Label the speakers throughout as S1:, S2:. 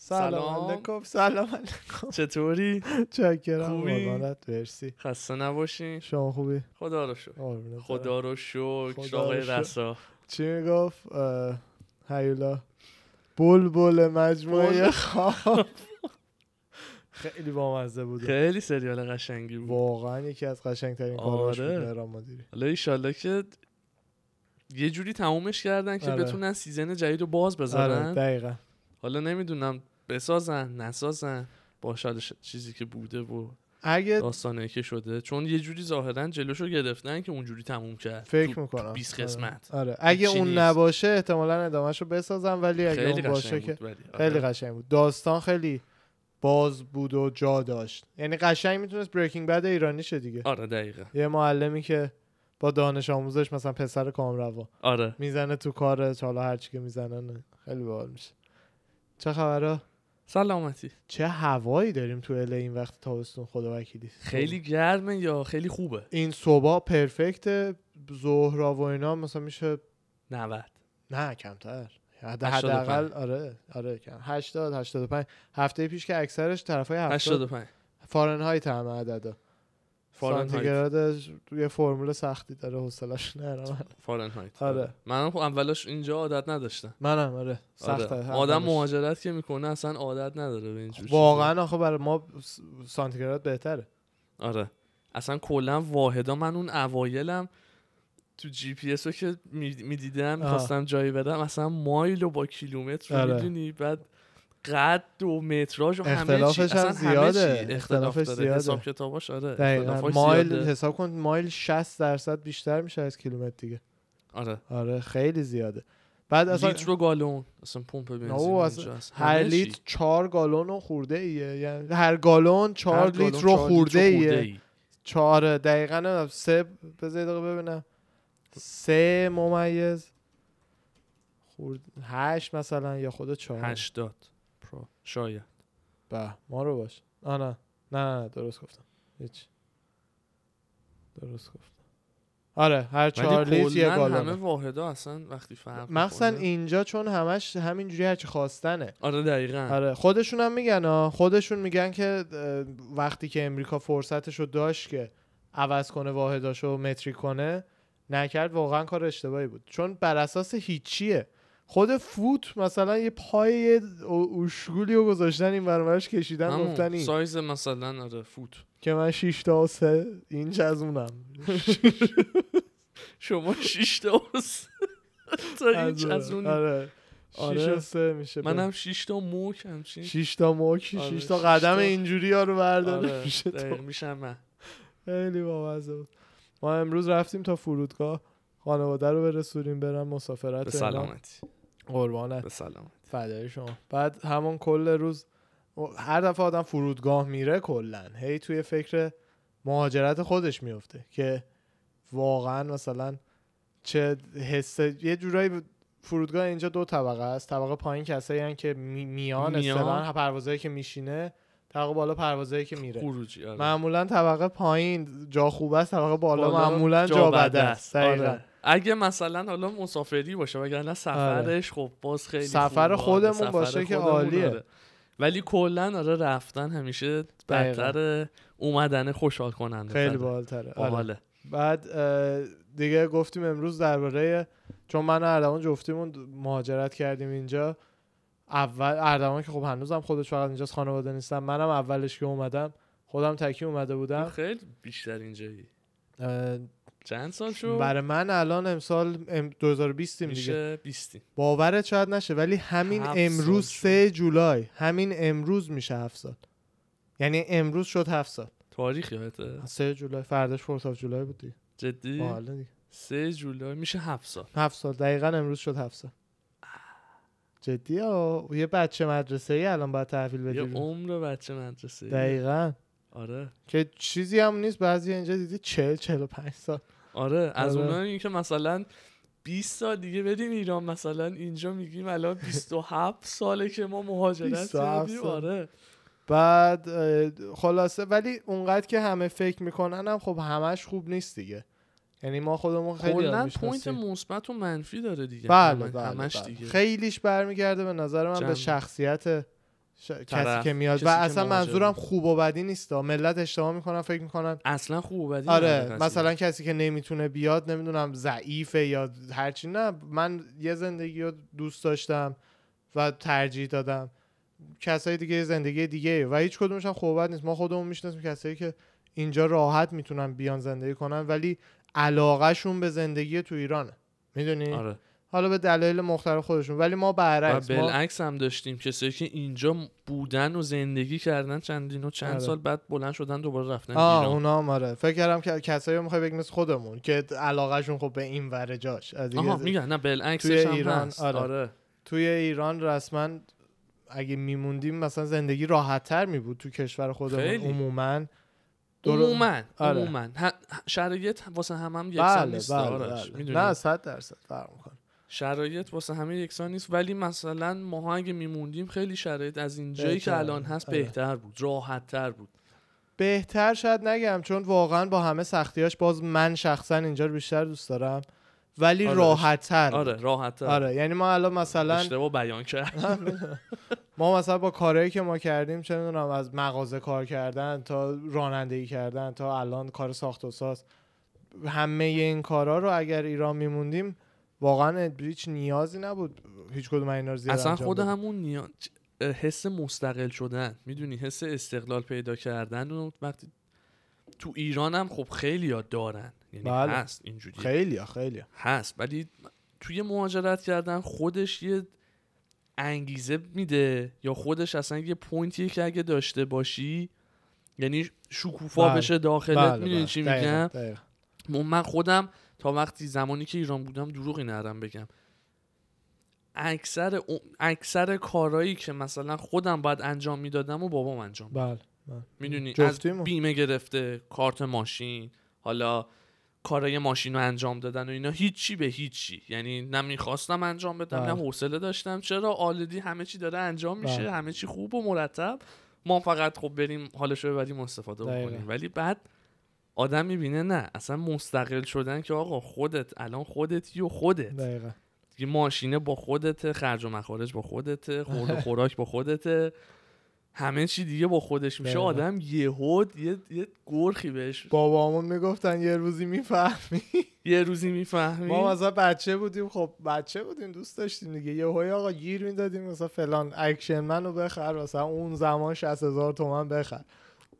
S1: سلام
S2: سلام.
S1: علیکم سلام علیکم
S2: چطوری
S1: چکرم
S2: خوبی؟
S1: قربانت مرسی
S2: خسته نباشین
S1: شما خوبی
S2: خدا رو شکر
S1: قربونت برم.
S2: خدا رو شکر
S1: خدا رو
S2: آقای
S1: شکر.
S2: رسا
S1: چی میگفت اه، هیولا بلبل مجموعه
S2: بل-
S1: خواب خیلی بامزه بود
S2: خیلی سریال قشنگی بود
S1: واقعا یکی از قشنگترین کارهاش بود
S2: آره.
S1: مهران مدیری
S2: حالا ایشالله که یه جوری تمومش کردن که
S1: آره.
S2: بتونن سیزن جدید رو باز
S1: آره
S2: بذارن
S1: دقیقا
S2: حالا نمیدونم بسازن نسازن با شاید ش- چیزی که بوده و
S1: اگه
S2: داستانی که شده چون یه جوری ظاهرا جلوشو گرفتن که اونجوری تموم کرد
S1: فکر
S2: تو
S1: میکنم
S2: 20 قسمت
S1: آره اگه
S2: هیچی
S1: اون
S2: نیست.
S1: نباشه احتمالا ادامهشو بسازم ولی اگه
S2: خیلی
S1: اون باشه
S2: قشنگ
S1: که
S2: بود ولی آره.
S1: خیلی قشنگ بود داستان خیلی باز بود و جا داشت یعنی قشنگ میتونست بریکینگ بد ایرانی شه دیگه
S2: آره دقیقا
S1: یه معلمی که با دانش آموزش مثلا پسر کامروا
S2: آره
S1: میزنه تو کارش حالا هرچی که میزنن خیلی باحال میشه چه خبره
S2: سلامتی
S1: چه هوایی داریم تو ال این وقت تابستون خدا وکیلی
S2: خیلی گرمه یا خیلی خوبه
S1: این صبح پرفکت ظهرا و اینا مثلا میشه
S2: 90
S1: نه کمتر حد-
S2: 85.
S1: حداقل آره آره کم 80 85 هفته پیش که اکثرش طرفای 70
S2: 85
S1: فارنهایت همه عددا
S2: فارنهایت.
S1: سانتیگرادش یه فرمول سختی داره حوصله‌اش نرم
S2: فارنهایت
S1: آره.
S2: من خب اولاش اینجا عادت نداشتم
S1: منم آره سخت
S2: آره. آدم مهاجرت که میکنه اصلا عادت نداره به اینجور چیزا.
S1: واقعا آخه برای ما س- سانتیگراد بهتره
S2: آره اصلا کلا واحدا من اون اوایلم تو جی پی اس رو که میدیدم
S1: آه.
S2: خواستم جایی برم اصلا مایل و با کیلومتر رو
S1: آره.
S2: میدونی بعد قد و متراژ و همه
S1: اختلافش
S2: چی
S1: هم
S2: اصلا
S1: زیاده.
S2: همه چی اختلاف
S1: اختلافش
S2: داره
S1: زیاده.
S2: حساب کتاباش آره
S1: دقیقا
S2: اختلافاش
S1: مایل
S2: زیاده.
S1: حساب کن مایل 60 درصد بیشتر میشه از کیلومتر دیگه
S2: آره
S1: آره خیلی زیاده بعد اصلا
S2: لیتر و گالون اصلا پمپ بنزین
S1: نه، او اصلا
S2: اونجا هست.
S1: هر
S2: همه چی.
S1: لیتر چهار گالون رو خورده ایه یعنی هر گالون
S2: هر
S1: چهار
S2: گالون
S1: لیتر رو
S2: چهار
S1: خورده ایه
S2: ای.
S1: چهار دقیقا نمیدونم سه بذاری دقیقه ببینم سه ممیز خورد هشت مثلا یا خود چهار
S2: هشتاد پرو شاید
S1: به ما رو باش آه نه نه نه درست گفتم هیچ درست گفتم آره هر چهار
S2: ولی
S1: لیتر یه
S2: کلاً همه
S1: گالون
S2: واحدا اصلا وقتی فرق
S1: مخصوصا
S2: می‌کنه.
S1: اینجا چون همش همینجوری هرچی خواستنه
S2: آره دقیقا
S1: آره خودشون هم میگن ها خودشون میگن که اه، وقتی که امریکا فرصتشو داشت که عوض کنه واحداشو متری کنه نکرد واقعا کار اشتباهی بود چون بر اساس هیچیه خود فوت مثلا یه پای یه او- اوشگولی رو گذاشتن این برمارش کشیدن
S2: همون
S1: گفتن این
S2: سایز مثلا آره فوت
S1: که من 6 تا 3 اینچ از اونم
S2: شما شیش تا و سه تا هیچ از اون
S1: آره 6
S2: آره.
S1: و 3 میشه
S2: منم شیش تا موک همچین
S1: 6 تا ماکی
S2: آره،
S1: 6 تا
S2: شیش
S1: قدم
S2: تا.
S1: اینجوری ها رو برداره
S2: آره
S1: میشه تو
S2: دقیق میشم من
S1: خیلی بامزه بود ما امروز رفتیم تا فرودگاه خانواده رو برسونیم برم مسافرت
S2: به
S1: و اینا.
S2: سلامتی
S1: قربانت
S2: به سلامتی
S1: فدای شما بعد همون کل روز هر دفعه آدم فرودگاه میره کلا هی توی فکر مهاجرت خودش میفته که واقعا مثلا چه حس یه جورایی فرودگاه اینجا دو طبقه است طبقه پایین کسایی هن که می- میان
S2: میان.
S1: اصطلاحاً پروازایی که میشینه طبقه بالا پروازایی که میره
S2: خروجی آره
S1: معمولا طبقه پایین جا خوب است طبقه بالا,
S2: بالا
S1: معمولا جا بد است
S2: آره.
S1: دقیقاً. آره.
S2: اگه مثلا حالا مسافری باشه وگرنه سفرش خب باز خیلی
S1: سفر
S2: خوبه.
S1: خودمون
S2: سفر
S1: باشه که
S2: خودمون،
S1: عالیه.
S2: آره. ولی کلا آره رفتن همیشه بدتر اومدن خوشحال کننده
S1: خیلی آره.
S2: تره. خب،
S1: بالتره
S2: باحاله
S1: بعد اه، دیگه گفتیم امروز درباره چون من و اردوان جفتیمون مهاجرت کردیم اینجا اول اردوان که خب هنوزم خودش فقط اینجاست خانواده نیستم منم اولش که اومدم خودم تکی اومده بودم
S2: خیلی بیشتر اینجایی
S1: اه،
S2: چند سال شد
S1: برای من الان امسال ام- 2020 یم دیگه
S2: میشه 20
S1: باورت شاید نشه ولی همین
S2: هفت سال
S1: امروز
S2: شد.
S1: 3 جولای همین امروز میشه هفت سال یعنی امروز شد هفت سال
S2: تاریخ یادته
S1: 3 جولای فرداش فورس آف جولای بود دیگه
S2: جدی
S1: باحاله دیگه
S2: 3 جولای میشه 7 سال
S1: هفت سال دقیقا امروز شد هفت سال جدی ها یه بچه مدرسه ای الان باید تحویل
S2: یه
S1: بدی
S2: عمر بچه مدرسه
S1: دقیقا
S2: آره
S1: که چیزی هم نیست بعضی اینجا دیدی 40 45 سال
S2: آره از
S1: آره.
S2: اونایی که مثلا 20 سال دیگه بریم ایران مثلا اینجا میگیم الان 27 ساله که ما مهاجرت
S1: 27
S2: کردیم
S1: سال.
S2: آره
S1: بعد اه، خلاصه ولی اونقدر که همه فکر میکنن هم خب همش خوب نیست دیگه یعنی ما خودمون خیلی هم
S2: کلا
S1: می‌شناسیم.
S2: پوینت مثبت و منفی داره دیگه
S1: بله
S2: همه-
S1: بله,
S2: همش
S1: بله.
S2: دیگه
S1: خیلیش برمیگرده به نظر من به
S2: جمع.
S1: شخصیت ش- کسی
S2: طرف.
S1: که میاد
S2: کسی
S1: و
S2: که
S1: اصلا
S2: مهاجره.
S1: منظورم خوب و بدی نیست ملت اشتباه میکنن فکر میکنن
S2: اصلا خوب و بدی نداره
S1: آره
S2: کسی.
S1: مثلا کسی که نمیتونه بیاد نمیدونم ضعیفه یا هرچی نه من یه زندگی رو دوست داشتم و ترجیح دادم کسای دیگه یه زندگی دیگه و هیچ کدومش هم خوب و بد نیست ما خودمون میشناسیم کسایی که اینجا راحت میتونن بیان زندگی کنن ولی علاقهشون به زندگی تو ایرانه میدونی
S2: آره
S1: حالا به دلایل مختلف خودشون ولی ما
S2: و
S1: برعکس ما
S2: بالعکس هم داشتیم کسایی که اینجا بودن و زندگی کردن چندین و چند
S1: آره.
S2: سال بعد بلند شدن دوباره رفتن
S1: آه
S2: ایران
S1: اونا هم آره فکر کردم که کسایی رو میخوای بگی مثل خودمون که علاقهشون خب به این ور جاش از دیگه
S2: آها میگن نه بالعکس
S1: توی
S2: هم
S1: ایران،
S2: هست.
S1: آره.
S2: آره,
S1: توی ایران رسما اگه میموندیم مثلا زندگی راحتتر می بود تو کشور خودمون
S2: خیلی.
S1: عموما درو-
S2: عموما
S1: آره.
S2: عموما ه- شرایط واسه هم هم یکسان
S1: بله
S2: نیست
S1: بله,
S2: آرش.
S1: بله.
S2: می‌دونی.
S1: نه صد درصد فرق میکنه
S2: شرایط واسه همه یکسان نیست ولی مثلا ما اگه میموندیم خیلی شرایط از این جایی که
S1: بهتر.
S2: الان هست
S1: آره.
S2: بهتر بود راحت تر بود
S1: بهتر شاید نگم چون واقعا با همه سختیاش باز من شخصا اینجا رو بیشتر دوست دارم ولی
S2: آره،
S1: راحتتر بود.
S2: آره راحت تر
S1: آره یعنی ما الان مثلا
S2: اشتباه بیان کرد
S1: ما مثلا با کارهایی که ما کردیم چه میدونم از مغازه کار کردن تا رانندگی کردن تا الان کار ساخت و ساز همه این کارا رو اگر ایران میموندیم واقعا هیچ نیازی نبود هیچ کدوم از اینا رو زیاد
S2: اصلا
S1: انجام
S2: خود
S1: بدیم.
S2: همون نیا... چ- اه، حس مستقل شدن میدونی حس استقلال پیدا کردن و وقتی تو ایران هم خب خیلی یاد دارن یعنی
S1: بله.
S2: هست اینجوری
S1: خیلی خیلی
S2: هست ولی توی مهاجرت کردن خودش یه انگیزه میده یا خودش اصلا یه پوینتیه که اگه داشته باشی یعنی شکوفا
S1: بله.
S2: بشه داخلت
S1: بله،
S2: میدونی
S1: بله.
S2: چی
S1: دقیقاً،
S2: میگم
S1: دقیقاً.
S2: من من خودم تا وقتی زمانی که ایران بودم دروغی نرم بگم اکثر اون- اکثر کارهایی که مثلا خودم باید انجام میدادم و بابام انجام
S1: بله
S2: میدونی از
S1: جفتیمون.
S2: بیمه گرفته کارت ماشین حالا کارای ماشین رو انجام دادن و اینا هیچی به هیچی یعنی نه میخواستم انجام بدم
S1: بله.
S2: نه حوصله داشتم چرا آلدی همه چی داره انجام میشه
S1: بله.
S2: همه چی خوب و مرتب ما فقط خب بریم حالش رو ببریم و استفاده
S1: دقیقا.
S2: بکنیم ولی بعد آدم میبینه نه اصلا مستقل شدن که آقا خودت الان خودتی و خودت
S1: بله، دقیقاً.
S2: دیگه ماشینه با خودت خرج و مخارج با خودت خورد و خوراک با خودت همه چی دیگه با خودش میشه
S1: دقیقا.
S2: آدم یهود یه یه گرخی بهش
S1: بابامون میگفتن یه روزی میفهمی
S2: یه روزی میفهمی
S1: ما مثلا بچه بودیم خب بچه بودیم دوست داشتیم دیگه یه هوی آقا گیر میدادیم مثلا فلان اکشن منو بخر مثلا اون زمان 60 هزار تومن بخر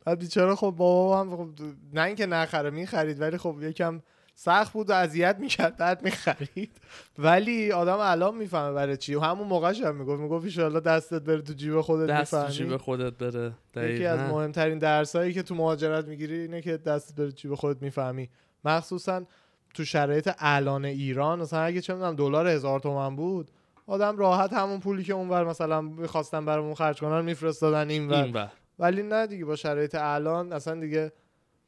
S1: بعد بیچاره خب بابا هم خب نه اینکه نخره میخرید ولی خب یکم سخت بود و اذیت میکرد بعد میخرید ولی آدم الان میفهمه برای چی و همون موقعش هم میگفت میگفت ایشالله دستت بره تو جیب خودت
S2: دست تو جیب
S1: میفهمی
S2: خودت بره
S1: یکی از
S2: دقیقاً.
S1: مهمترین درسایی که تو مهاجرت میگیری اینه که دستت بره جیب خودت میفهمی مخصوصا تو شرایط الان ایران مثلا اگه چه میدونم دلار هزار تومن بود آدم راحت همون پولی که اونور مثلا میخواستن برامون خرج کنن میفرستادن این
S2: این
S1: ور
S2: بر.
S1: ولی نه دیگه با شرایط الان اصلا دیگه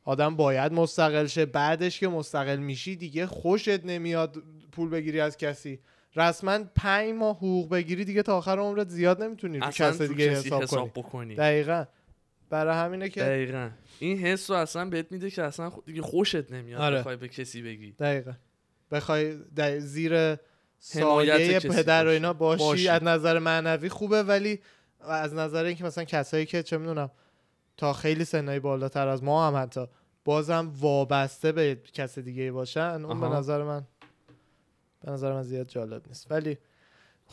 S1: آدم باید مستقل شه بعدش که مستقل میشی دیگه خوشت نمیاد پول بگیری از کسی رسما پنج ماه حقوق بگیری دیگه تا آخر عمرت زیاد نمیتونی رو
S2: اصلا
S1: کس
S2: تو
S1: دیگه
S2: کسی
S1: حساب کنی
S2: حساب بکنی
S1: دقیقا برای همینه که
S2: دقیقا این حس رو اصلا بهت میده که اصلا خود- دیگه خوشت نمیاد
S1: آره.
S2: بخوای به کسی بگی
S1: دقیقا بخوای در زیر سایه
S2: حمایت کسی
S1: پدر و اینا باشی,
S2: باشی.
S1: از نظر معنوی خوبه ولی از نظر اینکه مثلا کسایی که چه میدونم تا خیلی سنهای بالاتر از ما هم حتی بازم وابسته به کس دیگه باشن اون به
S2: آها.
S1: نظر من به نظر من زیاد جالب نیست ولی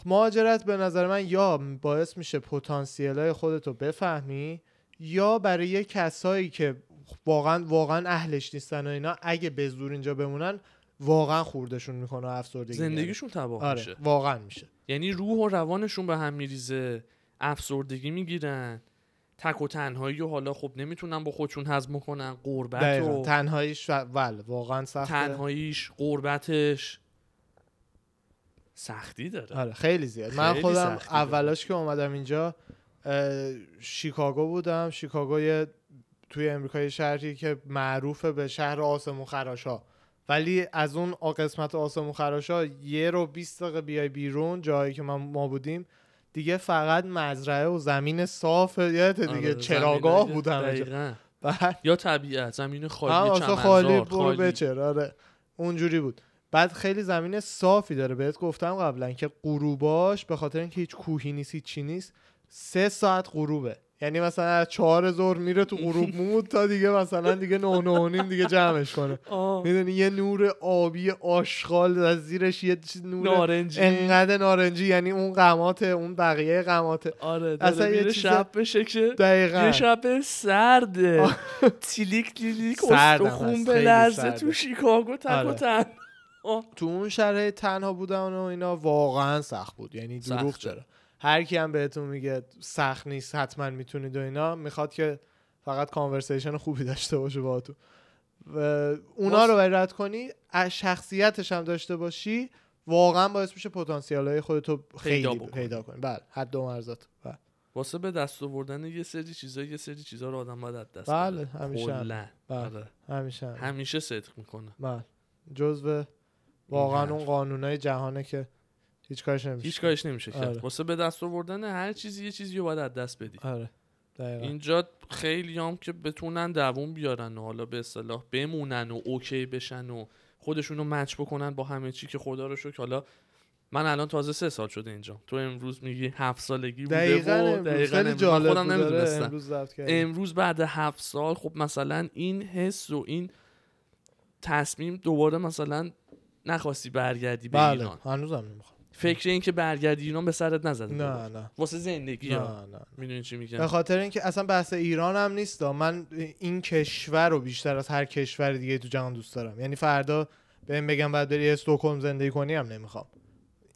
S1: مهاجرت به نظر من یا باعث میشه پتانسیل های خودتو بفهمی یا برای یه کسایی که واقعا واقعا اهلش نیستن و اینا اگه به زور اینجا بمونن واقعا خوردشون میکنه و افسردگی میاره.
S2: زندگیشون تباه
S1: آره
S2: میشه
S1: واقعا میشه
S2: یعنی روح و روانشون به هم میریزه افسردگی میگیرن تک و تنهایی و حالا خب نمیتونن با خودشون هضم کنن قربت
S1: دقیقاً.
S2: و
S1: تنهاییش و- بله واقعا سخته
S2: تنهاییش قربتش سختی داره
S1: آره خیلی زیاد من
S2: خیلی
S1: خودم
S2: سختی داره.
S1: اولاش که اومدم اینجا اه، شیکاگو بودم شیکاگو یه- توی امریکا یه شهری که معروف به شهر آسمون خراشا ولی از اون آ- قسمت آسمون خراشا یه رو 20 دقیقه بیای بیرون جایی که من ما بودیم دیگه فقط مزرعه و زمین صاف یادت
S2: آره،
S1: دیگه
S2: زمینایی
S1: چراگاه
S2: که-
S1: بودم اینجا.
S2: دقیقاً.
S1: بعد
S2: یا طبیعت زمین
S1: هم
S2: خالی
S1: واسه
S2: خب، چمنزار
S1: خالی
S2: خالی,
S1: برو بچر آره اونجوری بود بعد خیلی زمین صافی داره بهت گفتم قبلا که غروباش به خاطر اینکه هیچ کوهی نیست هیچ چی نیست سه ساعت غروبه یعنی مثلا از چهار ظهر میره تو غروب مود تا دیگه مثلا دیگه نه نه و نیم دیگه جمعش کنه
S2: آه.
S1: میدونی یه نور آبی آشغال از زیرش یه چیز نور
S2: نارنجی
S1: انقدر نارنجی یعنی اون قماته اون بقیه قماته
S2: آره داره
S1: اصلا یه
S2: میره
S1: چیز-
S2: شب بشه که یه
S1: دقیقا
S2: شب سرده تیلیک تیلیک
S1: سردم
S2: استخون
S1: هست،
S2: به
S1: خیلی
S2: لرزه
S1: سرده.
S2: تو شیکاگو تک و
S1: آره.
S2: تن
S1: تو اون شرایط تنها بودن و اینا واقعا سخت بود یعنی دروغ
S2: سخته.
S1: چرا هر کی هم بهتون میگه سخت نیست حتما میتونید و اینا میخواد که فقط کانورسیشن خوبی داشته باشه باهاتون و اونا
S2: باز-
S1: رو باید رد کنی از شخصیتش هم داشته باشی واقعا باعث میشه پتانسیل های خودتو
S2: پیدا
S1: خیلی
S2: بکنی.
S1: پیدا کنی بله حد و مرزات بله.
S2: واسه به دست آوردن یه سری چیزا یه سری چیزا رو آدم باید از دست
S1: بله،
S2: بده.
S1: همیشه هم.
S2: کلاً.
S1: بله.
S2: آره.
S1: همیشه هم.
S2: همیشه صدق میکنه
S1: بله جزو واقعا
S2: حرف.
S1: اون قانونای جهانه که هیچ کارش نمیشه
S2: هیچ کارش نمیشه کرد
S1: آره.
S2: واسه به دست آوردن هر چیزی یه چیزی رو باید از دست بدی
S1: آره دقیقاً.
S2: اینجا خیلی هم که بتونن دووم بیارن و حالا به اصطلاح بمونن و اوکی بشن و خودشونو مچ بکنن با همه چی که خدا رو شکر حالا من الان تازه سه سال شده اینجا تو امروز میگی هفت سالگی بوده
S1: دقیقا
S2: و
S1: امروز خیلی
S2: دقیقاً امروز. من
S1: جالب
S2: خودم
S1: بود، آره،
S2: نمیدونستم
S1: امروز ضبط کردیم
S2: امروز بعد هفت سال خب مثلا این حس و این تصمیم دوباره مثلا نخواستی برگردی به
S1: بله
S2: ایران
S1: هنوزم نمیخوام
S2: فکر این که برگردی ایران به سرت نزده
S1: نه
S2: دوباره.
S1: نه
S2: واسه زندگی
S1: نه نه
S2: میدونی چی
S1: به
S2: میگم
S1: خاطر اینکه اصلا بحث ایران هم نیست من این کشور رو بیشتر از هر کشور دیگه تو جهان دوست دارم یعنی فردا بهم بگم بعد بری استکهلم زندگی کنی هم نمیخوام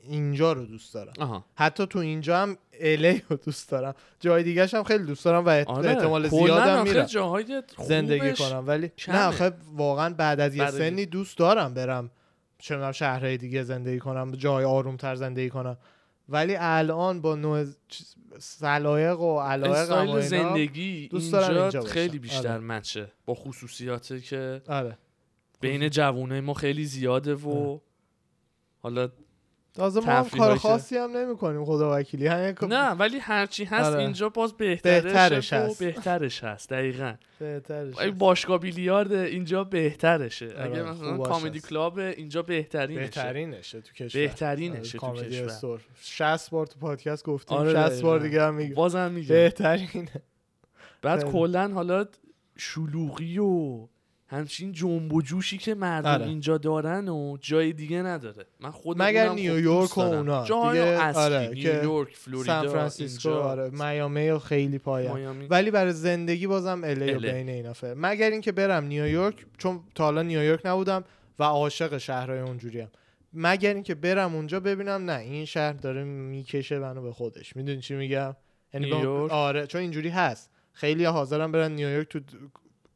S1: اینجا رو دوست دارم
S2: آها
S1: حتی تو اینجا هم الی رو دوست دارم جای دیگهش هم خیلی دوست دارم و احت-
S2: آره
S1: احتمال
S2: کلاً
S1: زیادم
S2: آخه
S1: میرم
S2: جاهای
S1: زندگی
S2: خوبش-
S1: کنم ولی
S2: کمه.
S1: نه آخه واقعا بعد از یه
S2: بعد از یه-
S1: سنی دوست دارم برم چه می‌دونم شهرهای دیگه زندگی کنم جای آرومتر زندگی کنم ولی الان با نوع چیز- سلایق و علایق هم و
S2: استایل
S1: اینا-
S2: زندگی
S1: دوست دارم
S2: اینجا,
S1: اینجا باشم.
S2: خیلی بیشتر
S1: آره.
S2: مچه با خصوصیاتی که
S1: آره
S2: بین جوونه ما خیلی زیاده و حالا
S1: تازه ما هم
S2: تفریحایی
S1: کار
S2: که-
S1: خاصی هم نمی کنیم خدا وکیلی همین که-
S2: نه ولی هرچی هست
S1: خب. آره.
S2: اینجا باز بهترش,
S1: بهترش
S2: هست
S1: هست.
S2: و بهترش هست دقیقا
S1: بهترش
S2: اگه
S1: هست.
S2: باشگاه بیلیارد اینجا بهترشه
S1: آره،
S2: اگه مثلا
S1: خوباش
S2: کامدی
S1: هست.
S2: کلاب اینجا بهترینشه
S1: بهترینشه تو کشور
S2: بهترینشه تو
S1: کامدی
S2: کشور
S1: استور 60 بار تو پادکست گفتیم
S2: آره،
S1: 60 بار
S2: دقیقاً.
S1: دیگه هم میگیم
S2: بازم میگه
S1: بهترینه
S2: بعد
S1: خیلی.
S2: کلا حالا شلوغی و همچین جنب و جوشی که مردم
S1: آره.
S2: اینجا دارن و جای دیگه نداره من خودم
S1: مگر
S2: اونم خب
S1: نیویورک
S2: دوست
S1: و
S2: دارم.
S1: اونا.
S2: جای
S1: دیگه-
S2: اصلی
S1: آره، که
S2: نیویورک فلوریدا
S1: سان فرانسیسکو
S2: اینجا،
S1: آره میامی و خیلی پایه
S2: مایامی.
S1: ولی برای زندگی بازم الی و
S2: LA.
S1: بین اینا فعلا مگر اینکه برم نیویورک چون تا حالا نیویورک نبودم و عاشق شهرهای اونجوریم مگر اینکه برم اونجا ببینم نه این شهر داره میکشه منو به خودش میدونی چی میگم یعنی به-
S2: نیویورک؟
S1: آره چون اینجوری هست خیلی حاضرم برن نیویورک تو د-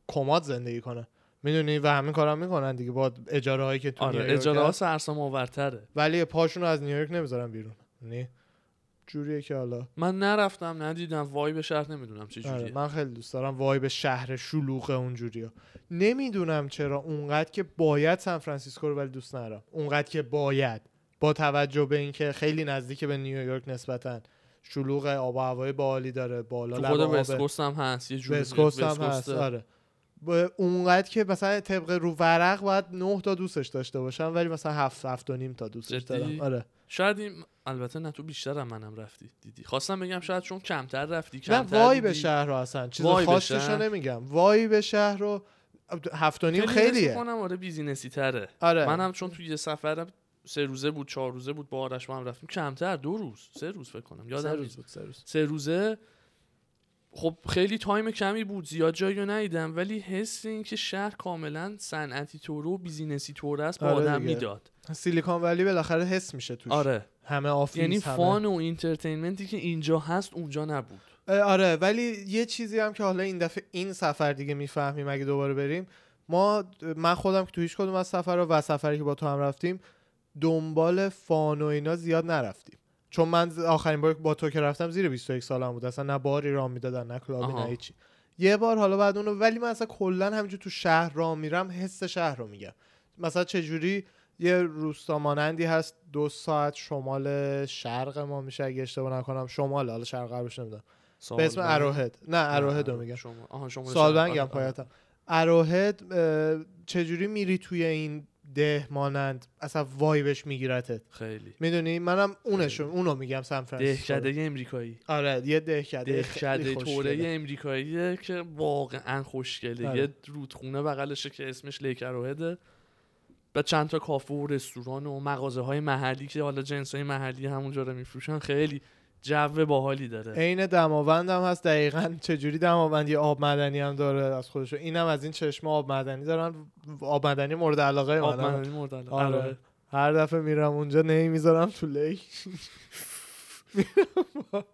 S1: کماد زندگی کنن میدونی و همین کارم میکنن دیگه با اجاره هایی که تو
S2: آره
S1: نیویورک
S2: اجاره ها
S1: هست.
S2: سرسام آورتره
S1: ولی پاشون رو از نیویورک نمیذارن بیرون یعنی جوریه که حالا
S2: من نرفتم ندیدم وای به شهر نمیدونم چه
S1: آره
S2: جوریه
S1: من خیلی دوست دارم وای به شهر شلوغ اونجوری نمیدونم چرا اونقدر که باید سان فرانسیسکو رو ولی دوست ندارم اونقدر که باید با توجه به اینکه خیلی نزدیک به نیویورک نسبتا شلوغ آب و هوای بالی داره بالا
S2: تو
S1: لب
S2: خود
S1: آبه.
S2: وستکوست هم هست یه جوری
S1: وستکوست هم هست
S2: وستکوست-
S1: آره ب- اونقدر که مثلا طبق رو ورق باید 9 تا دوستش داشته باشم ولی مثلا 7 7 و نیم تا دوستش
S2: جدی؟
S1: دارم آره
S2: شاید این البته نه تو بیشتر هم منم رفتی دیدی خواستم بگم شاید چون کمتر رفتی
S1: نه
S2: کمتر
S1: وای
S2: دیدی.
S1: به شهر رو اصلا چیز
S2: وای به
S1: خاصش رو
S2: شهر.
S1: نمیگم وای به شهر رو هفت و نیم
S2: خیلی حس
S1: خیلیه
S2: می‌کنم آره بیزینسی تره
S1: آره
S2: منم چون توی یه سفر سه روزه بود چهار روزه بود با آرش ما هم رفتیم کمتر دو روز سه روز فکر کنم یادم
S1: سه روز
S2: نیست.
S1: بود سه روز
S2: سه روزه خب خیلی تایم کمی بود زیاد جایی رو ندیدم ولی حس این که شهر کاملا صنعتی تور و بیزینسی تور است به
S1: آره
S2: آدم
S1: دیگه.
S2: میداد
S1: سیلیکان ولی بالاخره حس میشه توش
S2: آره
S1: همه آفیس
S2: یعنی
S1: همه.
S2: فان و اینترتینمنتی که اینجا هست اونجا نبود
S1: اه، آره ولی یه چیزی هم که حالا این دفعه این سفر دیگه میفهمیم اگه دوباره بریم ما من خودم که تو هیچ کدوم از سفرها و سفری که با تو هم رفتیم دنبال فان و اینا زیاد نرفتیم چون من ز- آخرین بار که با تو که رفتم زیر 21 سالم بود اصلا نه باری راه میدادن نه کلابی
S2: آها.
S1: نه هیچی یه بار حالا بعد اونو ولی من اصلا کلا همینجور تو شهر را میرم حس شهر رو میگم مثلا چجوری یه روستا مانندی هست دو ساعت شمال شرق ما میشه اگه اشتباه نکنم شمال حالا شرق غربش نمیدونم به اسم
S2: سالبن.
S1: اروهد نه اروهد رو
S2: آره،
S1: میگم
S2: شما آها شما
S1: سالبنگ هم
S2: آره، آره.
S1: پایتم اروهد اه، چجوری میری توی این ده مانند اصلا وایبش میگیرتت
S2: خیلی
S1: میدونی منم اونشون اونو میگم سان فرانسیسکو
S2: دهکده امریکایی
S1: آره یه دهکده
S2: دهکده
S1: خیلی
S2: توره
S1: خوشگله.
S2: امریکاییه که واقعا خوشگله
S1: آره.
S2: یه رودخونه بغلشه که اسمش لیکروهده و چند تا کافه و رستوران و مغازه های محلی که حالا جنس های محلی همونجا رو میفروشن خیلی جو باحالی داره
S1: عین دماوند هم هست دقیقا چجوری دماوند یه آب مدنی هم داره از خودش اینم از این چشمه آب مدنی دارن آب مدنی مورد علاقه
S2: آب
S1: منه
S2: مدنی مورد علاقه.
S1: آره.
S2: علاقه.
S1: هر دفعه میرم اونجا نی میذارم تو لیک میرم بالا.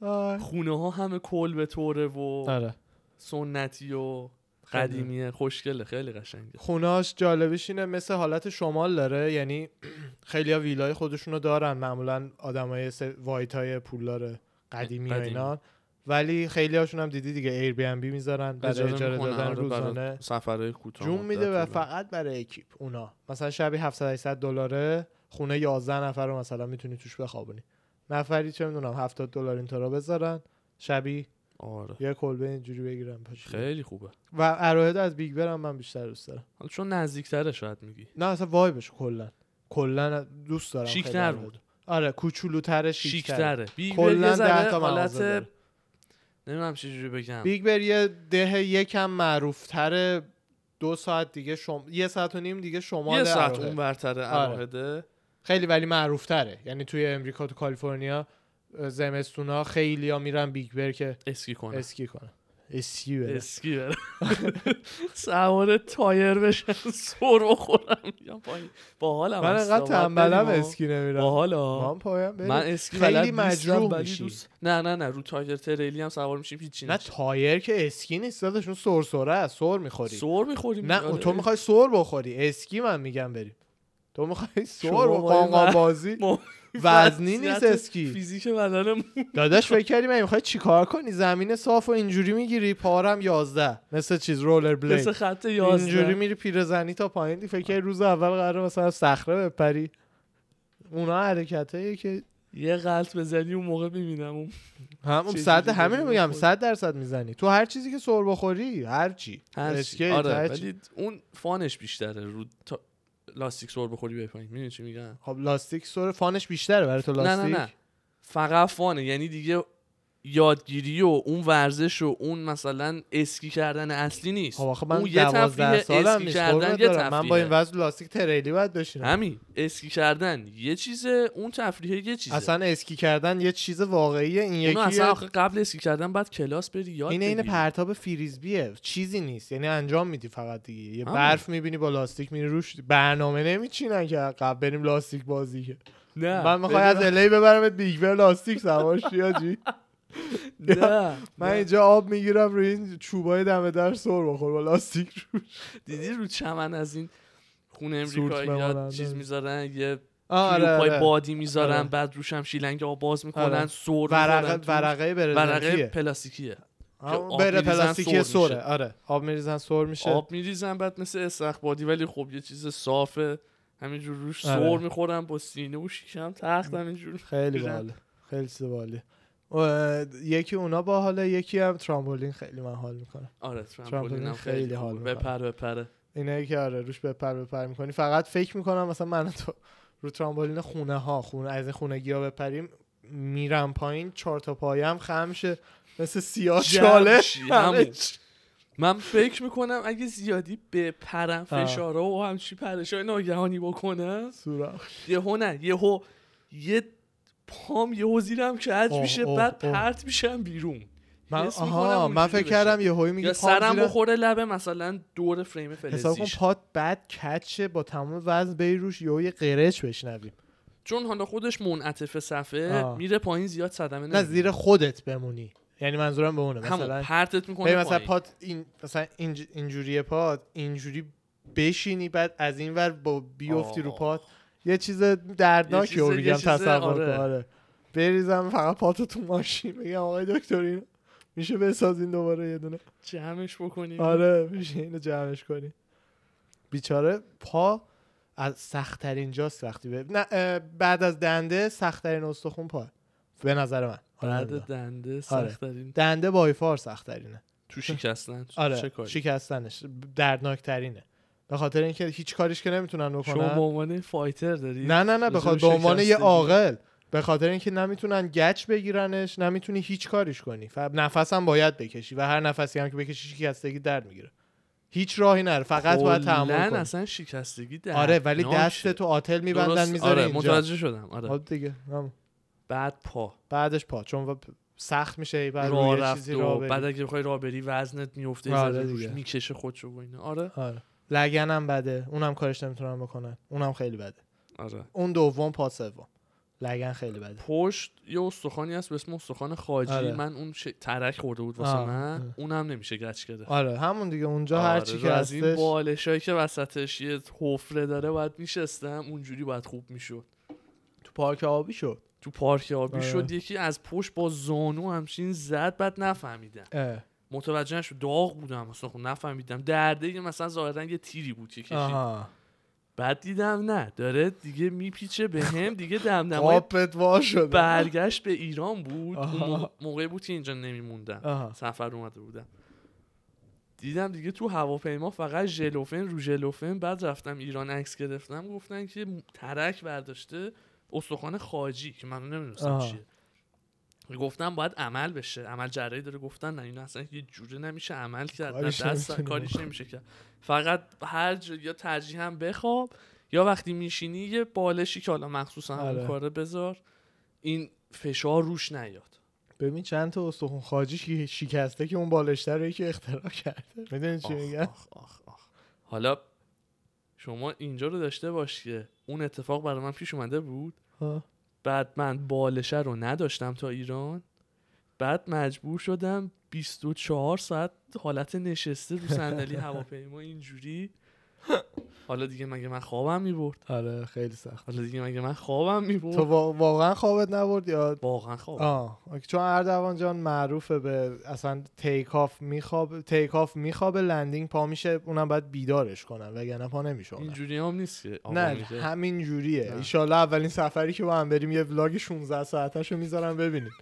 S1: آه.
S2: خونه ها همه کل به طوره و
S1: آره
S2: سنتی و
S1: خیلی.
S2: قدیمیه خوشگله خیلی قشنگه
S1: خونهاش جالبش اینه مثل حالت شمال داره یعنی خیلی ها ویلای خودشونو دارن معمولا آدمای وایت های پولدار قدیمی و
S2: قدیمی.
S1: اینا ولی خیلی هاشون هم دیدی دیگه ایر بی ام بی میذارن برای اجاره
S2: می‌کنه،
S1: دادن
S2: آره، برای
S1: روزانه
S2: سفرهای کوتاه
S1: جون
S2: مدت
S1: میده و
S2: حالا.
S1: فقط برای اکیپ اونا مثلا شبی 700 800 دلاره خونه 11 نفر رو مثلا میتونی توش بخوابونی نفری چه میدونم 70 دلار اینطورا بذارن شبی
S2: آره
S1: یه کلبه اینجوری بگیرم پاش
S2: خیلی خوبه
S1: و اراهد از بیگ برم من بیشتر دوست دارم
S2: حالا چون نزدیکتره شاید میگی
S1: نه اصلا وایبش کلا کلا دوست دارم خیلی
S2: شیک‌تر
S1: اراهد.
S2: بود.
S1: آره کوچولوتر شیک‌تر
S2: شیکتره بیگ بر
S1: کلا
S2: یه
S1: ده
S2: ذره
S1: تا مغازه
S2: حالت
S1: داره.
S2: نمیدونم چجوری بگم
S1: بیگ بر یه ده یکم معروفتره دو ساعت دیگه شم... یه ساعت و نیم دیگه شمال
S2: یه ساعت
S1: اراهد.
S2: اون برتره
S1: آره.
S2: اراهده
S1: خیلی ولی معروفتره یعنی توی امریکا تو کالیفرنیا زمستونا خیلی ها میرن بیگ بر که
S2: اسکی کنه
S1: اسکی کنن اسکی بره.
S2: آره. اسکی بره سوار تایر بشن سر بخورم یا پایین با حالم
S1: من انقدر تنبلم اسکی
S2: با
S1: نمیرم
S2: حالا
S1: من پایم بریم.
S2: من اسکی
S1: خیلی
S2: بلد نیستم،
S1: مجروح
S2: ولی
S1: میشی.
S2: دوست- نه نه نه رو تایر تریلی هم سوار میشیم هیچی
S1: نه
S2: نشه
S1: تایر که اسکی نیست داداش اون سرسره است سر میخوری
S2: سر آره. میخوریم
S1: نه اون تو میخوای سر بخوری اسکی من میگم بریم تو میخوای سر
S2: شما
S1: و
S2: با این
S1: قانقان
S2: وز-
S1: بازی
S2: ما-
S1: وزنی نیست
S2: وضعیت
S1: اسکی
S2: فیزیک بدنم
S1: داداش فکر کردی من میخوای چیکار کنی زمین صاف و اینجوری میگیری پارم 11 مثل چیز رولر بلید
S2: مثل خط
S1: اینجوری
S2: یازده
S1: میری پیرزنی تا پایین دی فکر کردی روز اول قراره مثلا از صخره بپری اونا حرکتایی که
S2: یه غلط بزنی اون موقع میبینم اون
S1: هم
S2: چه
S1: صد
S2: جوری
S1: همینو
S2: داری
S1: میگم
S2: می‌خوری؟
S1: 100 درصد میزنی تو هر چیزی که سر بخوری هر چی
S2: هر چی.
S1: اسکیت
S2: آره
S1: هر چی.
S2: ولی اون فانش بیشتره رو تا... لاستیک سور بخوری بیای پایین میدونی چی میگن
S1: خب لاستیک سر فانش بیشتره برای تو
S2: نه
S1: لاستیک
S2: نه نه فقط فانه یعنی دیگه یادگیری و اون ورزش و اون مثلا اسکی کردن اصلی نیست
S1: خب آخه من
S2: اون یه
S1: 12
S2: تفریحه،
S1: سالم
S2: اسکی
S1: نیست
S2: کردن
S1: قربونت
S2: یه
S1: برم. من با این
S2: تفریحه.
S1: وزن لاستیک تریلی باید بشینم
S2: همین اسکی کردن یه چیزه اون تفریحه یه چیزه
S1: اصلا اسکی کردن یه چیز واقعیه این یکی
S2: اونو اصلا آخه قبل اسکی کردن بعد کلاس بری یاد
S1: این این
S2: بگیری.
S1: پرتاب فریزبیه چیزی نیست یعنی انجام میدی فقط دیگه یه
S2: همون.
S1: برف میبینی با لاستیک میری روش برنامه نمیچینن که قبل بریم لاستیک بازی که
S2: نه
S1: من میخوای از
S2: بدون-
S1: الی ببرمت بیگ بر لاستیک سوار شی، حاجی.
S2: نه
S1: من
S2: نه.
S1: اینجا آب میگیرم روی این چوبای دم در سر بخور با لاستیک رو
S2: دیدی رو چمن از این خون
S1: سورت
S2: امریکایی
S1: بمانند.
S2: یا چیز میذارن یه
S1: آره،
S2: کلوپای
S1: آره.
S2: بادی میذارن
S1: آره.
S2: بعد روش هم شیلنگ آب باز میکنن
S1: آره.
S2: سر می‌کنن
S1: ورقه
S2: توش.
S1: ورقه
S2: ورقه
S1: برزنتیه
S2: پلاستیکیه
S1: همون
S2: که آب
S1: بره
S2: می‌ریزن
S1: پلاستیکی
S2: سر میشه.
S1: سره آره آب میریزن سر میشه
S2: آب میریزن بعد مثل استخ بادی ولی خب یه چیز صافه همینجور روش
S1: آره.
S2: سر میخورن با سینه و شیشم تخت همینجور
S1: خیلی
S2: می‌ریزن.
S1: باحاله خیلی چیز باحاله. اه، یکی اونا باحاله یکی هم ترامبولین خیلی من حال میکنه
S2: آره
S1: ترامپولین
S2: ترامپولین هم
S1: خیلی
S2: خیلی
S1: حال
S2: حال
S1: می‌کنه.
S2: بپر بپره
S1: اینایی که آره روش بپر بپر میکنی فقط فکر میکنم مثلا من و تو رو ترامبولین خونه ها خونه از این خونگی ها بپریم میرم پایین چهار تا پایم خمشه مثل سیاه
S2: جمع
S1: چاله
S2: شی،
S1: همه
S2: همون.
S1: چی.
S2: من فکر میکنم اگه زیادی بپرم
S1: آه.
S2: فشارا و همچی پرشای ناگهانی بکنم
S1: سوراخ.
S2: یهو نه یهو یه پام یهو زیرم کج
S1: اوه،
S2: میشه
S1: اوه،
S2: بعد
S1: اوه.
S2: پرت میشم بیرون
S1: من
S2: حس می‌کنم
S1: آها من
S2: اونجوری
S1: فکر
S2: بشه.
S1: کردم یه هایی میگی
S2: یا
S1: پام
S2: سرم
S1: زیره.
S2: بخوره لب مثلا دور فریم
S1: حساب کن
S2: فلزیش
S1: پات بعد کچه با تمام وزن بری روش یه قرچ بشنویم
S2: چون حالا خودش منعطف صفحه
S1: آه.
S2: میره پایین زیاد صدمه
S1: نه
S2: نمی‌زنه.
S1: زیر خودت بمونی یعنی منظورم به اونه
S2: همون
S1: مثلا
S2: پرتت
S1: هی
S2: میکنه
S1: مثلا
S2: پایین
S1: پات این مثلا اینج- اینجوری پات اینجوری بشینی بعد از این ور با بیفتی رو
S2: آه.
S1: پات یه چیز
S2: یه
S1: دردناکی
S2: چیز-
S1: رو
S2: یه
S1: میگم
S2: چیز-
S1: تصور
S2: آره.
S1: کن آره بریزم فقط پاتو تو ماشین بگم آقای دکتر اینو میشه بسازین دوباره یه دونه
S2: جمعش بکنی
S1: آره میشه اینو جمعش کنی بیچاره پا از سختترین جاست وقتی به نه اه، بعد از دنده سختترین استخون پا به نظر من حالا نمی‌دونم.
S2: بعد
S1: آره.
S2: دنده سختترین
S1: دنده بایفار سختترینه
S2: تو شکستن
S1: آره
S2: چه کاری
S1: شکستنش دردناکترینه به خاطر اینکه هیچ کاریش که نمیتونن
S2: شما
S1: بکنن
S2: به عنوان فایتر داری
S1: نه نه نه به
S2: لزوم
S1: خاطر- به عنوان یه
S2: شکستگی.
S1: عاقل به خاطر اینکه نمیتونن گچ بگیرنش نمیتونی هیچ کاریش کنی ف... نفس هم باید بکشی و هر نفسی هم که بکشی شکستگی درد میگیره هیچ راهی نره فقط باید
S2: کلاً
S1: تحمل کنی
S2: خب، اصلا شکستگی در
S1: آره ولی دست تو آتل میبندن میذاره
S2: آره
S1: اینجا
S2: متوجه شدم آره
S1: آره دیگه هم.
S2: بعد پا
S1: بعدش پا چون و- سخت میشه بعد
S2: راه
S1: روی یه
S2: رفت
S1: چیزی
S2: و
S1: راه بری.
S2: بعد اگه بخوای راه بری وزنت میفته یه
S1: آره
S2: ذره روش
S1: دیگه.
S2: میکشه خودشو و اینا آره
S1: آره لگنم بده اونم کارش نمیتونن بکنن اونم خیلی بده
S2: آره
S1: اون دوم پا سوم لگن خیلی بده
S2: پشت یه استخوانی هست به اسم استخوان خاجی
S1: آره.
S2: من اون ش... ترک خورده بود واسه
S1: آه.
S2: من
S1: آه.
S2: اونم نمیشه گچ کرده
S1: آره همون دیگه اونجا هر چی
S2: آره،
S1: که
S2: رو از این
S1: هستش
S2: بالش هایی که وسطش یه حفره داره باید میشستم اونجوری باید خوب میشد
S1: تو پارک آبی شد
S2: تو پارک آبی
S1: آره.
S2: شد یکی از پشت با زانو همچین زد بعد نفهمیدم
S1: اه.
S2: متوجه نشد داغ بودم اصلا خب نفهمیدم درده یه مثلا ظاهرا یه تیری بود که کشید
S1: آها
S2: بعد دیدم نه داره دیگه میپیچه به هم دیگه دمدمای
S1: قابت وا شده
S2: برگشت به ایران بود اون
S1: آها.
S2: موقع- موقعی بود که اینجا نمیموندم
S1: آها.
S2: سفر اومده بودم دیدم دیگه تو هواپیما فقط ژلوفن رو ژلوفن بعد رفتم ایران عکس گرفتم گفتن که ترک برداشته استخوان خاجی که من نمیدونستم
S1: آها.
S2: چیه گفتم باید عمل بشه عمل جراحی داره گفتن نه این اصلا یه جوره نمیشه عمل کرد نه
S1: کاریش
S2: دست
S1: نمیتونی
S2: کاریش نمیشه کرد فقط هر جا یا ترجیح هم بخواب یا وقتی میشینی یه بالشی که حالا مخصوصا همون
S1: آره.
S2: کاره بذار این فشار روش نیاد
S1: ببین چند تا استخون خاجی شی- شکسته که اون بالشتر رو یکی اختراع کرده میدونی چی میگم
S2: آخ آخ آخ آخ. حالا شما اینجا رو داشته باش که اون اتفاق برای من پیش اومده بود
S1: آه.
S2: بعد من بالشه رو نداشتم تا ایران بعد مجبور شدم 24 ساعت حالت نشسته رو صندلی هواپیما اینجوری حالا دیگه مگه من خوابم میبرد
S1: آره خیلی سخت
S2: حالا دیگه مگه من خوابم
S1: تو
S2: میبرد
S1: وا- واقعا خوابت نبرد یا
S2: واقعا خواب
S1: آه اوکی. چون اردوان جان معروفه به اصلا تیک آف میخواب تیک آف میخوابه لندینگ پا میشه اونم باید بیدارش کنن وگرنه پا نمیشونن
S2: اینجوری هم نیست که
S1: نه
S2: آقا میگه.
S1: همین جوریه
S2: نه.
S1: ایشالله اولین سفری که با هم بریم یه ولاگ 16 ساعتش رو میذارم ببینید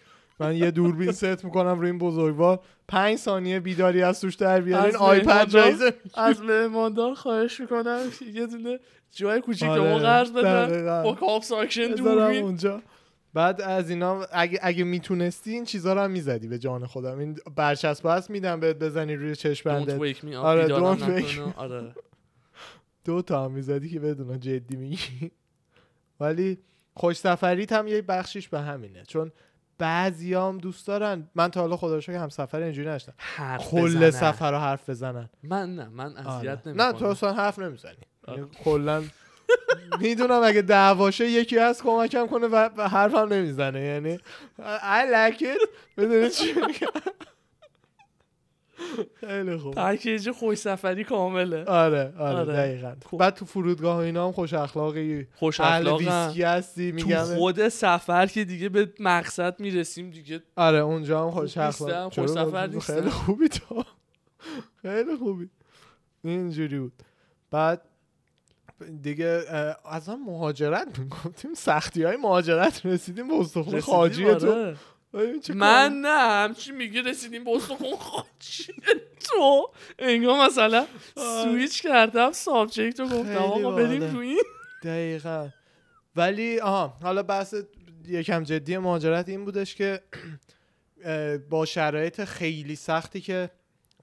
S1: من یه دوربین ست میکنم روی این بزرگوار 5 ثانیه بیداری از توش در بیارین
S2: از
S1: آیپد
S2: مهماندار-
S1: جایزه
S2: از مهماندار خواهش میکنم یه دونه جای کوچیک به ما
S1: آره،
S2: قرض بدن
S1: دقیقاً.
S2: با کاپ ساکشن
S1: بذارم
S2: دوربین
S1: اونجا بعد از اینا اگه اگه میتونستی این چیزا رو هم میزدی به جان خودم این برچسب هست میدم بهت بزنی روی چشم
S2: Don't
S1: بنده
S2: wake me up
S1: آره،
S2: بیدارم
S1: don't wake
S2: نکنه. آره
S1: دو تا هم میزدی که بدونم جدی میگی ولی خوش سفریت هم یه بخشیش به همینه چون بعضیام دوست دارن من تا حالا خدا رو شکر هم سفر اینجوری نشدم
S2: حرف
S1: کل
S2: بزنن.
S1: سفر رو حرف بزنن
S2: من نه من اذیت
S1: آره.
S2: نمیکنم
S1: نه تو اصلا حرف نمیزنی
S2: آره.
S1: یعنی کلا میدونم اگه دعواشه یکی هست کمکم کنه و و حرفم نمیزنه یعنی I like it میدونی چی میگم خیلی خوب
S2: پکیج خوش سفری کامله
S1: آره آره
S2: آره.
S1: دقیقا
S2: خوب.
S1: بعد تو فرودگاه و اینا هم خوش اخلاقی
S2: خوش
S1: اهل
S2: اخلاقم
S1: ویسکی هستی
S2: تو
S1: میگم
S2: خود سفر که دیگه به مقصد میرسیم دیگه
S1: آره اونجا هم خوش
S2: خوب نیستم،
S1: اخلاق
S2: خوش
S1: چرا؟
S2: سفر نیستم.
S1: خیلی خوبی تو خیلی خوبی اینجوری بود بعد دیگه اه، از هم مهاجرت میگفتیم سختی های مهاجرت رسیدیم به استخون
S2: رسیدیم،
S1: خاجی تو
S2: آره.
S1: ببین چه
S2: من
S1: کار-
S2: نه همچی میگه رسیدیم به استخون خاجی تو انگار مثلا
S1: آه.
S2: سویچ کردم سابجکت رو
S1: آره. خیلی
S2: گفتم آقا بریم
S1: باحاله.
S2: رو این
S1: دقیقا ولی آها حالا بحث یکم جدی مهاجرت این بودش که اه، با شرایط خیلی سختی که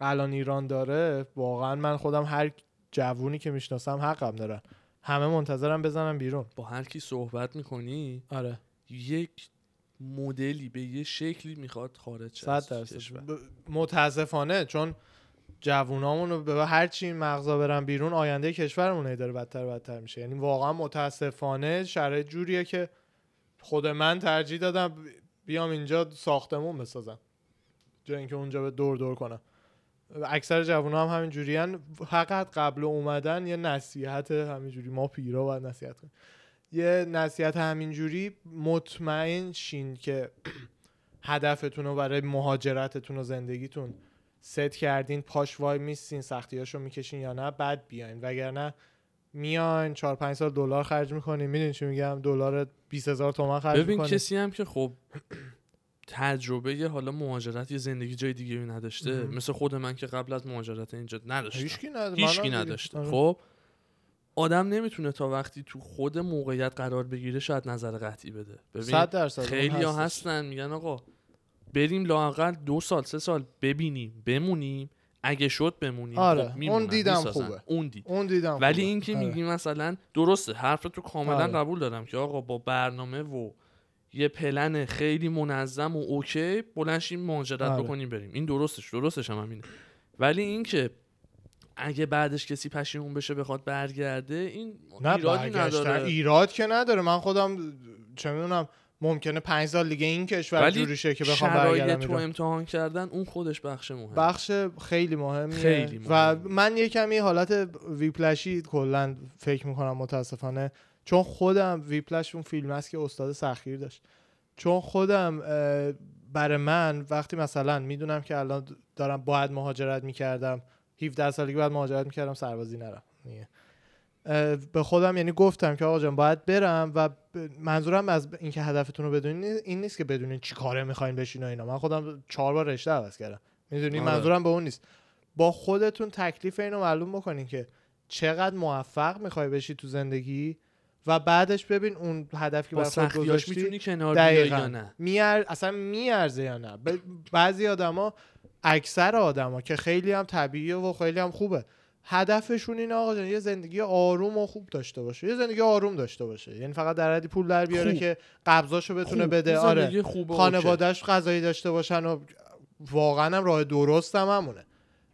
S1: الان ایران داره واقعا من خودم هر جوونی که میشناسم حقم دارن همه منتظرم بزنم بیرون
S2: با هر کی صحبت میکنی
S1: آره
S2: یک مدلی به یه شکلی میخواد خارج شه
S1: صد
S2: از
S1: درصد
S2: کشور.
S1: ب- متاسفانه چون جوونامون رو به هر چی این مغزا برن بیرون آینده کشورمون هی داره بدتر و بدتر میشه یعنی واقعا متاسفانه شرایط جوریه که خود من ترجیح دادم ب- بیام اینجا ساختمون بسازم جای اینکه اونجا به دور دور کنم اکثر جوونا هم همین جورین فقط قبل اومدن یه نصیحت همینجوری ما پیرا باید نصیحت کنیم یه نصیحت همینجوری مطمئن شین که هدفتون رو برای مهاجرتتون و زندگیتون ست کردین پاش وای میستین سختیاشو میکشین یا نه بعد بیاین وگرنه میاین چهار پنج سال دلار خرج میکنین میدونین چی میگم دلار 20000 هزار تومن خرج
S2: ببین
S1: میکنین
S2: کسی هم که خب تجربه یه حالا مهاجرت یا زندگی جای دیگه نداشته
S1: مهم.
S2: مثل خود من که قبل از مهاجرت اینجا نداشتم
S1: هیچکی نداره
S2: هیچکی
S1: منم دیگه.
S2: نداشته
S1: آره.
S2: خب آدم نمیتونه تا وقتی تو خود موقعیت قرار بگیره شاید نظر قطعی بده ببین
S1: 100 درصد اون
S2: خیلی ها
S1: هستش.
S2: هستن میگن آقا بریم لاقل دو سال سه سال ببینیم بمونیم اگه شد بمونیم
S1: آره،
S2: خب،
S1: اون
S2: میمونن،
S1: دیدم
S2: میسازن.
S1: خوبه.
S2: اون دید
S1: اون دیدم
S2: ولی
S1: خوبه.
S2: اینکه
S1: آره.
S2: میگی مثلا درسته حرف تو کاملا
S1: آره.
S2: قبول دارم که آقا با برنامه و یه پلن خیلی منظم و اوکی بلنشیم مهاجرت
S1: آره.
S2: بکنیم بریم این درستش درستش هم همینه ولی اینکه اگه بعدش کسی پشیمون بشه بخواد برگرده این
S1: نه
S2: خب ایرادی
S1: برگشتن
S2: نداره
S1: ایراد که نداره من خودم چه میدونم ممکنه پنج سال دیگه این کشور
S2: ولی
S1: جوری شه که بخوام برگردم
S2: شرایط رو
S1: ایران.
S2: امتحان کردن اون خودش بخش مهم
S1: بخش خیلی مهمیه
S2: خیلی مهم.
S1: و من یه کمی حالت ویپلشی کلا فکر میکنم متاسفانه چون خودم ویپلش اون فیلم است که استاد سخیر داشت چون خودم اه، برای من وقتی مثلا میدونم که الان دارم باید مهاجرت میکردم 17 سالگی بعد مهاجرت میکردم سربازی نرم دیگه. اه، به خودم یعنی گفتم که آقا جان باید برم و ب- منظورم از ب- اینکه هدفتون رو بدونین نی- این نیست که بدونین چی کاره میخواین بشین و اینا من خودم چهار بار رشته عوض کردم میدونی
S2: آره.
S1: منظورم به اون نیست با خودتون تکلیف اینو معلوم بکنین که چقدر موفق میخوای بشی تو زندگی و بعدش ببین اون هدف که
S2: با
S1: برای خودت
S2: سختیاش
S1: گذاشتی
S2: میتونی کنار بیای
S1: دقیقا
S2: یا نه
S1: میار... اصلا میارزه یا نه ب- بعضی آدما اکثر آدما که خیلی هم طبیعیه و خیلی هم خوبه هدفشون اینه آقا جان یه زندگی آروم و خوب داشته باشه یه زندگی آروم داشته باشه یعنی فقط در حدی پول در بیاره
S2: خوب.
S1: که قبضاشو بتونه
S2: خوب.
S1: بده
S2: یه
S1: آره
S2: زندگی خوبه، اوکی.
S1: خانوادهش غذایی داشته باشن و واقعا هم راه درست هم همونه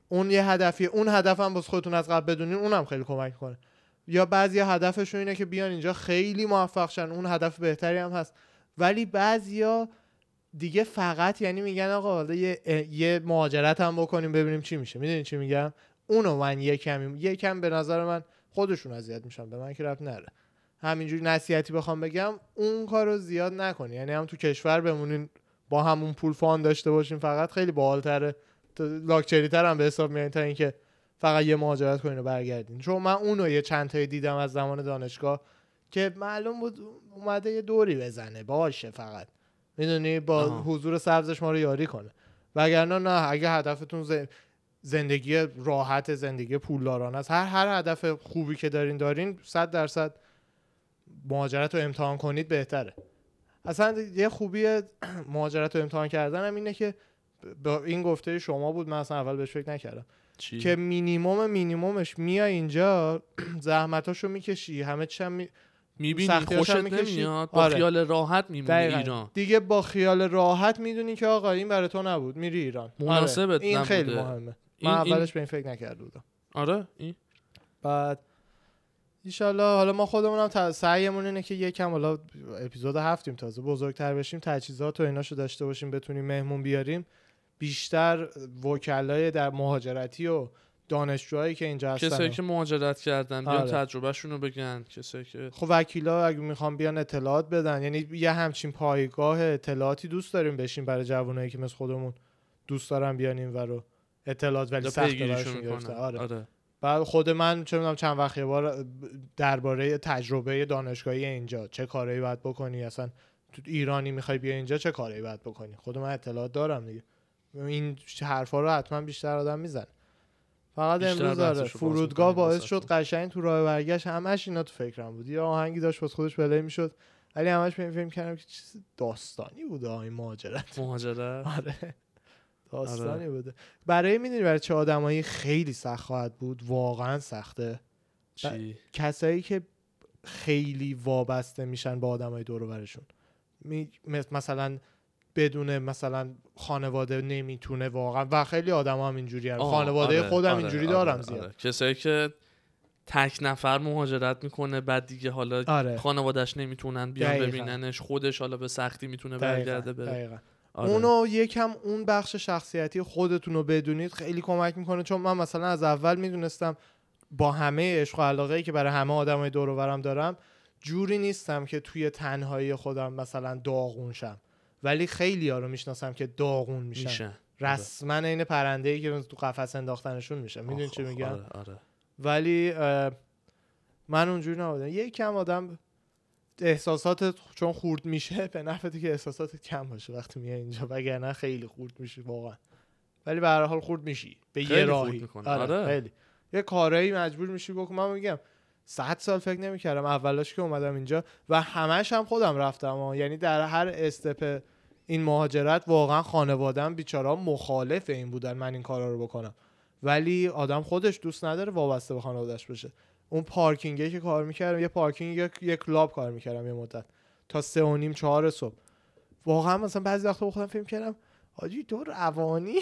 S1: اون یه هدفیه اون هدف هم باز خودتون از قبل بدونین اونم خیلی کمک کنه یا بعضی هدفشون اینه که بیان اینجا خیلی موفق شن اون هدف بهتری هم هست ولی بعضیا دیگه فقط یعنی میگن آقا حالا یه, اه، یه مهاجرت هم بکنیم ببینیم چی میشه میدونی چی میگم اونو من یکم یکم به نظر من خودشون اذیت میشن به من که رب نره همینجوری نصیحتی بخوام بگم اون کار رو زیاد نکنی یعنی هم تو کشور بمونین با همون پول فان داشته باشین فقط خیلی باحالتره لاکچری تر هم به حساب میاد یعنی تا اینکه فقط یه مهاجرت کنین و برگردین چون من اونو یه چند تایی دیدم از زمان دانشگاه که معلوم بود اومده یه دوری بزنه باشه فقط میدونی با
S2: آها.
S1: حضور سبزش ما رو یاری کنه وگرنه نه اگه هدفتون ز- زندگی راحت زندگی پولداران است هر هر هدف خوبی که دارین دارین 100 درصد مهاجرت رو امتحان کنید بهتره اصلا یه خوبی مهاجرت رو امتحان کردن هم اینه که با این گفته شما بود من اصلا اول بهش فکر نکردم
S2: چی؟
S1: که مینیموم مینیمومش میای اینجا زحمتاشو میکشی همه چی هم می-
S2: میبینی
S1: سختی‌هاش هم
S2: خوشت
S1: می‌کشی؟
S2: نمیاد با
S1: آره.
S2: خیال راحت میمونی
S1: دقیقاً.
S2: ایران
S1: دیگه با خیال راحت میدونی که آقا این برای تو نبود میری ایران آره،
S2: مناسبت
S1: این
S2: نبوده.
S1: خیلی مهمه من
S2: این- این-
S1: اولش به این فکر نکرده بودم
S2: آره این
S1: بعد ایشالله حالا ما خودمونم ت- سعیمون اینه که یکم حالا اپیزود هفتیم تازه بزرگتر بشیم تجهیزات و ایناشو داشته باشیم بتونیم مهمون بیاریم بیشتر وکلای در مهاجرتی و دانشجوهایی که اینجا هستن
S2: کسایی که مهاجرت کردن بیان
S1: آره.
S2: تجربهشون رو بگن کسایی که
S1: خب وکیلا اگه میخوام بیان اطلاعات بدن یعنی یه همچین پایگاه اطلاعاتی دوست داریم بشیم برای جوانایی که مثل خودمون دوست دارن بیان این رو اطلاعات ولی
S2: دا
S1: سخته
S2: پیگیریشون
S1: براشون
S2: میکنن
S1: گرفتن آره.
S2: آره.
S1: بعد خود من چه میدونم چند وقت یه بار درباره تجربه دانشگاهی اینجا چه کارایی باید بکنی اصلا تو ایرانی میخوای بیا اینجا چه کارایی باید بکنی خود من اطلاعات دارم دیگه این حرفا رو حتما بیشتر آدم میزن فقط
S2: بیشتر
S1: امروز
S2: بحثش رو
S1: داره
S2: باز
S1: فرودگاه
S2: می‌کنیم
S1: باعث
S2: واسه‌تون.
S1: شد قشنگ تو راه برگشت همش اینا تو فکرم بود یه آهنگی داشت واسه خودش پلی میشد ولی همش به این فکر کردم که چیز داستانی بود آه این مهاجرت
S2: مهاجرت
S1: آره
S2: آره.
S1: داستانی بوده برای میدونی برای چه آدمایی خیلی سخت خواهد بود واقعا سخته
S2: چی
S1: کسایی که خیلی وابسته میشن به آدمای دور و برشون می... مث- مثلا بدون مثلا خانواده نمیتونه واقعا و خیلی آدم هم اینجوری هم.
S2: آه،
S1: خانواده
S2: آره،
S1: خودم
S2: آره،
S1: اینجوری
S2: آره،
S1: دارم
S2: آره.
S1: زیاد
S2: کسایی که تک نفر مهاجرت میکنه بعد دیگه حالا
S1: آره.
S2: خانوادش نمیتونن بیان
S1: دقیقاً.
S2: ببیننش خودش حالا به سختی میتونه
S1: دقیقاً،
S2: برگرده بره
S1: دقیقاً.
S2: آره.
S1: اونو یکم اون بخش شخصیتی خودتون رو بدونید خیلی کمک میکنه چون من مثلا از اول میدونستم با همه عشق و علاقه که برای همه آدمای دور و برم دارم جوری نیستم که توی تنهایی خودم مثلا داغون شم ولی خیلی ها رو میشناسم که داغون میشن
S2: میشه
S1: رسما عین پرنده ای که تو قفس انداختنشون میشه میدونی
S2: آخ،
S1: چی
S2: آخ،
S1: میگم
S2: آره، آره.
S1: ولی اه، من اونجوری نبودم یه کم آدم احساسات چون خورد میشه به نفعته که احساسات کم باشه وقتی میای اینجا وگرنه خیلی خورد میشی واقعا ولی به هر حال خورد میشی به یه
S2: خیلی خورد
S1: راهی
S2: میکنه، آره.
S1: خیلی یه کارایی مجبور میشی بکن من میگم صد سال فکر نمیکردم اولاش که اومدم اینجا و همش هم خودم رفتم و یعنی در هر استپ این مهاجرت واقعا خانوادم بیچاره مخالف این بودن من این کارا رو بکنم ولی آدم خودش دوست نداره وابسته به خانوادهش بشه اون پارکینگی که کار میکردم یه پارکینگ یک, یک کلاب کار میکردم یه مدت تا سه و نیم چهار صبح واقعا مثلا بعضی وقتا خودم فکر کردم حاجی تو روانی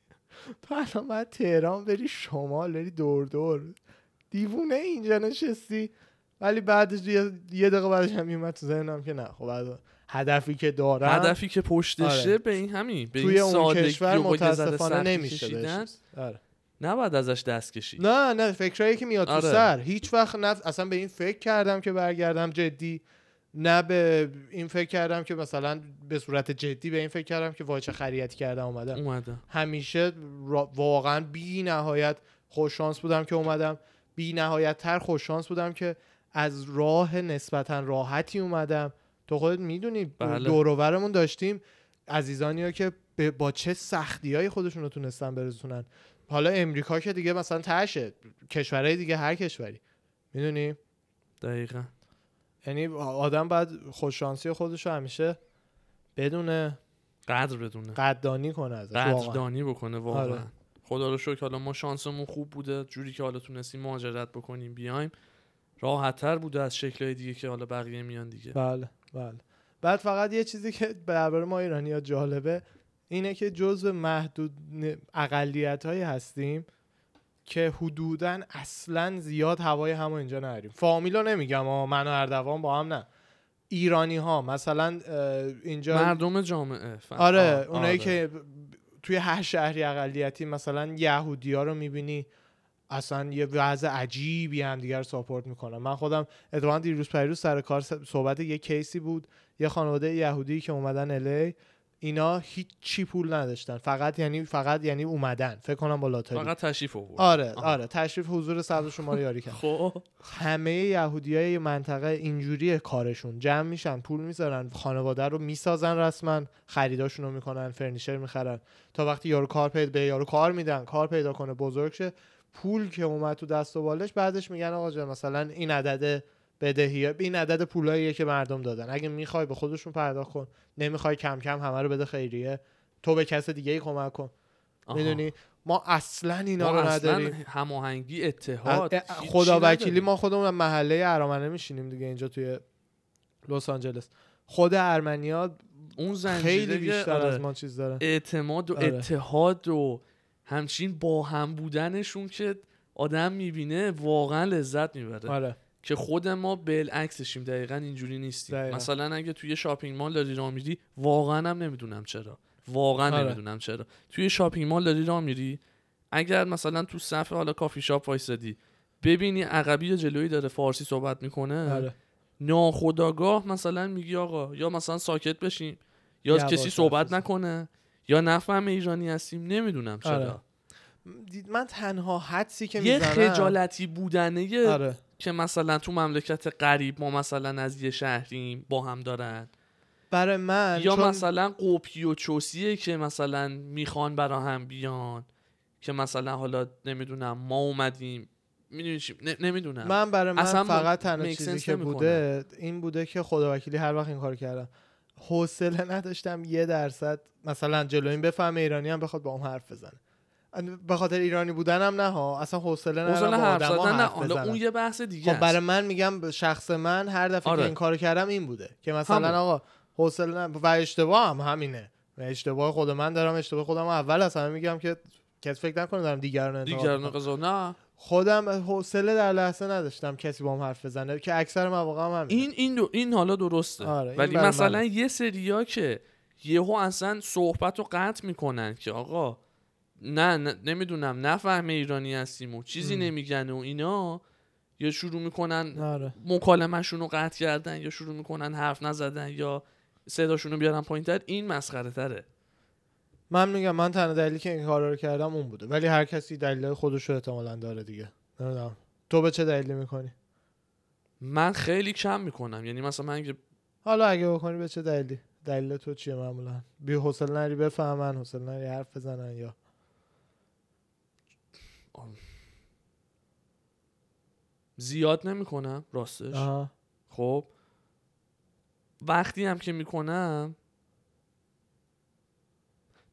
S1: تو الان باید تهران بری شمال بری دور دور دیوونه اینجا نشستی ولی بعدش یه یه دقیقه بعدش هم میومد تو ذهنم که نه خب از هدفی که دارم
S2: هدفی که پشتشه
S1: آره.
S2: به این همین به
S1: توی
S2: این
S1: اون
S2: سادگی
S1: کشور
S2: و با یه ذره
S1: متاسفانه
S2: سختی
S1: نمیشه
S2: کشیدن،
S1: بهش. آره.
S2: نباید ازش دست کشید
S1: نه نه فکرایی که میاد تو
S2: آره.
S1: سر هیچ وقت نه اصلا به این فکر کردم که برگردم جدی نه به این فکر کردم که مثلا به صورت جدی به این فکر کردم که وای چه خریتی کردم اومدم
S2: اومده
S1: همیشه را- واقعا بی نهایت خوششانس بودم که اومدم بی نهایت تر خوششانس بودم که از راه نسبتا راحتی اومدم تو خودت میدونی
S2: بله.
S1: دوروبرمون داشتیم عزیزانی ها که به- با چه سختی های خودشون رو تونستن برسونن حالا امریکا که دیگه مثلا تشه کشورهای دیگه هر کشوری میدونی
S2: دقیقا
S1: یعنی آدم باید خوششانسی خودش رو همیشه بدونه
S2: قدر بدونه
S1: قدردانی کنه ازش واقعا.
S2: قدردانی بکنه واقعا
S1: آره.
S2: خدا رو شکر حالا ما شانسمون خوب بوده جوری که حالا تونستیم مهاجرت بکنیم بیایم راحتتر بوده از شکلهای دیگه که حالا بقیه میان دیگه
S1: بله بله بعد فقط یه چیزی که درباره ما ایرانی ها جالبه اینه که جزو محدود اقلیت هایی هستیم که حدودا اصلا زیاد هوای همو اینجا نریم فامیلا نمیگم آه، من و اردوان با هم نه ایرانی ها مثلا اه، اینجا
S2: مردم جامعه فهم.
S1: آره
S2: آه،
S1: اونایی
S2: آره.
S1: که ب- ب- توی هر شهری اقلیتی مثلا یهودی ها رو میبینی اصلا یه وضع عجیبی هم دیگر رو ساپورت میکنن من خودم اتفاقا دیروز پریروز سر کار س- صحبت یه کیسی بود یه خانواده یهودی که اومدن الی اینا هیچی پول نداشتن فقط یعنی فقط یعنی اومدن فکر کنم با لاتاری
S2: فقط تشریف آورد
S1: آره
S2: آها.
S1: آره تشریف حضور سبز شما رو یاری کرد
S2: خب
S1: همه یهودی های منطقه اینجوری کارشون جمع میشن پول میذارن خانواده رو میسازن رسما خریداشون رو میکنن فرنیچر میخرن تا وقتی یارو کار پیدا به یارو کار میدن کار پیدا کنه بزرگ شه پول که اومد تو دست و بالش بعدش میگن آقا جان مثلا این عدد بدهی این عدد پولاییه که مردم دادن اگه میخوای به خودشون پرداخت کن نمیخوای کم کم همه رو بده خیریه تو به کس دیگه ای کمک کن
S2: آها.
S1: میدونی ما اصلا اینا
S2: ما
S1: رو
S2: اصلا
S1: نداریم
S2: هماهنگی اتحاد
S1: اه،
S2: هیچی
S1: خدا وکیلی
S2: نداریم.
S1: ما خودمون از محله ارامنه میشینیم دیگه اینجا توی لس آنجلس خود ارمنیا
S2: اون زنجیره
S1: خیلی بیشتر
S2: آره،
S1: از ما چیز دارن
S2: اعتماد و
S1: آره.
S2: اتحاد و همچین با هم بودنشون که آدم میبینه واقعا لذت میبره
S1: آره
S2: که خود ما بالعکسشیم دقیقا اینجوری نیستیم
S1: دقیقاً.
S2: مثلا اگه توی شاپینگ مال داری راه میری واقعا هم نمیدونم چرا واقعا
S1: آره.
S2: نمیدونم چرا توی شاپینگ مال داری راه میری اگر مثلا تو صفحه حالا کافی شاپ وایسادی ببینی عقبی یا جلویی داره فارسی صحبت میکنه
S1: آره
S2: ناخداگاه مثلا میگی آقا یا مثلا ساکت بشیم یا
S1: یواش
S2: کسی
S1: حرف
S2: صحبت
S1: بزن.
S2: نکنه یا نفهم ایرانی هستیم نمیدونم چرا
S1: آره. دید- من تنها حدسی که
S2: یه
S1: میزنم
S2: خجالتی بودنه
S1: آره
S2: که مثلا تو مملکت غریب ما مثلا از یه شهریم با هم دارن
S1: برای من
S2: یا
S1: بله، چون
S2: مثلا قوپی و چوسیه که مثلا میخوان برا هم بیان که مثلا حالا نمیدونم ما اومدیم میدونی چی ن- نمیدونم
S1: من برای من
S2: اصلا
S1: فقط تنها
S2: make
S1: چیزی
S2: sense
S1: که
S2: نمی‌کنه.
S1: بوده این بوده که خدا وکیلی هر وقت این کار کردم حوصله نداشتم یه درصد مثلا جلو این بفهمه ایرانی هم بخواد با هم حرف بزنه به خاطر ایرانی بودنم نه ها اصلا حوصله ندارم
S2: مثلا
S1: با
S2: حرف
S1: آدما
S2: زدن نه
S1: حرف
S2: حالا
S1: بزنم
S2: اون یه بحث دیگه
S1: خب برای
S2: است.
S1: من میگم به شخص من هر دفعه
S2: آره.
S1: که این کارو کردم این بوده که مثلا
S2: همون.
S1: آقا حوصله ندارم. و اشتباه هم همینه و اشتباه خود من دارم اشتباه خودم اول از همه میگم که کس فکر نکنه دارم دیگران انتقاد
S2: دیگران
S1: می‌کنم.
S2: قضا نه
S1: خودم حوصله در لحظه نداشتم کسی با هم حرف بزنه که اکثر مواقع هم همینه.
S2: این این دو این حالا درسته
S1: آره، این
S2: ولی
S1: برای
S2: مثلا
S1: منه.
S2: یه سریا که یهو اصلا صحبت رو قطع میکنن که آقا نه, نه نمیدونم نفهم ایرانی هستیم و چیزی
S1: ام.
S2: نمیگن و اینا یا شروع میکنن
S1: آره
S2: مکالمهشون رو قطع کردن یا شروع میکنن حرف نزدن یا صداشون رو بیارن پایین تر این مسخره تره
S1: من میگم من تنها دلیلی که این کارا رو کردم اون بوده ولی هر کسی دلیل خودش رو احتمالاً داره دیگه نمیدونم تو به چه دلیلی میکنی
S2: من خیلی کم میکنم یعنی مثلا من اگه
S1: حالا اگه بکنی به چه دلیلی دلیل تو چیه معمولا بی حوصله نری بفهمن حوصله نری حرف بزنن یا
S2: زیاد نمیکنم راستش
S1: آها.
S2: خب وقتی هم که میکنم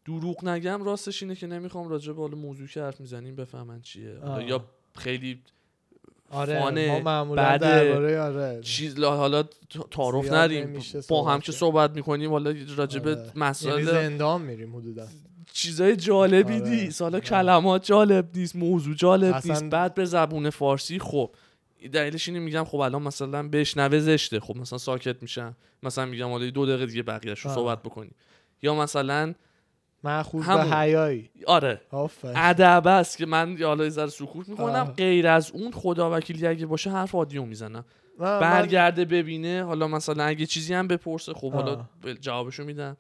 S2: دروغ نگم راستش اینه که نمیخوام راجع به حال موضوع که حرف میزنیم بفهمن چیه حالا
S1: آه.
S2: یا خیلی
S1: آره
S2: فانه،
S1: ما معمولا
S2: بده.
S1: درباره آره
S2: چیز لا- حالا ت- تعارف
S1: زیاد
S2: ندیم
S1: نمیشه
S2: با هم
S1: صحبت
S2: که
S1: کرد.
S2: صحبت میکنیم حالا راجع به
S1: آره. یعنی
S2: مسائل
S1: زندان میریم حدودا
S2: چیزای جالبی
S1: آره.
S2: نیست حالا
S1: آره.
S2: کلمات جالب نیست موضوع جالب
S1: اصلا-
S2: نیست بعد به زبون فارسی خب دلیلش اینه میگم خب الان مثلا بشنوه زشته خب مثلا ساکت میشم مثلا میگم حالا دو دقیقه دیگه بقیه‌اش رو
S1: آه.
S2: صحبت بکنیم یا مثلا
S1: مأخوذ به
S2: همون.
S1: حیایی
S2: آره
S1: آفرین
S2: ادب است که من حالا یه ذره سکوت میکنم
S1: آه.
S2: غیر از اون خدا وکیلی اگه باشه حرف آدیو میزنم
S1: من- من-
S2: برگرده ببینه حالا مثلا اگه چیزی هم بپرسه خب حالا
S1: آه.
S2: ب- جوابشو میدم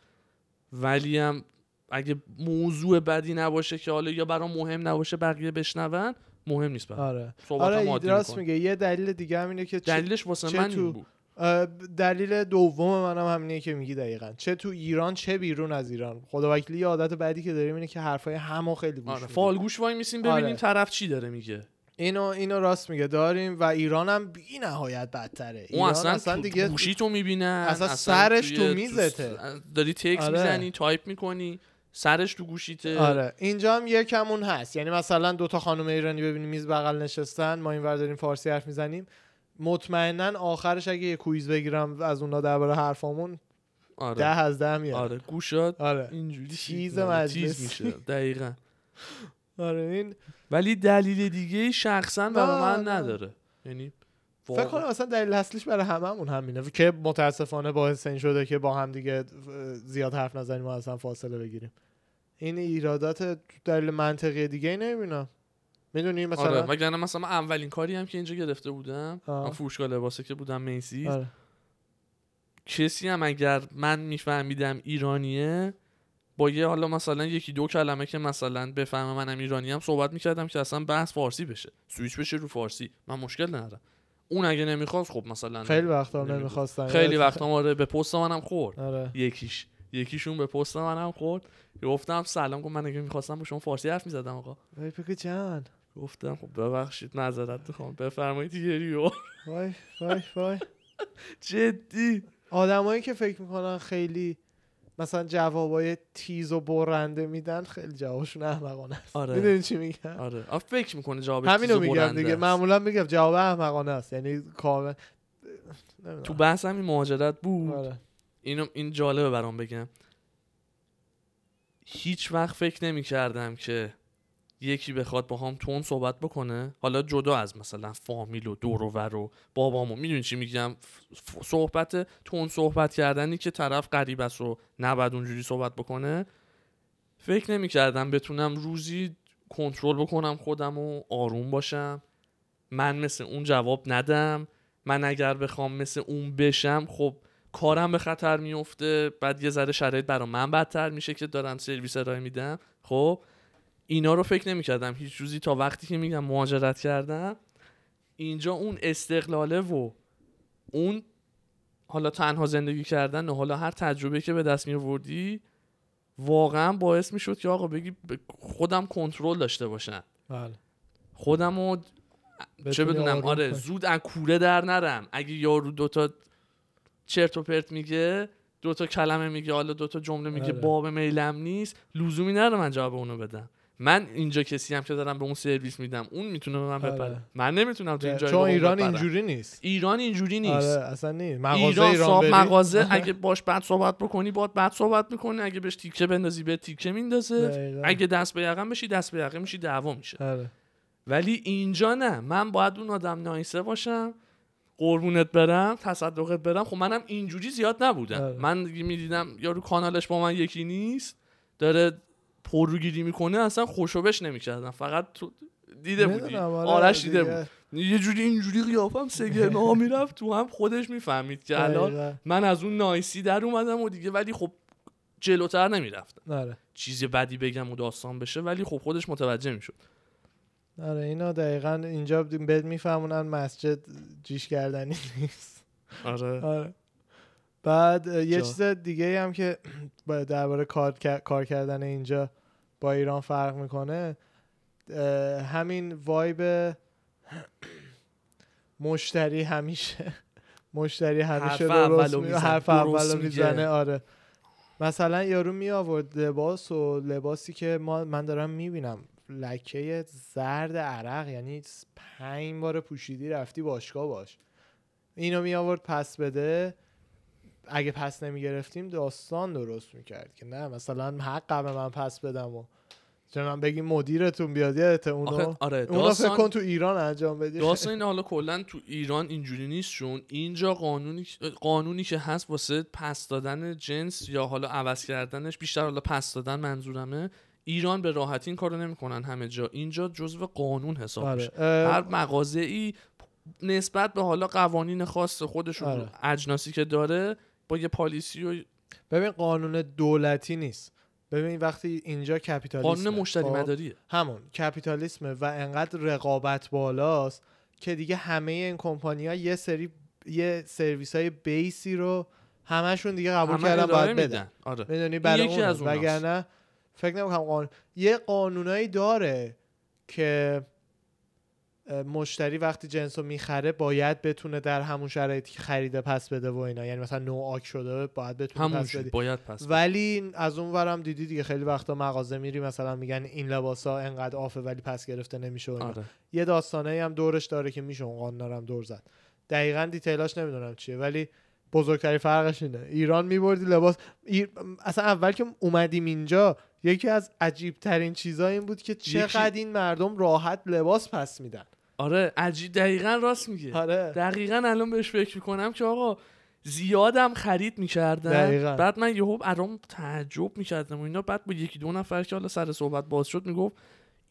S2: ولی هم اگه موضوع بدی نباشه که حالا یا برام مهم نباشه بقیه بشنون مهم نیست برام
S1: آره
S2: صحبت
S1: آره
S2: هم
S1: ای-
S2: عادی
S1: راست
S2: میکنم
S1: میگه یه دلیل دیگه هم اینه که چه-
S2: دلیلش واسه
S1: چه
S2: من
S1: تو-
S2: این بود
S1: اه، دلیل دوم منم همینه که میگی دقیقا چه تو ایران چه بیرون از ایران خدا وکیلی یه عادت بعدی که داریم اینه که حرفای همو خیلی گوش
S2: آره
S1: میدیم.
S2: فالگوش وای میسیم ببینیم
S1: آره.
S2: طرف چی داره میگه
S1: اینو اینو راست میگه داریم و ایران هم بی نهایت بدتره
S2: اون
S1: ایران
S2: اصلا, تو
S1: دیگه
S2: گوشی تو میبینه
S1: اصلا سرش تو میزته.
S2: داری تکس
S1: آره.
S2: میزنی تایپ میکنی سرش تو گوشیته
S1: آره اینجا هم یکمون هست یعنی مثلا دوتا خانم ایرانی ببینیم میز بغل نشستن ما اینور داریم فارسی حرف میزنیم مطمئنا آخرش اگه یه کویز بگیرم از اونا درباره حرفامون
S2: آره.
S1: ده از ده میاد آره.
S2: آره گوشات
S1: آره
S2: اینجوری
S1: تیز
S2: آره،
S1: مجلسی.
S2: میشه دقیقا
S1: آره. این
S2: ولی دلیل دیگه شخصا برای
S1: نه،
S2: من
S1: نه.
S2: نداره یعنی
S1: فکر کنم اصلا دلیل اصلیش برای هممون همینه که متاسفانه باعث این شده که با هم دیگه اه، زیاد حرف نزنیم و اصلا فاصله بگیریم این ایرادات دلیل منطقی دیگه نمیبینم میدونی مثلا
S2: آره وگرنه مثلا من اولین کاری هم که اینجا گرفته بودم
S1: آه.
S2: من فروشگاه لباسه که بودم میسی
S1: آره.
S2: کسی هم اگر من میفهمیدم ایرانیه با یه حالا مثلا یکی دو کلمه که مثلا بفهمه منم ایرانی هم صحبت میکردم که اصلا بحث فارسی بشه سویچ بشه رو فارسی من مشکل ندارم اون اگه نمیخواست خب مثلا
S1: خیلی وقتا
S2: نمی‌دونم.
S1: نمیخواستن
S2: خیلی وقت آره به پست منم خورد
S1: آره
S2: یکیش یکیشون به پست منم خورد گفتم سلام گفت من اگه میخواستم با شما فارسی حرف میزدم آقا
S1: وای پیکو جان
S2: گفتم خب ببخشید معذرت میخوام بفرمایید یه ریو
S1: وای وای وای
S2: جدی
S1: آدمایی که فکر میکنن خیلی مثلا جوابای تیز و برنده میدن خیلی جوابشون احمقانه است
S2: آره.
S1: میدونی چی میگم
S2: آره آ، فکر میکنه جواب
S1: همینو میگم دیگه معمولا میگم جواب احمقانه است یعنی کامل نمی‌دونم.
S2: تو بحث همین مهاجرت بود
S1: آره.
S2: اینو این جالبه برام بگم هیچ وقت فکر نمی کردم که یکی بخواد با هم تون صحبت بکنه حالا جدا از مثلا فامیل و دور و ور و بابامو میدونی چی میگم ف- صحبت تون صحبت کردنی که طرف غریب است و نباید اونجوری صحبت بکنه فکر نمی کردم بتونم روزی کنترل بکنم خودم و آروم باشم من مثل اون جواب ندم من اگر بخوام مثل اون بشم خب کارم به خطر میفته بعد یه ذره شرایط برا من بدتر میشه که دارم سرویس ارائه میدم خب اینا رو فکر نمیکردم هیچ روزی تا وقتی که میگم مهاجرت کردم اینجا اون استقلاله و اون حالا تنها زندگی کردن و حالا هر تجربه که به دست میوردی واقعا باعث میشد که آقا بگی ب- خودم کنترل داشته باشم
S1: بله.
S2: خودم رو چه
S1: بتونی
S2: بدونم
S1: آروم
S2: آره
S1: کنی.
S2: زود از کوره در نرم اگه یارو دوتا چرت و پرت میگه دوتا کلمه میگه حالا دوتا جمله میگه
S1: آره.
S2: باب میلم نیست لزومی نداره من جواب اونو بدم من اینجا کسی هم که دارم به اون سرویس میدم اون میتونه به من
S1: آره.
S2: بپره من نمیتونم تو این جایگاه
S1: چون
S2: اون
S1: ایران
S2: بپرم.
S1: اینجوری نیست
S2: ایران اینجوری نیست
S1: آره اصلا نیست مغازه
S2: ایران,
S1: ایران,
S2: صاحب
S1: بری- آره.
S2: مغازه اگه باش بعد صحبت بکنی باد بعد صحبت میکنه اگه بهش تیکه بندازی به تیکه میندازه
S1: دقیقاً.
S2: اگه دست به یقم بشی دست به یقه میشی دعوا میشه
S1: آره.
S2: ولی اینجا نه من باید اون آدم نایسه باشم قربونت برم تصدقت برم خب منم اینجوری زیاد نبودم
S1: آره.
S2: من میدیدم یارو کانالش با من یکی نیست داره پرروگیری میکنه اصلا خوشوبش نمیکردم فقط تو دیده بودی
S1: نمی‌دونم، آره،
S2: آرش دیده
S1: دیگه.
S2: بود یه جوری اینجوری قیافم سگرنا ها میرفت تو هم خودش میفهمید
S1: آره.
S2: که الان
S1: دقیقاً.
S2: من از اون نایسی در اومدم و دیگه ولی خب جلوتر نمیرفتم
S1: آره
S2: چیزی بدی بگم و داستان بشه ولی خب خودش متوجه میشد
S1: آره اینا دقیقا اینجا بد میفهمونن مسجد جیش کردنی نیست
S2: آره
S1: آره بعد اه، یه
S2: جا.
S1: چیز دیگه هم که با- درباره کار, کر- کار کردن اینجا با ایران فرق میکنه همین وایب مشتری همیشه مشتری همیشه
S2: حرف
S1: درست
S2: اولو
S1: می-
S2: میزنه.
S1: حرف
S2: درست
S1: اولو
S2: میگه.
S1: میزنه آره مثلا یارو می آورد لباس و لباسی که ما من دارم میبینم لکه زرد عرق یعنی پنج بار پوشیدی رفتی باشگاه باش اینو می آورد پس بده اگه پس نمی گرفتیم داستان درست میکرد که نه مثلا حقم من پس بدم و چه من بگی مدیرتون بیاد یادت اونو
S2: آخه آره
S1: اونا فکر
S2: داستان
S1: کن تو ایران انجام بدی
S2: داستان اینه حالا کلا تو ایران اینجوری نیست چون اینجا قانونی قانونی که هست واسه پس دادن جنس یا حالا عوض کردنش بیشتر حالا پس دادن منظورمه ایران به راحتی این کارو نمیکنن همه جا اینجا جزو قانون حساب میشه
S1: آره. اه،
S2: هر مغازه ای نسبت به حالا قوانین خاص خودشون
S1: آره.
S2: اجناسی که داره با یه پالیسی و
S1: ببین قانون دولتی نیست ببین وقتی اینجا کپیتالیسم خب،
S2: قانون مشتری مداریه
S1: همون کپیتالیسمه و انقدر رقابت بالاست که دیگه همه این کمپانی ها یه سری یه سرویس های بیسی رو همشون دیگه قبول
S2: همه
S1: کردن
S2: ارائه
S1: باید بدن
S2: میدن. آره
S1: میدونی برای
S2: یکی
S1: اون
S2: از اوناست.
S1: وگرنه فکر نمیکنم قانون یه قانونایی داره که اه، مشتری وقتی جنس رو میخره باید بتونه در همون شرایطی که خریده پس بده و اینا یعنی مثلا نو آک شده باید بتونه
S2: همون
S1: پس بده
S2: باید پس بدی.
S1: ولی از اون ورم دیدی دیگه خیلی وقتا مغازه میری مثلا میگن این لباس ها انقدر آفه ولی پس گرفته نمیشه و اینا.
S2: آره.
S1: یه داستانه هم دورش داره که میشه اون قانونا رو هم دور زد دقیقا دیتیلاش نمیدونم چیه ولی بزرگترین فرقش اینه ایران میبردی لباس ایر- اصلا اول که اومدیم اینجا یکی از عجیب ترین چیزا این بود که چقدر این مردم راحت لباس پس میدن
S2: آره عجیب دقیقا راست میگه
S1: آره
S2: دقیقا الان بهش فکر میکنم که آقا زیادم خرید
S1: دقیقاً.
S2: میکردن بعد من یهو الان تعجب میکردم و اینا بعد با یکی دو نفر که حالا سر صحبت باز شد میگفت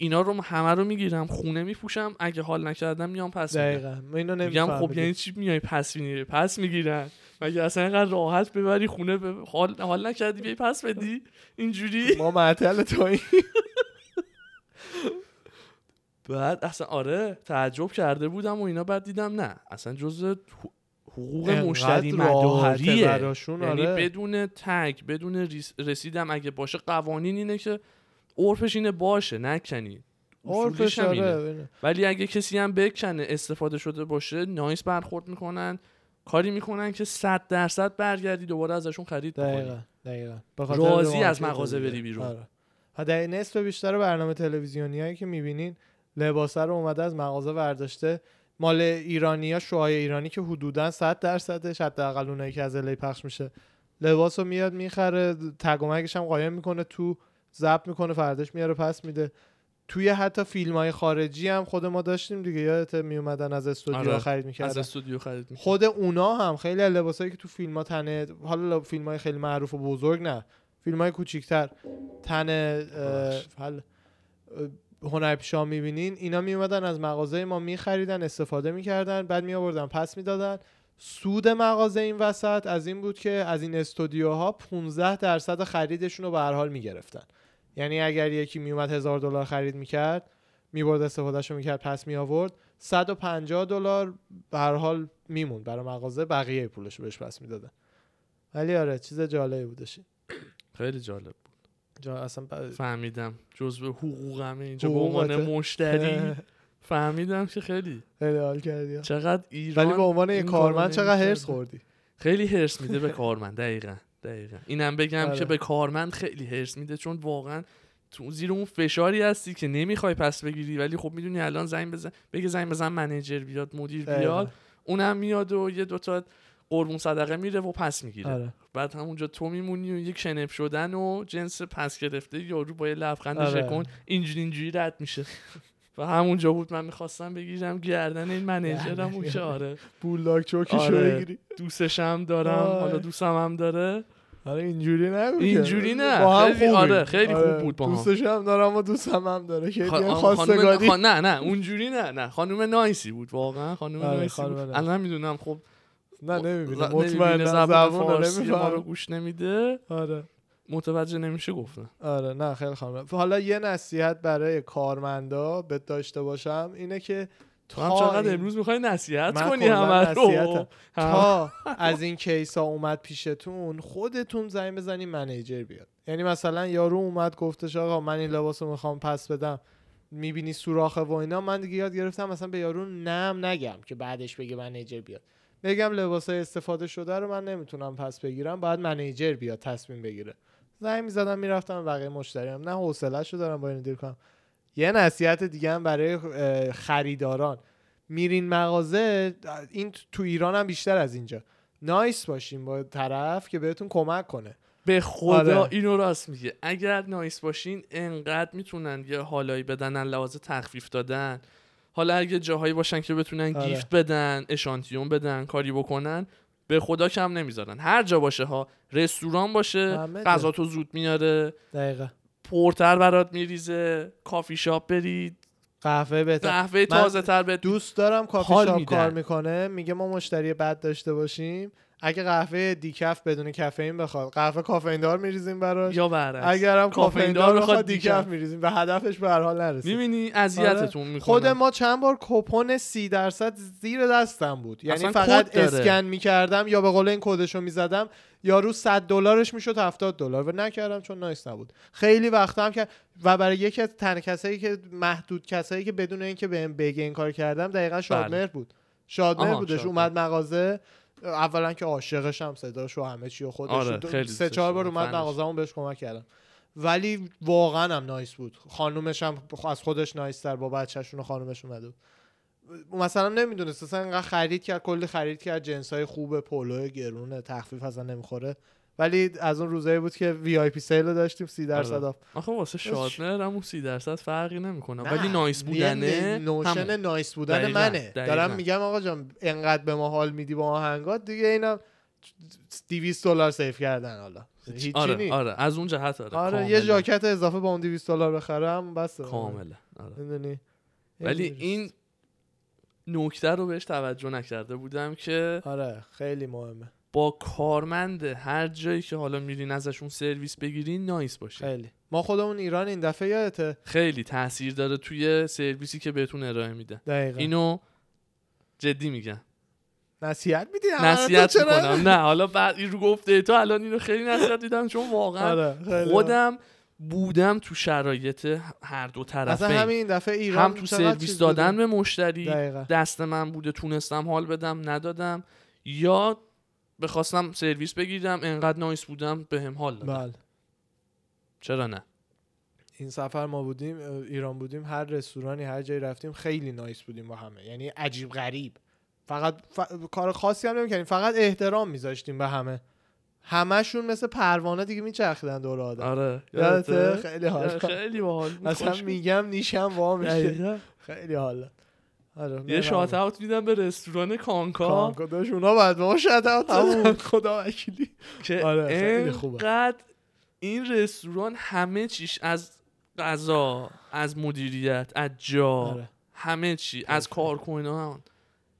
S2: اینا رو همه رو میگیرم خونه میپوشم اگه حال نکردم میام پس می‌دم.
S1: دقیقا ما اینو
S2: میگم خب یعنی
S1: نمیفهمیدیم
S2: چی میای پس میگیری پس میگیرن مگه اصلا اینقدر راحت ببری خونه به حال حال نکردی بیای پس بدی اینجوری
S1: ما معطل توییم
S2: بعد اصلا آره تعجب کرده بودم و اینا بعد دیدم نه اصلا جزء حقوق
S1: انقدر
S2: مشتری
S1: راحته
S2: مداریه
S1: براشون،
S2: یعنی
S1: آره.
S2: بدون تگ بدون ریس- رسیدم اگه باشه قوانین اینه که عرفش اینه باشه نکنی اصولیش
S1: عرفش
S2: هم
S1: آره،
S2: اینه.
S1: اینه.
S2: ولی اگه کسی هم بکنه استفاده شده باشه نایس برخورد میکنن کاری میکنن که 100 درصد برگردی دوباره ازشون خرید
S1: دقیقا
S2: بکنی
S1: دقیقا به خاطر
S2: راضی
S1: دومارکت
S2: از مغازه
S1: دیگه.
S2: بری بیرون.
S1: آره. و در نصف بیشتر برنامه تلویزیونی هایی که میبینین لباسه رو اومده از مغازه برداشته مال ایرانی ها شوهای ایرانی که حدودا 100 درصدش حداقل اونایی که از الی پخش میشه لباس رو میاد میخره تگ و مگش هم قایم میکنه تو ضبط میکنه فرداش میاره پس میده توی حتی فیلم های خارجی هم خود ما داشتیم دیگه یادت میومدن از استودیو
S2: آره.
S1: خرید
S2: از
S1: میکردن
S2: استودیو خرید میکنن
S1: خود اونا هم خیلی از لباسایی که تو فیلم ها تنه حالا فیلم های خیلی معروف و بزرگ نه فیلم های کوچیکتر تن اه،
S2: ببخشید.
S1: حل اه، هنرپیشا میبینین اینا میومدن از مغازه ما میخریدن استفاده میکردن بعد میآوردن پس میدادن سود مغازه این وسط از این بود که از این استودیوها 15 درصد خریدشون رو به هر حال میگرفتن یعنی اگر یکی میومد هزار دلار خرید میکرد میبرد استفادهش رو میکرد پس می آورد 150 دلار به هر حال میمون برای مغازه بقیه پولش رو بهش پس میدادن ولی آره چیز جالبی بودش
S2: خیلی جالب
S1: جا اصلا ب-
S2: فهمیدم جزء حقوقم اینجا به
S1: حقوقته.
S2: عنوان مشتری فهمیدم که خیلی
S1: خیلی حال کردی ها.
S2: چقدر ایران
S1: ولی به عنوان یه
S2: این کارو
S1: کارمند چقدر
S2: نمی‌کرده.
S1: هرس خوردی
S2: خیلی هرس میده به کارمند دقیقا دقیقا اینم بگم
S1: آره.
S2: که به کارمند خیلی هرس میده چون واقعا تو زیر اون فشاری هستی که نمیخوای پس بگیری ولی خب میدونی الان زنگ بزن بگه زنگ بزن منیجر بیاد مدیر
S1: دقیقاً.
S2: بیاد اونم میاد و یه دوتا قربون صدقه میره و پس میگیره
S1: آره.
S2: بعد همونجا تو میمونی و یک شنف شدن و جنس پس گرفته یارو با یه لبخند
S1: آره.
S2: شکن اینجوری اینجوری رد میشه و همونجا بود من میخواستم بگیرم گردن این منیجرم
S1: یعنی.
S2: اون که آره
S1: بولاک چوکیشو
S2: آره.
S1: بگیری
S2: دوستشم دارم
S1: آره.
S2: حالا دوستم هم داره
S1: آره اینجوری نبود
S2: اینجوری نه.
S1: با هم
S2: خیلی-
S1: خوبیم.
S2: آره، خیلی خوب بود با هم.
S1: دوستش هم دارم و دوستم هم داره که
S2: خا-
S1: دیگه
S2: آه، خانم
S1: خواستگاری
S2: خا- نه نه اونجوری نه نه خانم نایسی بود واقعا خانم
S1: آره،
S2: نایسی
S1: خانم
S2: بود
S1: نایسی.
S2: الان میدونم خب
S1: نه نمیبینه
S2: ز-
S1: مطمئن
S2: نمی‌بینه، زبون
S1: زبون رو
S2: فارسی ما رو
S1: نمی‌فهمه.
S2: گوش نمیده
S1: آره
S2: متوجه نمیشه گفتن
S1: آره نه خیلی خانم حالا یه نصیحت برای کارمندا به داشته باشم اینه که
S2: تو هم
S1: تا
S2: چقدر
S1: این-
S2: امروز میخوای نصیحت
S1: من
S2: کنی
S1: کلاً
S2: همه
S1: نصیحتم.
S2: رو هم-
S1: تا از این کیسا اومد پیشتون خودتون زنگ بزنین منیجر بیاد یعنی مثلا یارو اومد گفتش آقا من این لباس رو میخوام پس بدم میبینی سوراخه و اینا من دیگه یاد گرفتم مثلا به یارو نم نگم که بعدش بگه منیجر بیاد بگم لباسای استفاده شده رو من نمیتونم پس بگیرم باید منیجر بیاد تصمیم بگیره زنگ میزدم میرفتم بقیه مشتریم نه حوصله‌شو دارم با این دیر کنم یه نصیحت دیگه هم برای اه، خریداران میرین مغازه این تو ایران هم بیشتر از اینجا نایس باشین با طرف که بهتون کمک کنه
S2: به خدا
S1: آره.
S2: اینو راست میگه اگر نایس باشین انقدر میتونن یه حالایی بدن از لحاظ تخفیف دادن حالا اگه جاهایی باشن که بتونن
S1: آره.
S2: گیفت بدن اشانتیون بدن کاری بکنن به خدا کم نمیذارن هر جا باشه ها رستوران باشه
S1: همه جا.
S2: غذا تو زود میاره
S1: دقیقه
S2: پرتر برات میریزه کافی شاپ برید
S1: قهوه بهتر
S2: قهوه تازه تر بهت
S1: دوست دارم کافی
S2: حال
S1: شاپ
S2: میدن.
S1: کار میکنه میگه ما مشتری بد داشته باشیم اگه قهوه دیکف بدون کافئین بخواد قهوه کافئین دار میریزیم براش
S2: یا برعکس
S1: اگر هم کافئین دار بخواد دیکف
S2: دیگه
S1: میریزیم به هدفش به هر حال نرسیم
S2: میبینی اذیتتون میکنه
S1: خود ما چند بار کپون سی درصد زیر دستم بود یعنی
S2: اصلا
S1: فقط
S2: کد داره.
S1: اسکن میکردم یا به قول این کدشو میزدم یا رو 100 دلارش میشد 70 دلار و نکردم چون نایس نبود خیلی وقت هم که و برای یکی از تنها کسایی که محدود کسایی که بدون اینکه بهم بگه این کار کردم دقیقا شادمهر بود شادمهر
S2: بله. آها،
S1: بودش
S2: شادمهر.
S1: اومد مغازه اولا که عاشقش هم صداش و همه چی و خودش
S2: آره،
S1: و دو-
S2: خیلی
S1: سه
S2: دوستش
S1: چهار بار
S2: دارم،
S1: اومد
S2: فنش.
S1: مغازه‌مون بهش کمک کردم ولی واقعا هم نایس بود خانومش هم از خودش نایس تر با بچهشون و خانومش اومده بود مثلا نمیدونست اصلا انقدر خرید کرد کلی خرید کرد جنس های خوب پولو گرونه تخفیف اصلا نمیخوره ولی از اون روزایی بود که وی آی پی سیل رو داشتیم سی درصد
S2: آره.
S1: آف
S2: آخه واسه شادنر هم اون سی درصد فرقی نمیکنه
S1: نه،
S2: ولی نایس
S1: یه
S2: بودنه
S1: نوشن
S2: همون.
S1: نایس بودن
S2: دقیقاً،
S1: منه
S2: دقیقاً.
S1: دارم میگم آقا جان انقدر به ما حال میدی با آهنگات دیگه اینا 200 دلار سیف کردن حالا هیچی
S2: آره
S1: نی.
S2: آره از اون جهت آره
S1: آره
S2: کاملا.
S1: یه جاکت اضافه با اون 200 دلار بخرم بس
S2: کاملا آره.
S1: میدونی
S2: ولی این نکته رو بهش توجه نکرده بودم که
S1: آره خیلی مهمه
S2: با کارمند هر جایی که حالا میرین ازشون سرویس بگیرین نایس باشه
S1: خیلی ما خودمون ایران این دفعه یادته
S2: خیلی تاثیر داره توی سرویسی که بهتون ارائه میدن
S1: دقیقا
S2: اینو جدی میگم
S1: نصیحت میدی
S2: نصیحت میکنم نه حالا بعد این رو گفته تو الان اینو خیلی نصیحت دیدم چون واقعا
S1: آره خیلی
S2: خودم بودم تو شرایط هر دو
S1: اصلا
S2: طرفین
S1: همین دفعه ایران
S2: هم تو
S1: چقدر
S2: سرویس
S1: چیز بوده.
S2: دادن به مشتری
S1: دقیقا
S2: دست من بوده تونستم حال بدم ندادم یا بخواستم سرویس بگیرم انقدر نایس بودم به هم حال دادم
S1: بله
S2: چرا نه
S1: این سفر ما بودیم ایران بودیم هر رستورانی هر جایی رفتیم خیلی نایس بودیم با همه یعنی عجیب غریب فقط ف- کار خاصی هم نمی‌کردیم فقط احترام میذاشتیم به همه همشون مثل پروانه دیگه میچرخیدن دور آدم
S2: آره
S1: بله. یادته؟
S2: یادته؟
S1: خیلی حال
S2: خیلی باحال بود.
S1: اصلا
S2: خوش بود.
S1: میگم نیشم وا میشه
S2: دقیقاً.
S1: خیلی حال آره
S2: یه شات اوت میدم به رستوران کانکا
S1: کانکداش اونا بعد ما شات اوت
S2: همون.
S1: دادن. خدا وکیلی
S2: که
S1: آره، خیلی خوبه.
S2: انقدر این رستوران همه چیش از غذا از مدیریت از جا
S1: آره
S2: همه چی از
S1: پرفکت.
S2: کارکنان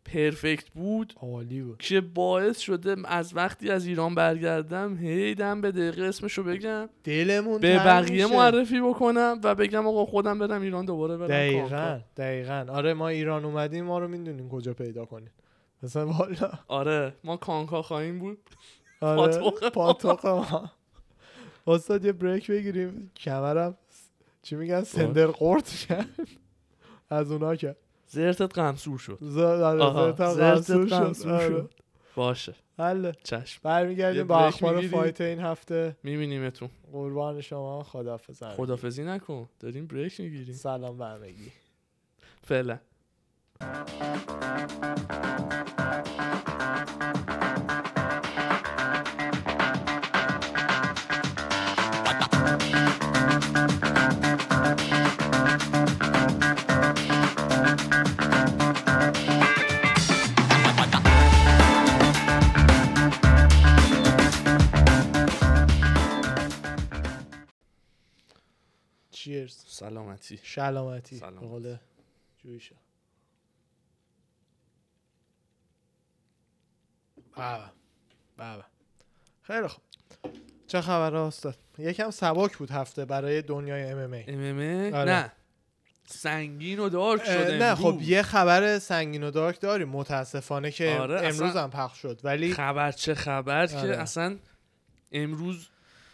S2: پرفکت بود
S1: عالی بود
S2: که باعث شده از وقتی از ایران برگردم هی دم به دقیقه اسمشو بگم
S1: دلمون
S2: به
S1: تنگ
S2: بقیه
S1: میشه.
S2: معرفی بکنم و بگم آقا خودم برم ایران دوباره برم
S1: دقیقا
S2: کانکا.
S1: دقیقا آره ما ایران اومدیم ما رو میدونیم کجا پیدا کنیم مثلا والا
S2: آره ما کانکا خواهیم بود
S1: آره
S2: پاتوق ما.
S1: پاتوق ما استاد یه بریک بگیریم کمرم س- چی میگن سندر قورت کرد از اونا کرد
S2: زرتت قمصور شد
S1: ز- آره،
S2: آها،
S1: زرتم
S2: زرتت
S1: قمصور شد
S2: قمصور
S1: آره.
S2: شد. باشه
S1: حله
S2: چشم
S1: برمیگردیم
S2: یه
S1: با
S2: بریک
S1: اخبار
S2: می‌گیریم.
S1: فایت این هفته
S2: میبینیمتون
S1: قربان شما خداحافظ همگی.
S2: خدافزی نکن داریم بریک میگیریم
S1: سلام به همگی
S2: فعلا
S1: چیرز
S2: سلامتی
S1: شلامتی
S2: سلامت.
S1: به قول جویشا بابا بابا خیلی خوب چه خبر استاد یکم سبک بود هفته برای دنیای ام ام ای
S2: اممه
S1: آره.
S2: نه سنگین و دارک شده
S1: نه خب
S2: امروز.
S1: یه خبر سنگین و دارک داریم متاسفانه که
S2: آره، اصلا-
S1: امروز هم پخش شد ولی
S2: خبر چه خبر
S1: آره.
S2: که اصلا امروز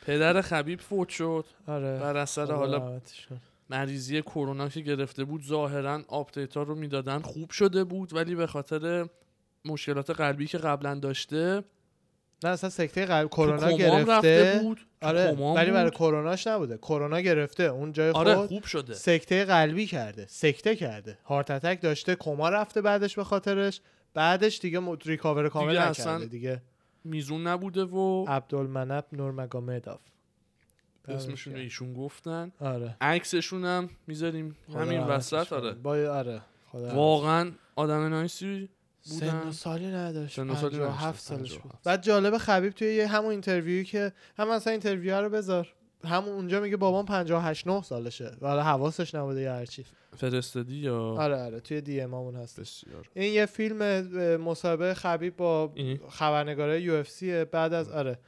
S2: پدر خبیب فوت شد
S1: آره
S2: بر اثر
S1: خدا
S2: آره. حالا
S1: آره. رحمتش کنه.
S2: مریضی کرونا که گرفته بود ظاهرا آپدیت ها رو میدادن خوب شده بود ولی به خاطر مشکلات قلبی که قبلا داشته
S1: نه اصلا سکته قلب
S2: تو
S1: کرونا
S2: کمام رفته
S1: گرفته
S2: بود تو
S1: آره
S2: کمام
S1: ولی برای
S2: بود.
S1: کروناش نبوده کرونا گرفته اون جای خود
S2: آره خوب شده
S1: سکته قلبی کرده سکته کرده هارت اتک داشته کما رفته بعدش به خاطرش بعدش دیگه م- ریکاور کامل
S2: دیگه
S1: نکرده
S2: اصلا-
S1: دیگه
S2: میزون نبوده و
S1: آره. عبدالمنب نورمگامداف
S2: اسمشون رو ایشون گفتن
S1: آره
S2: عکسشون هم میذاریم
S1: خدا
S2: همین
S1: رحمتش
S2: وسط
S1: کنه.
S2: آره
S1: با آره خدا رحمتش
S2: واقعا آدم نایسی
S1: کنه. سن
S2: بودن.
S1: و سالی نداشت
S2: سن و سالی
S1: 57
S2: نداشت.
S1: سالش بود
S2: 57.
S1: بعد جالب خبیب توی یه همون اینترویویی که هم اصلا اینترویو رو بذار همون اونجا میگه بابام 58 9 سالشه و حالا حواسش نبوده یا هرچی
S2: فرستادی یا
S1: آره آره توی دی ام همون هستش
S2: بسیار
S1: این یه فیلم اه، مصاحبه خبیب با
S2: اینی؟
S1: خبرنگاره یو اف بعد از آره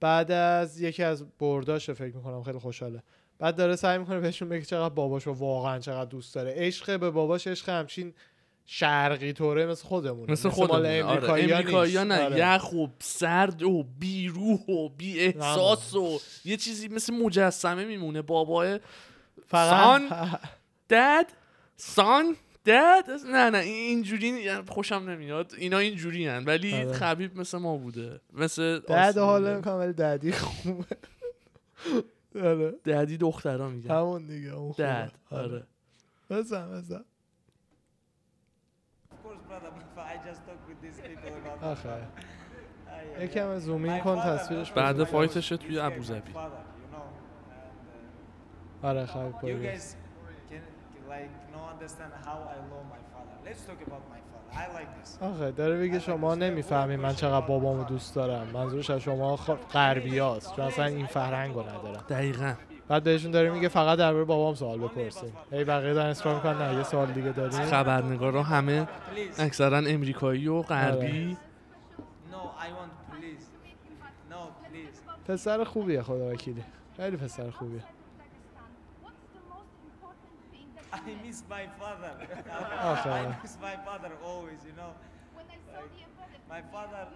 S1: بعد از یکی از برداشه فکر میکنم خیلی خوشحاله بعد داره سعی میکنه بهشون بگه چقدر باباشو واقعا چقدر دوست داره عشق به باباش عشق همچین شرقی طوره مثل خودمونه
S2: مثل
S1: مال
S2: خودمونه آره
S1: امریکایی‌ها
S2: امریکایی‌ها
S1: نیست.
S2: نه
S1: آره.
S2: یخ و سرد و بیروح و بی احساس و یه چیزی مثل مجسمه میمونه بابای
S1: فقط
S2: دد سان دد نه نه این- اینجوری نی- خوشم نمیاد اینا اینجوری هن ولی
S1: آره.
S2: خبیب مثل ما بوده مثل
S1: دد
S2: آسمونه.
S1: حالا میکنم ولی ددی خوبه آره
S2: ددی دخترا میگن
S1: همون دیگه اون خوبه.
S2: دد آره
S1: بزن بزن
S3: Of course, brother, but I just talk with these people about
S1: آخه
S3: Ay, ay, ay.
S1: یکم زومین
S3: My
S1: کن
S3: father,
S1: تصویرش
S3: of course,
S2: بعد
S3: my father.
S2: فایتش توی
S3: This guy,
S2: ابوظبی.
S3: my father, you know, and,
S1: آره خبیب
S3: uh, You
S1: پایگاه.
S3: guys can like no understand how I love my father. Let's talk about my father. I like this.
S1: آخه داره میگه شما نمیفهمید من چقدر بابامو دوست دارم منظورش از شما خ... غربی هاست چون اصلا این فرهنگو ندارم
S2: دقیقا
S1: بعد بهشون داره میگه فقط درباره بابام سوال بپرسین هی بقیه دارن اصرار میکنن نه یه سوال دیگه داریم
S2: خب. خبرنگارا همه
S3: Please.
S2: اکثرا امریکایی و غربی
S1: آره.
S3: No, I want please. No, please.
S1: پسر خوبیه خدا وکیلی خیلی پسر خوبیه
S3: I miss my father. I
S1: آخه
S3: miss my father always, you know. My father-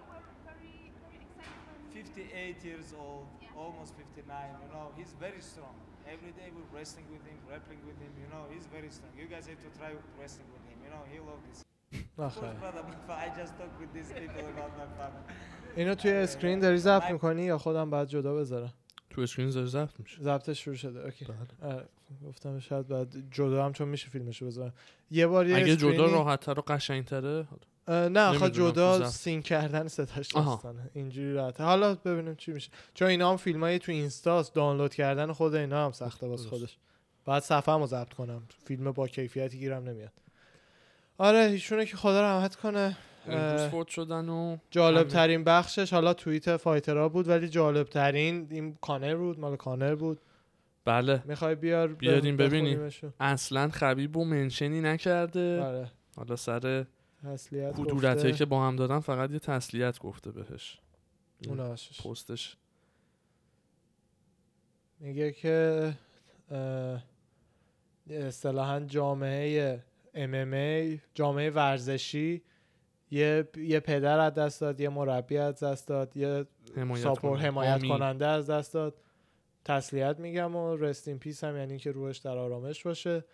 S3: 58 years old, almost 59. You know, he's very strong. Every day we're wrestling with him, grappling with him. You know, he's very strong. You guys have to try wrestling with him. You know, he loves this. Of
S1: آخه
S3: course, brother, but I just talk with these people about my father.
S1: اینو توی اسکرین داری ضبط میکنی یا خودم باید جدا بذارم
S2: تو اسکرین داره ضبط میشه
S1: ضبطش شروع شده اوکی
S2: بله.
S1: آره. گفتم شاید بعد جدا هم چون میشه فیلمشو بذارم یه بار یه
S2: اگه جدا
S1: اسکرینی-
S2: راحتتر و قشنگتره
S1: اه، نه آخه
S2: نمی‌دونم تو
S1: جدا
S2: ضبط.
S1: سین کردن ستاش
S2: آها.
S1: داستانه اینجوری راحته حالا ببینیم چی میشه چون اینا هم فیلم های تو اینستاست دانلود کردن خود اینا هم سخته باز
S2: درست.
S1: خودش باید صفحه رو ضبط کنم فیلم با کیفیتی گیرم نمیاد آره ایشونه که خدا رحمت کنه
S2: امروز یعنی فوت شدن و
S1: جالب ترین بخشش حالا توییت فایترها بود ولی جالب ترین این کانر بود مال کانر بود
S2: بله
S1: میخوای بیار
S2: بیاریم ببینیم.
S1: بخونیمشون؟
S2: اصلا خبیب و منشنی نکرده
S1: آره
S2: حالا سر
S1: تسلیت
S2: کدورته
S1: گفته.
S2: که با هم دادن فقط یه تسلیت گفته بهش
S1: اون آشش.
S2: پستش
S1: میگه که اه، اصطلاحا جامعه MMA جامعه ورزشی یه, یه پدر از دست داد یه مربی از دست داد یه
S2: حمایت
S1: ساپور
S2: کنه.
S1: حمایت
S2: آمین.
S1: کننده از دست داد تسلیت میگم و رست این پیس هم یعنی که روحش در آرامش باشه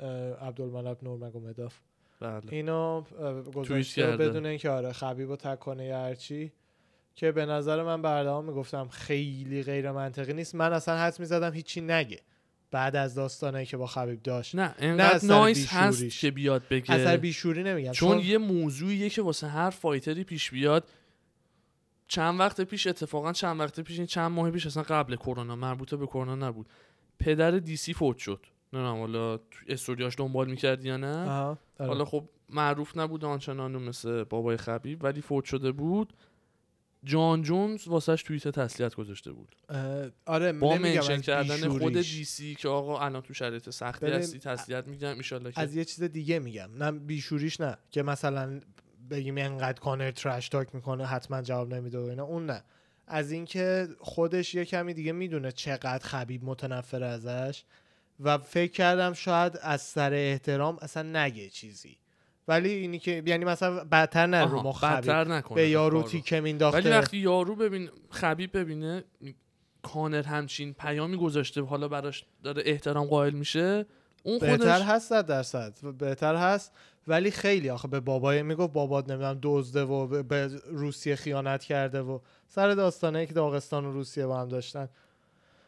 S1: اه، عبدالمناب نورمگومداف
S2: بله
S1: اینو اه، گذاشته
S2: کرده.
S1: بدون اینکه آره خبیب و تک کنه یا هرچی که به نظر من بردام میگفتم خیلی غیر منطقی نیست من اصلا حد میزدم هیچی نگه بعد از داستانه که با خبیب داشت
S2: نه
S1: نه
S2: انقدر
S1: اثر
S2: نایس هست
S1: بیشوریش.
S2: که بیاد بگه
S1: اثر بیشوری نمیگم
S2: چون یه موضوعیه که واسه هر فایتری پیش بیاد چند وقت پیش اتفاقا چند وقت پیش این چند ماه پیش اصلا قبل کرونا مربوط به کرونا نبود پدر دیسی فوت شد نمیدونم حالا تو استوریاش دنبال میکرد یا نه
S1: آها، آره.
S2: حالا خب معروف نبود آنچنان مثل بابای خبیب ولی فوت شده بود جان جونز واسش توییت تسلیت گذاشته بود
S1: اه، آره
S2: با
S1: نمیگم
S2: منشن
S1: از
S2: کردن خود
S1: بیشوریش.
S2: دی سی که آقا الان تو شرایط سختی
S1: ببین،
S2: هستی تسلیت میگم ایشالله که
S1: از یه چیز دیگه میگم نه بیشوریش نه که مثلا بگیم انقدر کانر ترش تاک میکنه حتما جواب نمیده و اینا اون نه از اینکه خودش یه کمی دیگه میدونه چقدر خبیب متنفر ازش و فکر کردم شاید از سر احترام اصلا نگه چیزی ولی اینی که یعنی مثلا بدتر نه رو
S2: آها،
S1: مخ خبیب.
S2: بدتر نکنه
S1: به یارو
S2: کارو.
S1: تیکه
S2: ولی
S1: مینداخته
S2: وقتی یارو ببین خبیب ببینه کانر همچین پیامی گذاشته حالا براش داره احترام قائل میشه اون خودش
S1: بهتر هست صد درصد بهتر هست ولی خیلی آخه به بابای میگفت بابات نمیدونم دزده و به- به روسیه خیانت کرده و سر داستانه که داغستان و روسیه با هم داشتن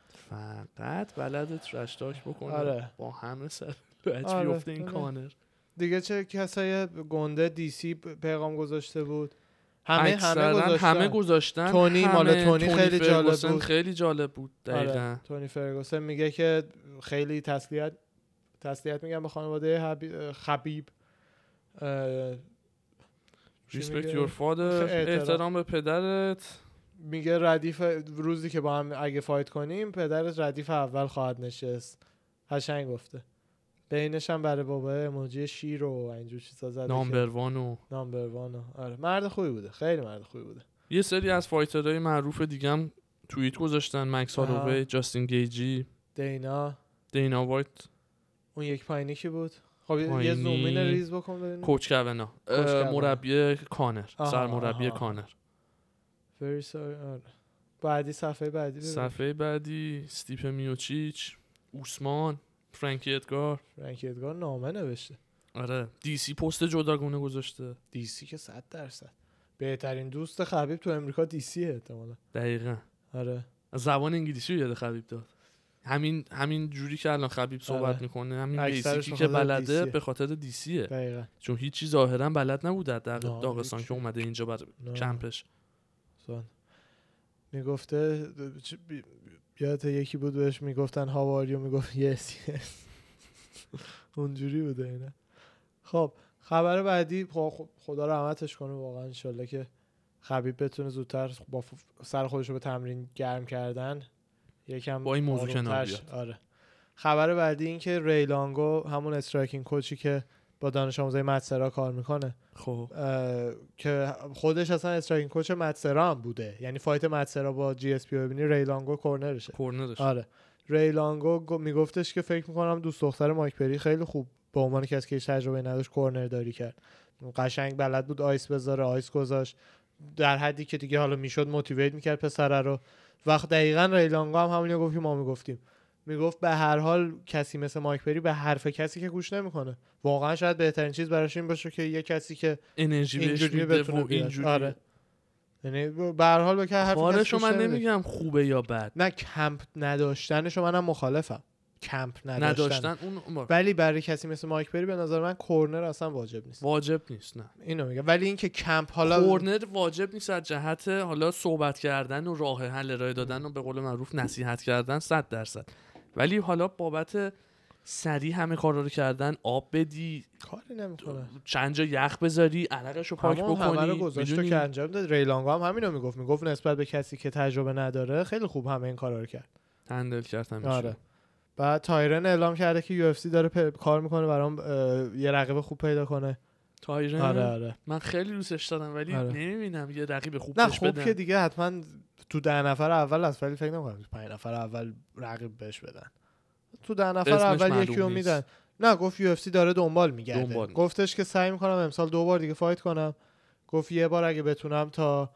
S2: فقط بلد ترش تاک بکنه
S1: آره.
S2: با همه سر لج
S1: آره،
S2: بیفته این
S1: آره.
S2: کانر
S1: دیگه چه کسای گنده دی سی پ- پیغام گذاشته بود همه همه
S2: اکثراً
S1: گذاشتن
S2: همه گذاشتن
S1: تونی،
S2: همه.
S1: مال تونی خیلی جالب
S2: فرگوسن
S1: بود.
S2: خیلی جالب بود
S1: آره،
S2: دقیقا
S1: تونی فرگوسن میگه که خیلی تسلیت تسلیت میگم به خانواده حبی- خبیب اه، چی
S2: ریسپکت
S1: میگه؟
S2: یور فادر
S1: احترام.
S2: احترام به پدرت
S1: میگه ردیف روزی که با هم اگه فایت کنیم پدرت ردیف اول خواهد نشست قشنگ گفته بینش هم برای بابا اموجی شیر و اینجور چیزا زده
S2: نامبر وانو
S1: نامبر آره مرد خوبی بوده خیلی مرد خوبی بوده
S2: یه سری از فایترهای معروف دیگه هم توییت گذاشتن مکس
S1: آها.
S2: هالووی جاستین گیجی
S1: دینا
S2: دینا وایت
S1: اون یک پایینی کی بود خب یه- یه
S2: پایینی. خب.
S1: زومین ریز بکن ببینیم
S2: کوچ کونا اه،
S1: کوچ کونا.
S2: مربی کانر
S1: آها،
S2: سرمربی
S1: آها.
S2: کانر
S1: Very sorry. آره. بعدی صفحه بعدی ببینیم
S2: صفحه بعدی ستیپ میوچیچ اوسمان فرانکی ادگار
S1: فرانکی ادگار نامه نوشته
S2: آره دی سی پست جداگونه گذاشته
S1: دیسی که 100 درصد بهترین دوست خبیب تو امریکا دیسیه احتمالاً
S2: دقیقا
S1: آره
S2: از زبان انگلیسی رو یاد خبیب داد همین همین جوری که الان خبیب صحبت
S1: آره.
S2: میکنه همین
S1: اکثرش به
S2: بیسیکی که
S1: خاطر
S2: بلده
S1: دیسیه.
S2: به خاطر دیسیه
S1: دقیقا
S2: چون هیچی ظاهرا بلد نبود در دق-
S1: نه،
S2: داغستان
S1: آره، هیچی. آره.
S2: که اومده اینجا بر
S1: نه.
S2: کمپش
S1: سوال میگفته چ- بی- یادت یکی بود بهش میگفتن هاواریو میگفت یس یس اونجوری بوده اینا خب خبر بعدی خب، خب، خدا رحمتش کنه واقعا انشالله که خبیب بتونه زودتر با ف- سر خودش رو به تمرین گرم کردن یکم
S2: با این موضوع کنار
S1: آرومتر شه. آره خبر بعدی این که ریلانگو همون استرایکینگ کوچی که با دانش آموزای مدسرا کار میکنه
S2: خب
S1: اه، که خودش اصلا استرایکینگ کوچ مدسرا هم بوده یعنی فایت مدسرا با جی اس پی رو ببینی ریلانگو کورنرشه
S2: کورنرش
S1: آره ریلانگو گو- میگفتش که فکر میکنم دوست دختر مایک پری خیلی خوب به عنوان کسی که هیچ تجربه نداشت کورنر داری کرد قشنگ بلد بود آیس بذاره آیس گذاشت در حدی که دیگه حالا میشد موتیویت میکرد پسره رو وقت دقیقا ریلانگو هم همونی گفت که ما میگفتیم میگفت به هر حال کسی مثل مایک پری به حرف کسی که گوش نمیکنه واقعا شاید بهترین چیز براش این باشه که یه کسی که
S2: انرژی بهش
S1: اینجوری
S2: میده
S1: بتونه
S2: و
S1: بیاد.
S2: اینجوری
S1: آره یعنی ب- به هر حال به که حرف کسی
S2: کارشو
S1: گوش
S2: من
S1: نمیده.
S2: نمیگم خوبه یا بد
S1: نه کمپ نداشتنشو منم مخالفم کمپ نداشتن,
S2: نداشتن اون با-
S1: ولی برای کسی مثل مایک بری به نظر من کورنر اصلا واجب نیست
S2: واجب نیست نه
S1: اینو میگم ولی اینکه کمپ حالا
S2: کورنر واجب نیست از جهت حالا صحبت کردن و راه حل ارائه دادن و به قول معروف نصیحت کردن صد درصد ولی حالا بابت سریع همه کارا رو کردن آب بدی
S1: کاری نمیکنه
S2: چند جا یخ بذاری عرقش رو پاک
S1: همون آره. همه رو
S2: بکنی
S1: گذاشت و
S2: می‌دونی؟
S1: که انجام داد ریلانگو هم همینو میگفت میگفت نسبت به کسی که تجربه نداره خیلی خوب همه این کارا رو کرد
S2: هندل کرد همیشه
S1: آره بعد تایرن اعلام کرده که یو داره پ- کار میکنه برام اه، یه رقیب خوب پیدا کنه
S2: تایرن
S1: آره آره
S2: من خیلی دوستش دارم ولی
S1: آره.
S2: نمیبینم یه رقیب خوب
S1: نه
S2: بهش
S1: خوب
S2: بدن.
S1: که دیگه حتما تو ده نفر اول از ولی فکر نمی‌کنم که پنج نفر اول رقیب بهش بدن تو ده نفر
S2: اسمش
S1: اول
S2: معلوم
S1: یکی رو
S2: نیست.
S1: میدن نه گفت یو داره دنبال میگرده
S2: دنبال.
S1: گفتش که سعی میکنم امسال دو بار دیگه فایت کنم گفت یه بار اگه بتونم تا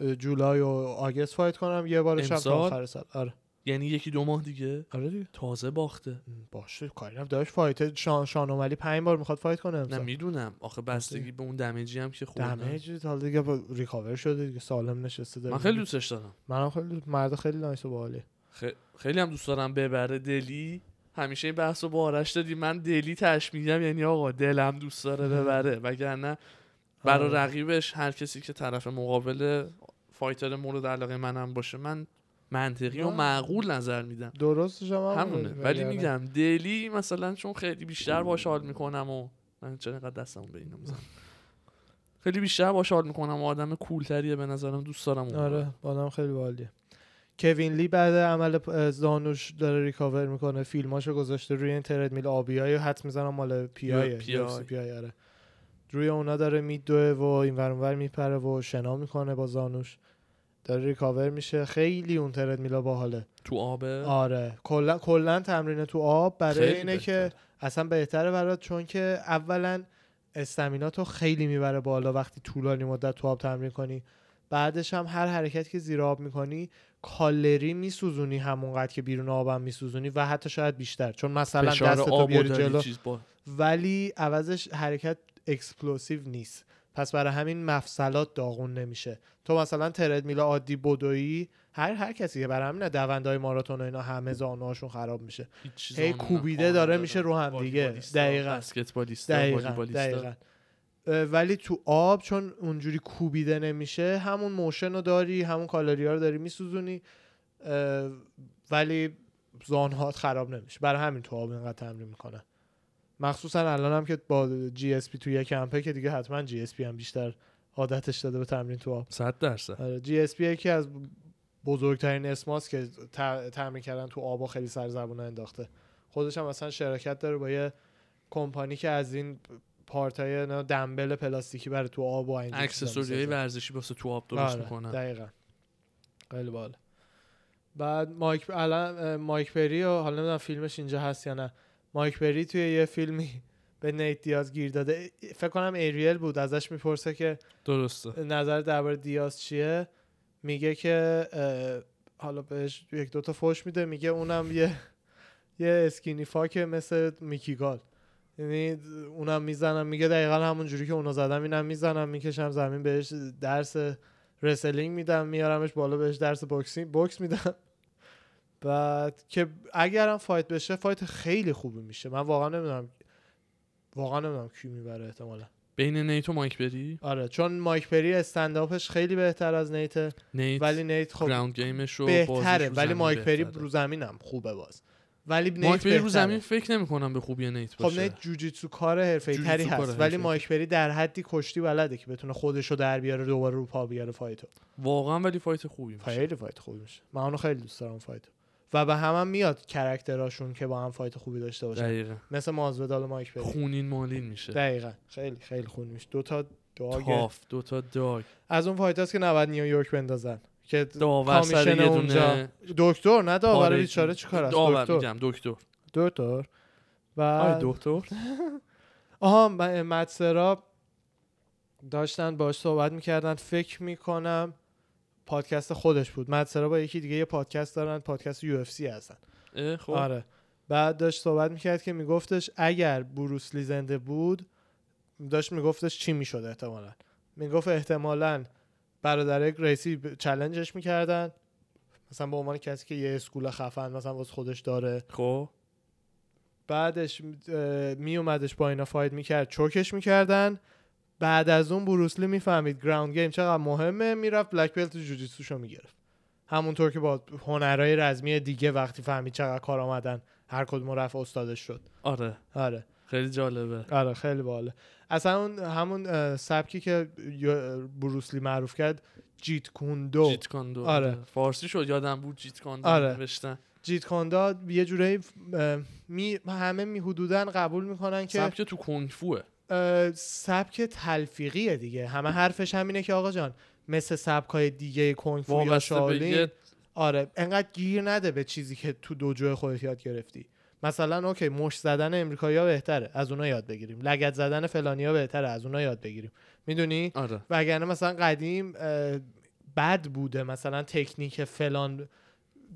S1: اه، جولای و آگست فایت کنم یه بارش هم تا
S2: امسال؟
S1: آخر سال آره
S2: یعنی یکی دو ماه دیگه
S1: آره دیگه
S2: تازه باخته
S1: باشه کاری نم داشت فایت شان شانومالی پنج بار میخواد فایت کنه
S2: نه
S1: امسال
S2: میدونم آخه بستگی به اون دمیجی هم که خورده
S1: آره. دمیج حالا دیگه با- ریکاور شده دیگه سالم نشسته داره
S2: من خیلی دوستش دارم
S1: منم خیلی مرد خیلی نایس و باحاله
S2: خ- خیلی هم دوست دارم ببره دلی همیشه این بحث رو با آرش دادی من دلی تش میگم یعنی آقا دلم دوست داره ببره وگرنه برا
S1: آره.
S2: رقیبش هر کسی که طرف مقابل فایتر مورد علاقه منم باشه من منطقی و
S1: نه.
S2: معقول نظر میدم
S1: درستش هم همونه.
S2: همونه ولی
S1: وگرنه-
S2: میگم دلی مثلا چون خیلی بیشتر باش حال میکنم و من چرا اینقدر دستمو به اینو میزنم خیلی بیشتر باش حال میکنم و آدم کولتریه به نظرم دوست دارم اون
S1: آره آدم خیلی باحالیه کوین لی بعد عمل پ- اه، زانوش داره ریکاور میکنه فیلماشو گذاشته روی این تردمیل آبیایی و حد میزنم مال پی آی
S2: پی آی.
S1: پی آی آره روی اونا داره میدوه و این اونور میپره و شنا میکنه با زانوش داره ریکاور میشه خیلی اون تردمیلا باحاله
S2: تو آبه
S1: آره کلا کلا تمرین تو آب برای
S2: خیلی
S1: اینه
S2: بهتره.
S1: که اصلا بهتره برات چون که اولا استمیناتو خیلی میبره بالا وقتی طولانی مدت تو آب تمرین کنی بعدش هم هر حرکت که زیر آب میکنی کالری میسوزونی همونقدر که بیرون آبم میسوزونی و حتی شاید بیشتر چون مثلا
S2: فشار
S1: دستتو
S2: آب
S1: بیاری
S2: و
S1: جلو
S2: داری چیز با
S1: ولی عوضش حرکت اکسپلوسیو نیست پس برای همین مفصلات داغون نمیشه تو مثلا تردمیل عادی بدویی هر هر کسی که برای همین دوندهای ماراتون و اینا همه زانوهاشون خراب میشه
S2: هیچ چیز
S1: هی
S2: آن نه.
S1: کوبیده
S2: آن
S1: داره
S2: ندارم.
S1: میشه رو هم دیگه
S2: والیبالیستا،
S1: دقیقا
S2: بسکتبالیستا
S1: دقیقا,
S2: والیبالیستا
S1: دقیقاً. اه، ولی تو آب چون اونجوری کوبیده نمیشه همون موشن رو داری همون کالری ها رو داری میسوزونی ولی زانهات خراب نمیشه برای همین تو آب اینقدر تمرین میکنن مخصوصا الان هم که با جی اس پی تو یک کمپه که دیگه حتما جی اس پی هم بیشتر عادتش داده به تمرین تو آب
S2: صد درصد
S1: جی اس پی یکی از بزرگترین اسماست که ت- تمرین کردن تو آبا خیلی سر زبونه انداخته خودش هم اصلا شراکت داره با یه کمپانی که از این پارتای نه دنبل پلاستیکی برای تو آب و آره، این چیزا
S2: اکسسوریهای
S1: می‌سازه.
S2: ورزشی واسه تو آب درست
S1: آره،
S2: میکنن
S1: دقیقا خیلی باحال بعد مایک الان اه، مایک پری و حالا نمیدونم فیلمش اینجا هست یا نه مایک پری توی یه فیلمی به نیت دیاز گیر داده فکر کنم ایریل بود ازش میپرسه که
S2: درسته
S1: نظر درباره دیاز چیه میگه که اه، حالا بهش یک دوتا فوش میده میگه اونم یه یه اسکینی فاکه مثل میکیگال یعنی اونم میزنم میگه دقیقا همون جوری که اونا زدم اینم میزنم میکشم زمین بهش درس رسلینگ میدم میارمش بالا بهش درس بوکسینگ بوکس میدم بعد که اگرم فایت بشه فایت خیلی خوبی میشه من واقعا نمیدونم واقعا نمیدونم کی میبره احتمالا
S2: بین نیت و مایک بری
S1: آره چون مایک پری استنداپش خیلی بهتر از نیته
S2: نیت
S1: ولی نیت خب
S2: گراوند گیمش رو
S1: بهتره ولی مایک پری
S2: رو
S1: رو زمینم خوبه باز ولی نیت
S2: مایک بری رو
S1: بهتره.
S2: زمین فکر نمیکنم به خوبی نیت
S1: خب
S2: باشه
S1: نیت جوجیتسو کار حرفه‌ای
S2: جوجیتسو
S1: تری
S2: کار
S1: هست ولی
S2: حرفه‌ای‌تر.
S1: مایک پری در حدی کشتی بلده که بتونه خودشو در بیاره دوباره رو پا بیاره فایتو
S2: واقعا ولی فایت خوبی میشه
S1: خیلی فایت خوبی میشه من اونو خیلی دوست دارم فایتو و به هم, هم میاد کرکتراشون که با هم فایت خوبی داشته باشن
S2: دقیقا
S1: مثل مازودال و مایک پری
S2: خونین مالین میشه
S1: دقیقا خیلی خیلی خون میشه دو تا داگ
S2: تاف دوتا داگ
S1: از اون فایت که نباید نیویورک بندازن که
S2: داور سر
S1: کامیشن
S2: یه
S1: اونجا
S2: دونه
S1: دکتر نه داور
S2: پاره-
S1: بیچاره چیکار است
S2: داور
S1: دکتر
S2: میگم دکتر
S1: دکتر و
S2: آره دکتر
S1: آها م- مدسرا داشتن باش صحبت میکردن فکر میکنم پادکست خودش بود مدسرا با یکی دیگه یه پادکست دارن پادکست یو اف سی هستن
S2: اه، خب
S1: آره بعد داشت صحبت میکرد که میگفتش اگر بروسلی زنده بود داشت میگفتش چی میشد احتمالا میگفت احتمالا برادر گریسی ب- چلنجش میکردن مثلا به عنوان کسی که یه اسکول خفن مثلا واسه خودش داره
S2: خب
S1: بعدش میومدش با اینا فاید میکرد چوکش میکردن بعد از اون بروسلی میفهمید گراوند گیم چقدر مهمه میرفت بلک بلت جوجیتسوشو میگرفت همونطور که با هنرهای رزمی دیگه وقتی فهمید چقدر کار آمدن هر کدوم رفت استادش شد
S2: آره
S1: آره
S2: خیلی جالبه
S1: آره خیلی باله اصلا اون همون اه، سبکی که یو- بروسلی معروف کرد جیت کوندو
S2: جیت کاندو
S1: آره.
S2: فارسی شد یادم بود جیت کاندو
S1: آره.
S2: نوشتن
S1: جیت کوندا یه جورایی اه، می همه می حدوداً قبول میکنن که
S2: سبک تو کنگ فوه
S1: اه، سبک تلفیقیه دیگه همه حرفش همینه که آقا جان مثل سبکای دیگه کنگ فو یا
S2: وابسته به
S1: شاولین
S2: یه-
S1: آره انقدر گیر نده به چیزی که تو دوجو خودت یاد گرفتی مثلا اوکی مش زدن امریکایی بهتره از اونا یاد بگیریم لگت زدن فلانیا بهتره از اونا یاد بگیریم میدونی
S2: آره
S1: وگرنه مثلا قدیم اه، بد بوده مثلا تکنیک فلان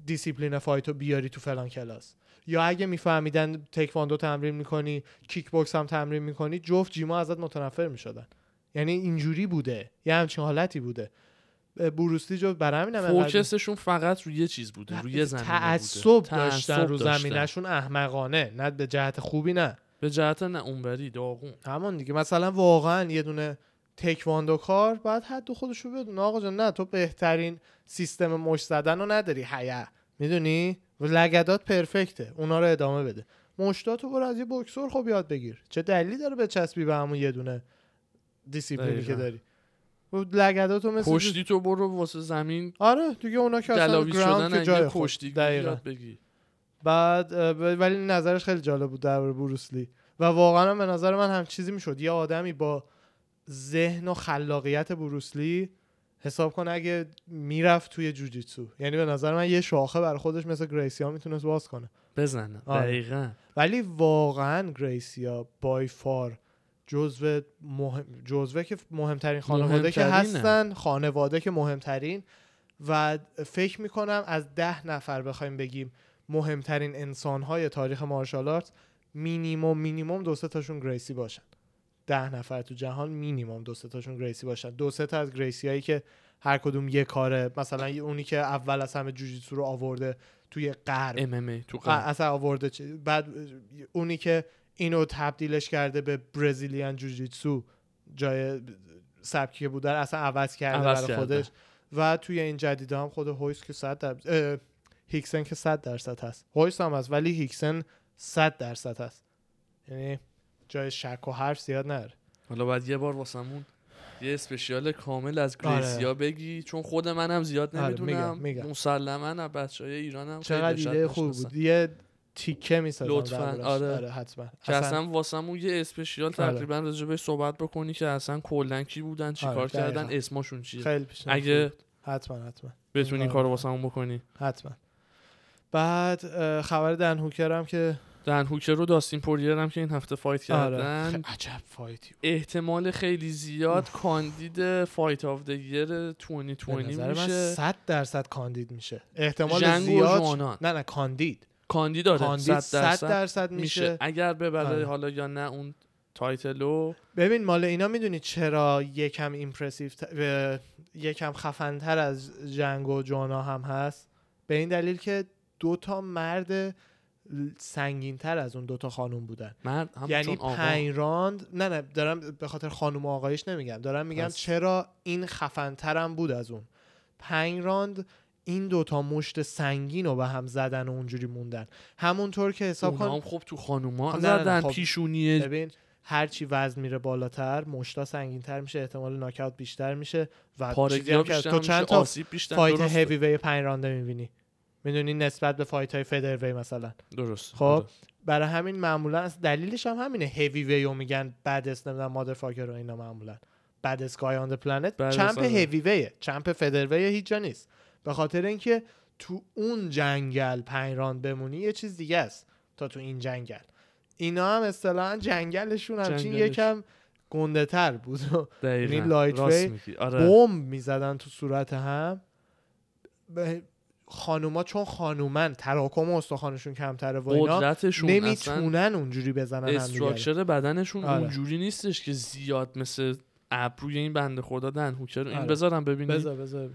S1: دیسیپلین فایتو بیاری تو فلان کلاس یا اگه میفهمیدن تکواندو تمرین میکنی کیک باکس هم تمرین میکنی جفت جیما ازت متنفر میشدن یعنی اینجوری بوده یه همچین حالتی بوده اه، بروسلی جو برای همین هم انقدر-
S2: فوکسشون فقط روی چیز بوده روی زمین
S1: آره. تعصب داشتن رو زمینشون احمقانه نه به جهت خوبی نه
S2: به جهت نه اونوری داغون
S1: همون دیگه مثلا واقعا یه دونه تکواندو کار باید حد خودش رو بدونه آقا جان نه تو بهترین سیستم مش زدن رو نداری حیا میدونی لگدات پرفکته اونا رو ادامه بده مشتاتو برو از یه بکسور خب یاد بگیر چه دلیلی داره به چسبی به همون یه دونه دیسیپلینی که
S2: دقیقاً.
S1: داری خب لگداتو مثل
S2: پشتی تو برو واسه زمین
S1: آره دیگه اونا که اصلا
S2: گلاوی
S1: گراوند که
S2: شدن
S1: جای
S2: انگار
S1: خود.
S2: پشتی
S1: دقیقاً.
S2: یاد بگی
S1: بعد اه، ب- ولی نظرش خیلی جالب بود درباره بروسلی و واقعا هم به نظر من هم چیزی میشد یه آدمی با ذهن و خلاقیت بروسلی حساب کن اگه میرفت توی جوجیتسو یعنی به نظر من یه شاخه بر خودش مثل گریسیا میتونست باز کنه
S2: بزنن
S1: آره.
S2: دقیقا
S1: ولی واقعا گریسیا بای فار جزو مهم جزوه که مهمترین خانواده که
S2: مهمترینه.
S1: هستن خانواده که مهمترین و فکر میکنم از ده نفر بخوایم بگیم مهمترین انسانهای تاریخ مارشال آرت مینیموم مینیموم دو سه تاشون گریسی باشن ده نفر تو جهان مینیموم دو سه تاشون گریسی باشن دو سه تا از گریسی هایی که هر کدوم یه کاره مثلا اونی که اول از همه جوجیتسو رو آورده توی غرب
S2: ام ام ای تو
S1: آ-
S2: قرن.
S1: اصلا آورده چی- بعد اونی که اینو تبدیلش کرده به برزیلیان جوجیتسو جای سبکی که بود در اصلا عوض کرده
S2: عوض
S1: برای
S2: کرده.
S1: خودش و توی این جدید هم خود هویس که 100 در... اه، هیکسن که 100 درصد هست هویس هم هست ولی هیکسن 100 درصد هست یعنی جای شک و حرف زیاد نداره
S2: حالا بعد یه بار واسمون یه اسپشیال کامل از گریسیا بگی چون خود منم زیاد
S1: آره، میگم،
S2: نمیدونم
S1: میگم.
S2: مسلما از بچهای ایرانم خیلی
S1: چقدر
S2: شاید
S1: ایده خوب
S2: نشناسن.
S1: بود یه تیکه میسازم
S2: لطفاً، آره.
S1: حتما
S2: که اصلا واسمون یه اسپشیال
S1: آره.
S2: تقریبا راجع بهش صحبت بکنی که اصلا کلا کی بودن چیکار
S1: آره، دقیقاً.
S2: کردن اسمشون چیه
S1: خیلی پیش
S2: اگه
S1: حتما حتما
S2: بتونی
S1: آره.
S2: کارو واسمون بکنی
S1: حتما بعد اه، خبر دن هوکر هم که
S2: دن هوکر رو داستین پوریر هم که این هفته فایت کردن
S1: آره. خ- عجب فایتی بود
S2: احتمال خیلی زیاد کاندید فایت آف د یر
S1: به
S2: 2020
S1: نظر من
S2: میشه
S1: 100 درصد کاندید میشه احتمال
S2: جنگ و
S1: زیاد
S2: جوانان.
S1: نه نه کاندید
S2: کاندید آره
S1: کاندید
S2: 100
S1: 100
S2: درصد
S1: درصد
S2: میشه
S1: میشه
S2: اگر ببره
S1: آره.
S2: حالا یا نه اون تایتلو
S1: ببین مال اینا میدونی چرا یکم ایمپرسیو ت- اه، یکم خفنتر از جنگ و جونا هم هست به این دلیل که دو تا مرد سنگینتر از اون دوتا خانوم بودن
S2: مرد هم
S1: یعنی
S2: چون آقا
S1: پنج راند نه نه دارم به خاطر خانم و آقایش نمیگم دارم میگم
S2: پس.
S1: چرا این خفنترم بود از اون پنج راند این دوتا مشت سنگین رو به هم زدن و اونجوری موندن همونطور که حساب
S2: اونا
S1: کن
S2: هم خب تو خانوما
S1: نه، نه، نه،
S2: زدن
S1: خب.
S2: پیشونی
S1: ببین هرچی وزن میره بالاتر مشتا سنگینتر میشه احتمال ناکاوت بیشتر میشه و چیزی
S2: پارگی
S1: هم که
S2: بیشتر
S1: تو چند تا
S2: آسیب بیشتر
S1: فایت
S2: درسته.
S1: هیوی وی پنج رانده میبینی میدونی نسبت به فایت های فدر وی مثلا
S2: درست
S1: خب،
S2: آره.
S1: برای همین معمولا از دلیلش هم همینه هیوی ویو میگن بدست نمیدونم مادرفاکر رو اینا معمولا بدست گای آن پلنت
S2: بدست،
S1: چمپ
S2: آره.
S1: هیوی ویه چمپ فدرویه هیچ جا نیست به خاطر اینکه تو اون جنگل پنج راند بمونی یه چیز دیگه است تا تو این جنگل اینا هم اصطلاحا جنگلشون همچین
S2: جنگلش.
S1: یکم گنده تر بود
S2: دقیقاً.
S1: یعنی لایت
S2: راست
S1: وی
S2: میگی. آره
S1: بمب میزدن تو صورت هم به- خانوما چون خانومن تراکم استخوانشون کمتره و اینا
S2: قدرتشون اصلا
S1: نمیتونن اونجوری بزنن هم
S2: استراکچر بدنشون
S1: آره.
S2: اونجوری نیستش که زیاد مثل ابروی این بنده خدا دن هوکر این
S1: آره.
S2: بذارم ببینی
S1: بذار بذار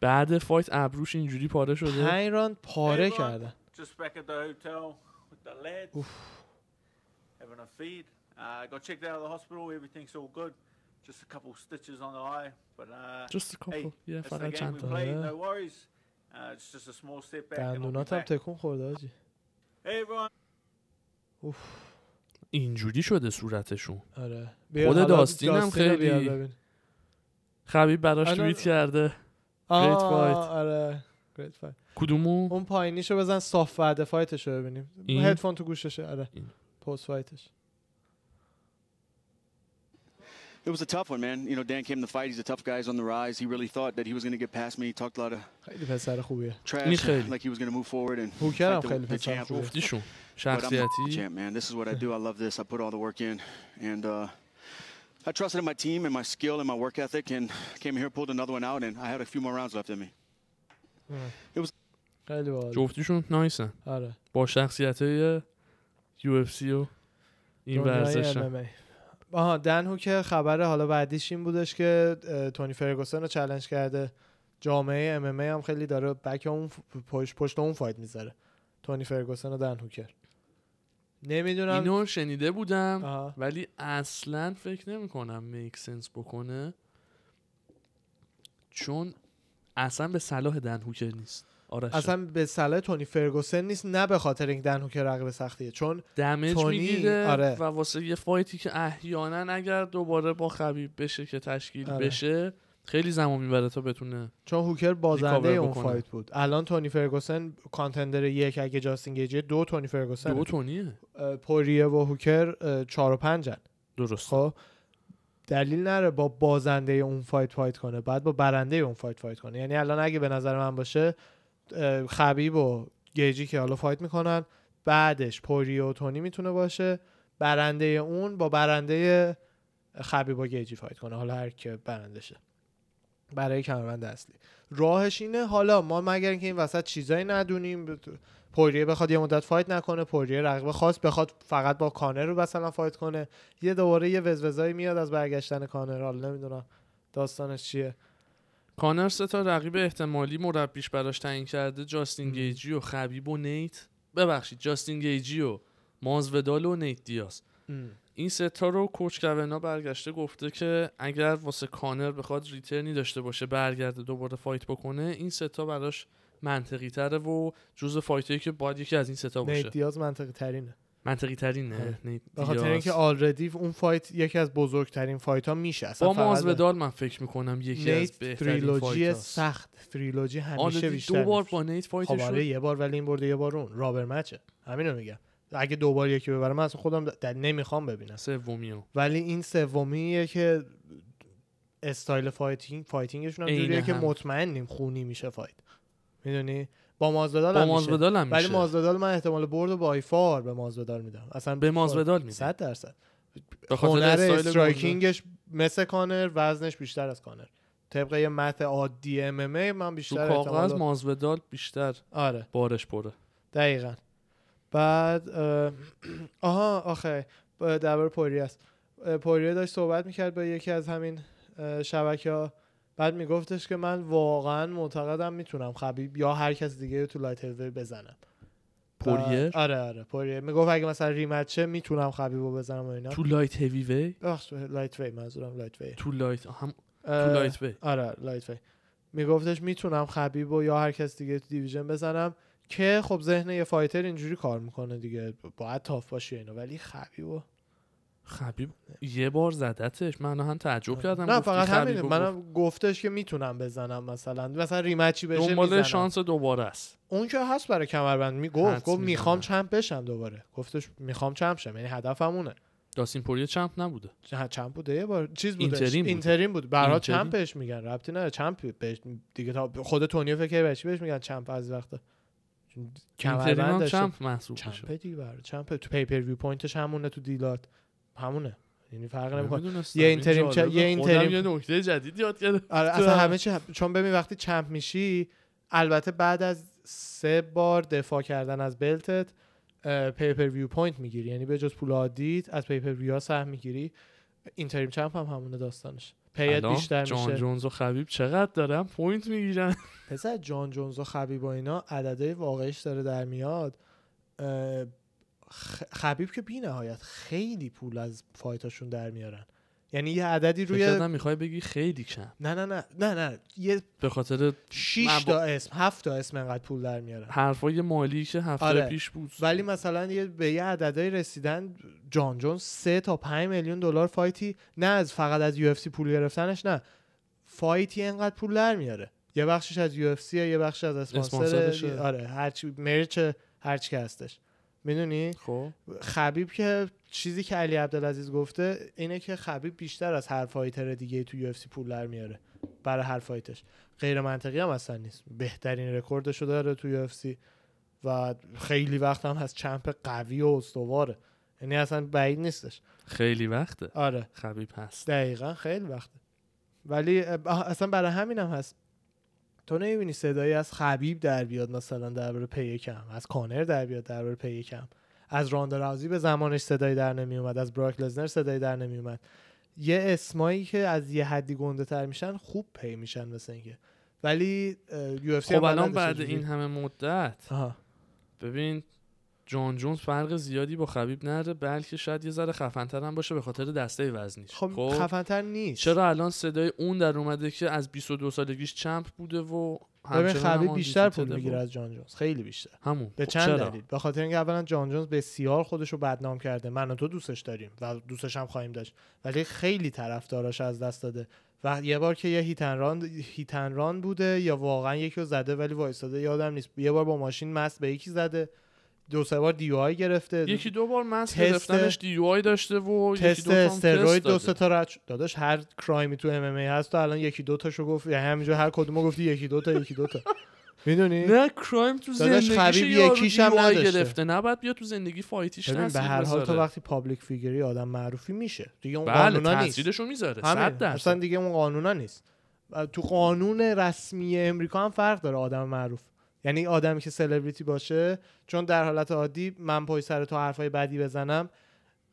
S2: بعد فایت ابروش اینجوری پاره شده
S1: پنج راند پاره
S4: Everyone
S1: کردن
S4: Just back at the hotel with the lads. Having a feed. Uh, got checked out of the hospital. Everything's all good. Just a couple stitches on the eye. But uh,
S2: Just a couple.
S4: hey,
S2: Yeah,
S4: it's the
S2: فقط
S4: game
S2: چند
S4: we
S2: تا.
S4: played.
S1: آره.
S4: No worries. Uh, it's just a small step back. and I'll be
S1: دندونات هم
S4: back.
S1: تکون خورده آجی
S4: Hey, everyone.
S2: اینجوری شده صورتشون
S1: آره بیا
S2: خود
S1: حالا
S2: داستین هم
S1: داستین رو بیار
S2: خیلی
S1: ببین.
S2: خبیب براش
S1: الان-
S2: توییت کرده
S1: آه،
S2: fight.
S1: آره گریت فایت
S2: کدومو
S1: اون پایینیشو بزن صاف وعده فایتش رو ببینیم
S2: این؟
S1: هدفون تو گوششه آره
S2: این.
S1: پست فایتش
S5: It was a tough one, man. You know, Dan came to the fight. He's a tough guy. He's on the rise. He really thought that he was going to get past me. He talked a lot of
S1: خیلی پسر خوبیه
S5: trash,
S2: خیلی.
S5: like he was going to move forward and
S1: Who can? I'm
S5: fight the,
S1: خیلی
S5: the
S1: پسر
S5: champ.
S1: خوبیه.
S2: جفتیشون
S5: But I'm the
S2: شخصیتی
S5: champ, man. This is what I do. I love this. I put all the work in, and uh, I trusted in my team and my skill and my work ethic, and came here, pulled another one out, and I had a few more rounds left in me.
S1: خیلی باحال
S2: جفتیشون نایسن
S1: آره
S2: با شخصیت های یو اف سی و این
S1: دنیای
S2: ورزشن
S1: MMA. آها دن هوکر خبر حالا بعدیش این بودش که اه، تونی فرگوسن رو چلنج کرده جامعه ام هم خیلی داره بک اون ف- پشت پشت اون فایت میذاره تونی فرگوسن و دن هوکر نمیدونم
S2: اینو شنیده بودم
S1: آها.
S2: ولی اصلا فکر نمی کنم میک سنس بکنه چون اصلا به صلاح دن هوکر نیست آره اصلا
S1: اصلا به صلاح تونی فرگوسن نیست نه به خاطر اینکه دن هوکر رقیب سختیه چون
S2: دمیج
S1: تونی،
S2: میگیره
S1: آره.
S2: و واسه یه فایتی که احیانا اگر دوباره با خبیب بشه که تشکیل
S1: آره.
S2: بشه خیلی زمان میبره تا بتونه
S1: چون هوکر بازنده
S2: ریکاور
S1: اون
S2: بکنه.
S1: فایت بود الان تونی فرگوسن کانتندر یک اگه جاستین گیجی دو تونی فرگوسن
S2: دو تونیه
S1: پوریه و هوکر اه، چهار و پنجن
S2: درست
S1: خب دلیل نره با بازنده اون فایت فایت کنه بعد با برنده اون فایت فایت کنه یعنی الان اگه به نظر من باشه اه، خبیب و گیجی که حالا فایت میکنن بعدش پوری و تونی میتونه باشه برنده اون با برنده خبی با گیجی فایت کنه حالا هر که برندشه برای کمربند اصلی راهش اینه حالا ما مگر اینکه این وسط چیزایی ندونیم ب- پوریه بخواد یه مدت فایت نکنه پوریه رقیب خاص بخواد فقط با کانر رو مثلا فایت کنه یه دوباره یه وزوزایی میاد از برگشتن کانر حالا نمیدونم داستانش چیه
S2: کانر سه تا رقیب احتمالی مربیش براش تعیین کرده جاستین گیجی و خبیب و نیت ببخشید جاستین گیجی و مازودال و نیت دیاز این سه تا رو کوچ کونا برگشته گفته که اگر واسه کانر بخواد ریترنی داشته باشه برگرده دوباره فایت بکنه این سه تا براش منطقی تره و جزو فایتایی که باید یکی از این سه تا خب باشه
S1: نیت دیاز منطقی ترینه
S2: منطقی ترینه
S1: آره.
S2: نیت
S1: به خاطر
S2: دیاز.
S1: اینکه آلردی اون فایت یکی از بزرگترین فایت ها میشه اصلا
S2: با
S1: فقط
S2: مازودال من فکر میکنم یکی از
S1: نیت
S2: بهترین
S1: تریلوجی
S2: فایت
S1: سخت تریلوجی همیشه
S2: آلردی
S1: بیشتر
S2: دو بار
S1: می‌فروشه.
S2: با نیت
S1: خب
S2: فایتش
S1: آره یه بار ولی این برده یه بار اون رابر مچه همینو میگم اگه دوبار یکی ببرم من اصلا خودم د- در نمیخوام ببینم
S2: سومیو
S1: ولی این سومیه که استایل فایتینگ فایتینگشون هم
S2: عین
S1: جوریه که
S2: هم.
S1: مطمئنیم خونی میشه فایت میدونی با مازدادال
S2: با
S1: هم میشه.
S2: مازودال هم
S1: ولی
S2: میشه.
S1: مازدادال من احتمال برد و بایفار به مازدادال میدم اصلا
S2: به مازودال میدم
S1: 100 درصد
S2: به خاطر
S1: هنر
S2: استایل گنده.
S1: استرایکینگش مثل کانر وزنش بیشتر از کانر طبق یه متن عادی ام من
S2: تو
S1: بیشتر
S2: کاغذ
S1: احتمال
S2: مازودال بیشتر
S1: آره
S2: بارش پره
S1: دقیقا بعد اه، آها آخه ب- درباره پوریه است اه، پوریه داشت صحبت میکرد با یکی از همین شبکه ها بعد میگفتش که من واقعا معتقدم میتونم خبیب یا هر کس دیگه رو تو لایت هیوی بزنم
S2: پوریه
S1: بعد- آره آره پوریه میگفت اگه مثلا ریمچه میتونم خبیب رو بزنم و اینا
S2: تو لایت هیوی وی
S1: ببخشید، لایت وی منظورم لایت وی
S2: تو لایت هم تو لایت وی
S1: آره لایت وی میگفتش میتونم خبیب و یا هر کس دیگه تو دیویژن بزنم که خب ذهن یه فایتر اینجوری کار میکنه دیگه باید تاف باشی اینو ولی خبیب و
S2: خبیب یه بار زدتش من هم تعجب کردم
S1: نه
S2: گفتی
S1: فقط
S2: خبیب
S1: همینه
S2: و گفت
S1: منم گفتش که میتونم بزنم مثلا مثلا ریمچی بشه
S2: دنبال
S1: میزنم
S2: شانس دوباره است
S1: اون که هست برای کمربند
S2: حدس
S1: میگفت گفت
S2: می‌زنم.
S1: میخوام چمپ بشم دوباره گفتش میخوام چمپ شم یعنی هدفم اونه
S2: داستین پوریه چمپ نبوده
S1: چ- چمپ بوده یه بار چیز بودش
S2: اینترین بود.
S1: اینترین بود برای
S2: اینترین.
S1: چمپ بهش میگن ربطی نداره چمپ بهش دیگه تا خود تونیو فکر کرد برای چی بهش میگن چمپ از وقتا چون
S2: اینترین
S1: کمربند
S2: هم
S1: داشته.
S2: چمپ محسوب
S1: چمپ
S2: میشه
S1: دیگه برای چمپ تو پیپر ویو پوینتش همونه تو دیلات همونه یعنی
S2: آره.
S1: فرق نمیکنه
S2: نمی‌دونستم.
S1: یه
S2: این
S1: اینتریم چ-
S2: جالبه.
S1: یه اینتریم-
S2: خودم یه نکته جدید یاد کردم
S1: آره اصلا همه چی چون ببین وقتی چمپ میشی البته بعد از سه بار دفاع کردن از بلتت پیپر ویو پوینت میگیری یعنی به جز پول عادیت از پیپر ویو ها سهم میگیری اینتریم چمپ هم همونه داستانش پیت
S2: الان
S1: بیشتر
S2: جان
S1: میشه
S2: جونز و خبیب چقدر دارن پوینت میگیرن
S1: پسر جان جونز و خبیب و اینا عددهای واقعیش داره در میاد اه، خ- خبیب که بی نهایت خیلی پول از فایتاشون در میارن یعنی یه عددی
S2: فکر
S1: روی نه
S2: کردم میخوای بگی خیلی کم
S1: نه نه نه نه یه
S2: به خاطر
S1: 6
S2: مب-
S1: تا اسم هفت تا اسم انقدر پول در میارن
S2: حرفای مالی که هفته
S1: آره.
S2: پیش بود
S1: ولی مثلا یه به یه عددهایی رسیدن جان جون سه تا 5 میلیون دلار فایتی نه از فقط از یو پول گرفتنش نه فایتی انقدر پول در میاره یه بخشش از یو یه بخش از اسپانسر
S2: اسپانسرشه.
S1: آره هرچی مرچ هرچی که هستش میدونی
S2: خب
S1: خبیب که چیزی که علی عبدالعزیز گفته اینه که خبیب بیشتر از هر فایتر دیگه تو یو پول در میاره برای هر فایتش غیر منطقی هم اصلا نیست بهترین رکوردشو داره تو یو و خیلی وقت هم هست چمپ قوی و استواره یعنی اصلا بعید نیستش
S2: خیلی وقته
S1: آره
S2: خبیب هست
S1: دقیقا خیلی وقته ولی اه، اصلا برای همینم هست تو نمیبینی صدایی از خبیب در بیاد مثلا درباره پی کم از کانر در بیاد درباره پی کم از راندا راوزی به زمانش صدایی در نمیومد از براک لزنر صدایی در نمیومد یه اسمایی که از یه حدی گنده تر میشن خوب پی میشن مثل اینکه ولی یو اف سی
S2: خب الان بعد این همه مدت
S1: آها
S2: ببین جان جونز فرق زیادی با خبیب نره بلکه شاید یه ذره خفنتر هم باشه به خاطر دسته وزنیش
S1: خب, خفن‌تر نیست
S2: چرا الان صدای اون در اومده که از 22 سالگیش چمپ بوده و
S1: ببین
S2: همچنان
S1: خبیب
S2: هم
S1: بیشتر پول
S2: undefeated
S1: میگیره
S2: و-
S1: از جان جونز خیلی بیشتر
S2: همون
S1: به
S2: خب
S1: چند
S2: چرا؟
S1: دلیل به خاطر اینکه اولا جان جونز بسیار خودش رو بدنام کرده من و تو دوستش داریم و دوستش هم خواهیم داشت ولی خیلی طرفداراش از دست داده و یه بار که یه هیتن ران, هیتن ران بوده یا واقعا یکی رو زده ولی وایستاده یادم نیست یه بار با ماشین مست به یکی زده دو سه بار دیوهای گرفته
S2: یکی دو بار مست
S1: تست-
S2: گرفتنش دیو آی داشته و یکی
S1: تست
S2: دو تا هم تست
S1: استروید دو
S2: داده.
S1: سه تا رد شد. داداش هر کرایمی تو ام ام ای هست تو الان یکی دو تاشو گفت یعنی همینجا هر کدومو گفتی یکی دو تا یکی دو تا میدونی
S2: نه کرایم تو
S1: داداش
S2: زندگیش
S1: خبیب
S2: یارو
S1: یکیش هم
S2: DUI
S1: نداشته.
S2: گرفته نباید بیا تو زندگی فایتیش
S1: ببین به
S2: تاثیر
S1: هر حال تو
S2: بذاره.
S1: وقتی پابلیک فیگری آدم معروفی میشه دیگه اون
S2: بله
S1: قانونا نیست
S2: تاثیرشو میذاره
S1: همین.
S2: صد درصد.
S1: اصلا دیگه اون قانونا نیست و تو قانون رسمی امریکا هم فرق داره آدم معروف یعنی آدمی که سلبریتی باشه چون در حالت عادی من پای سر تو حرفای بدی بزنم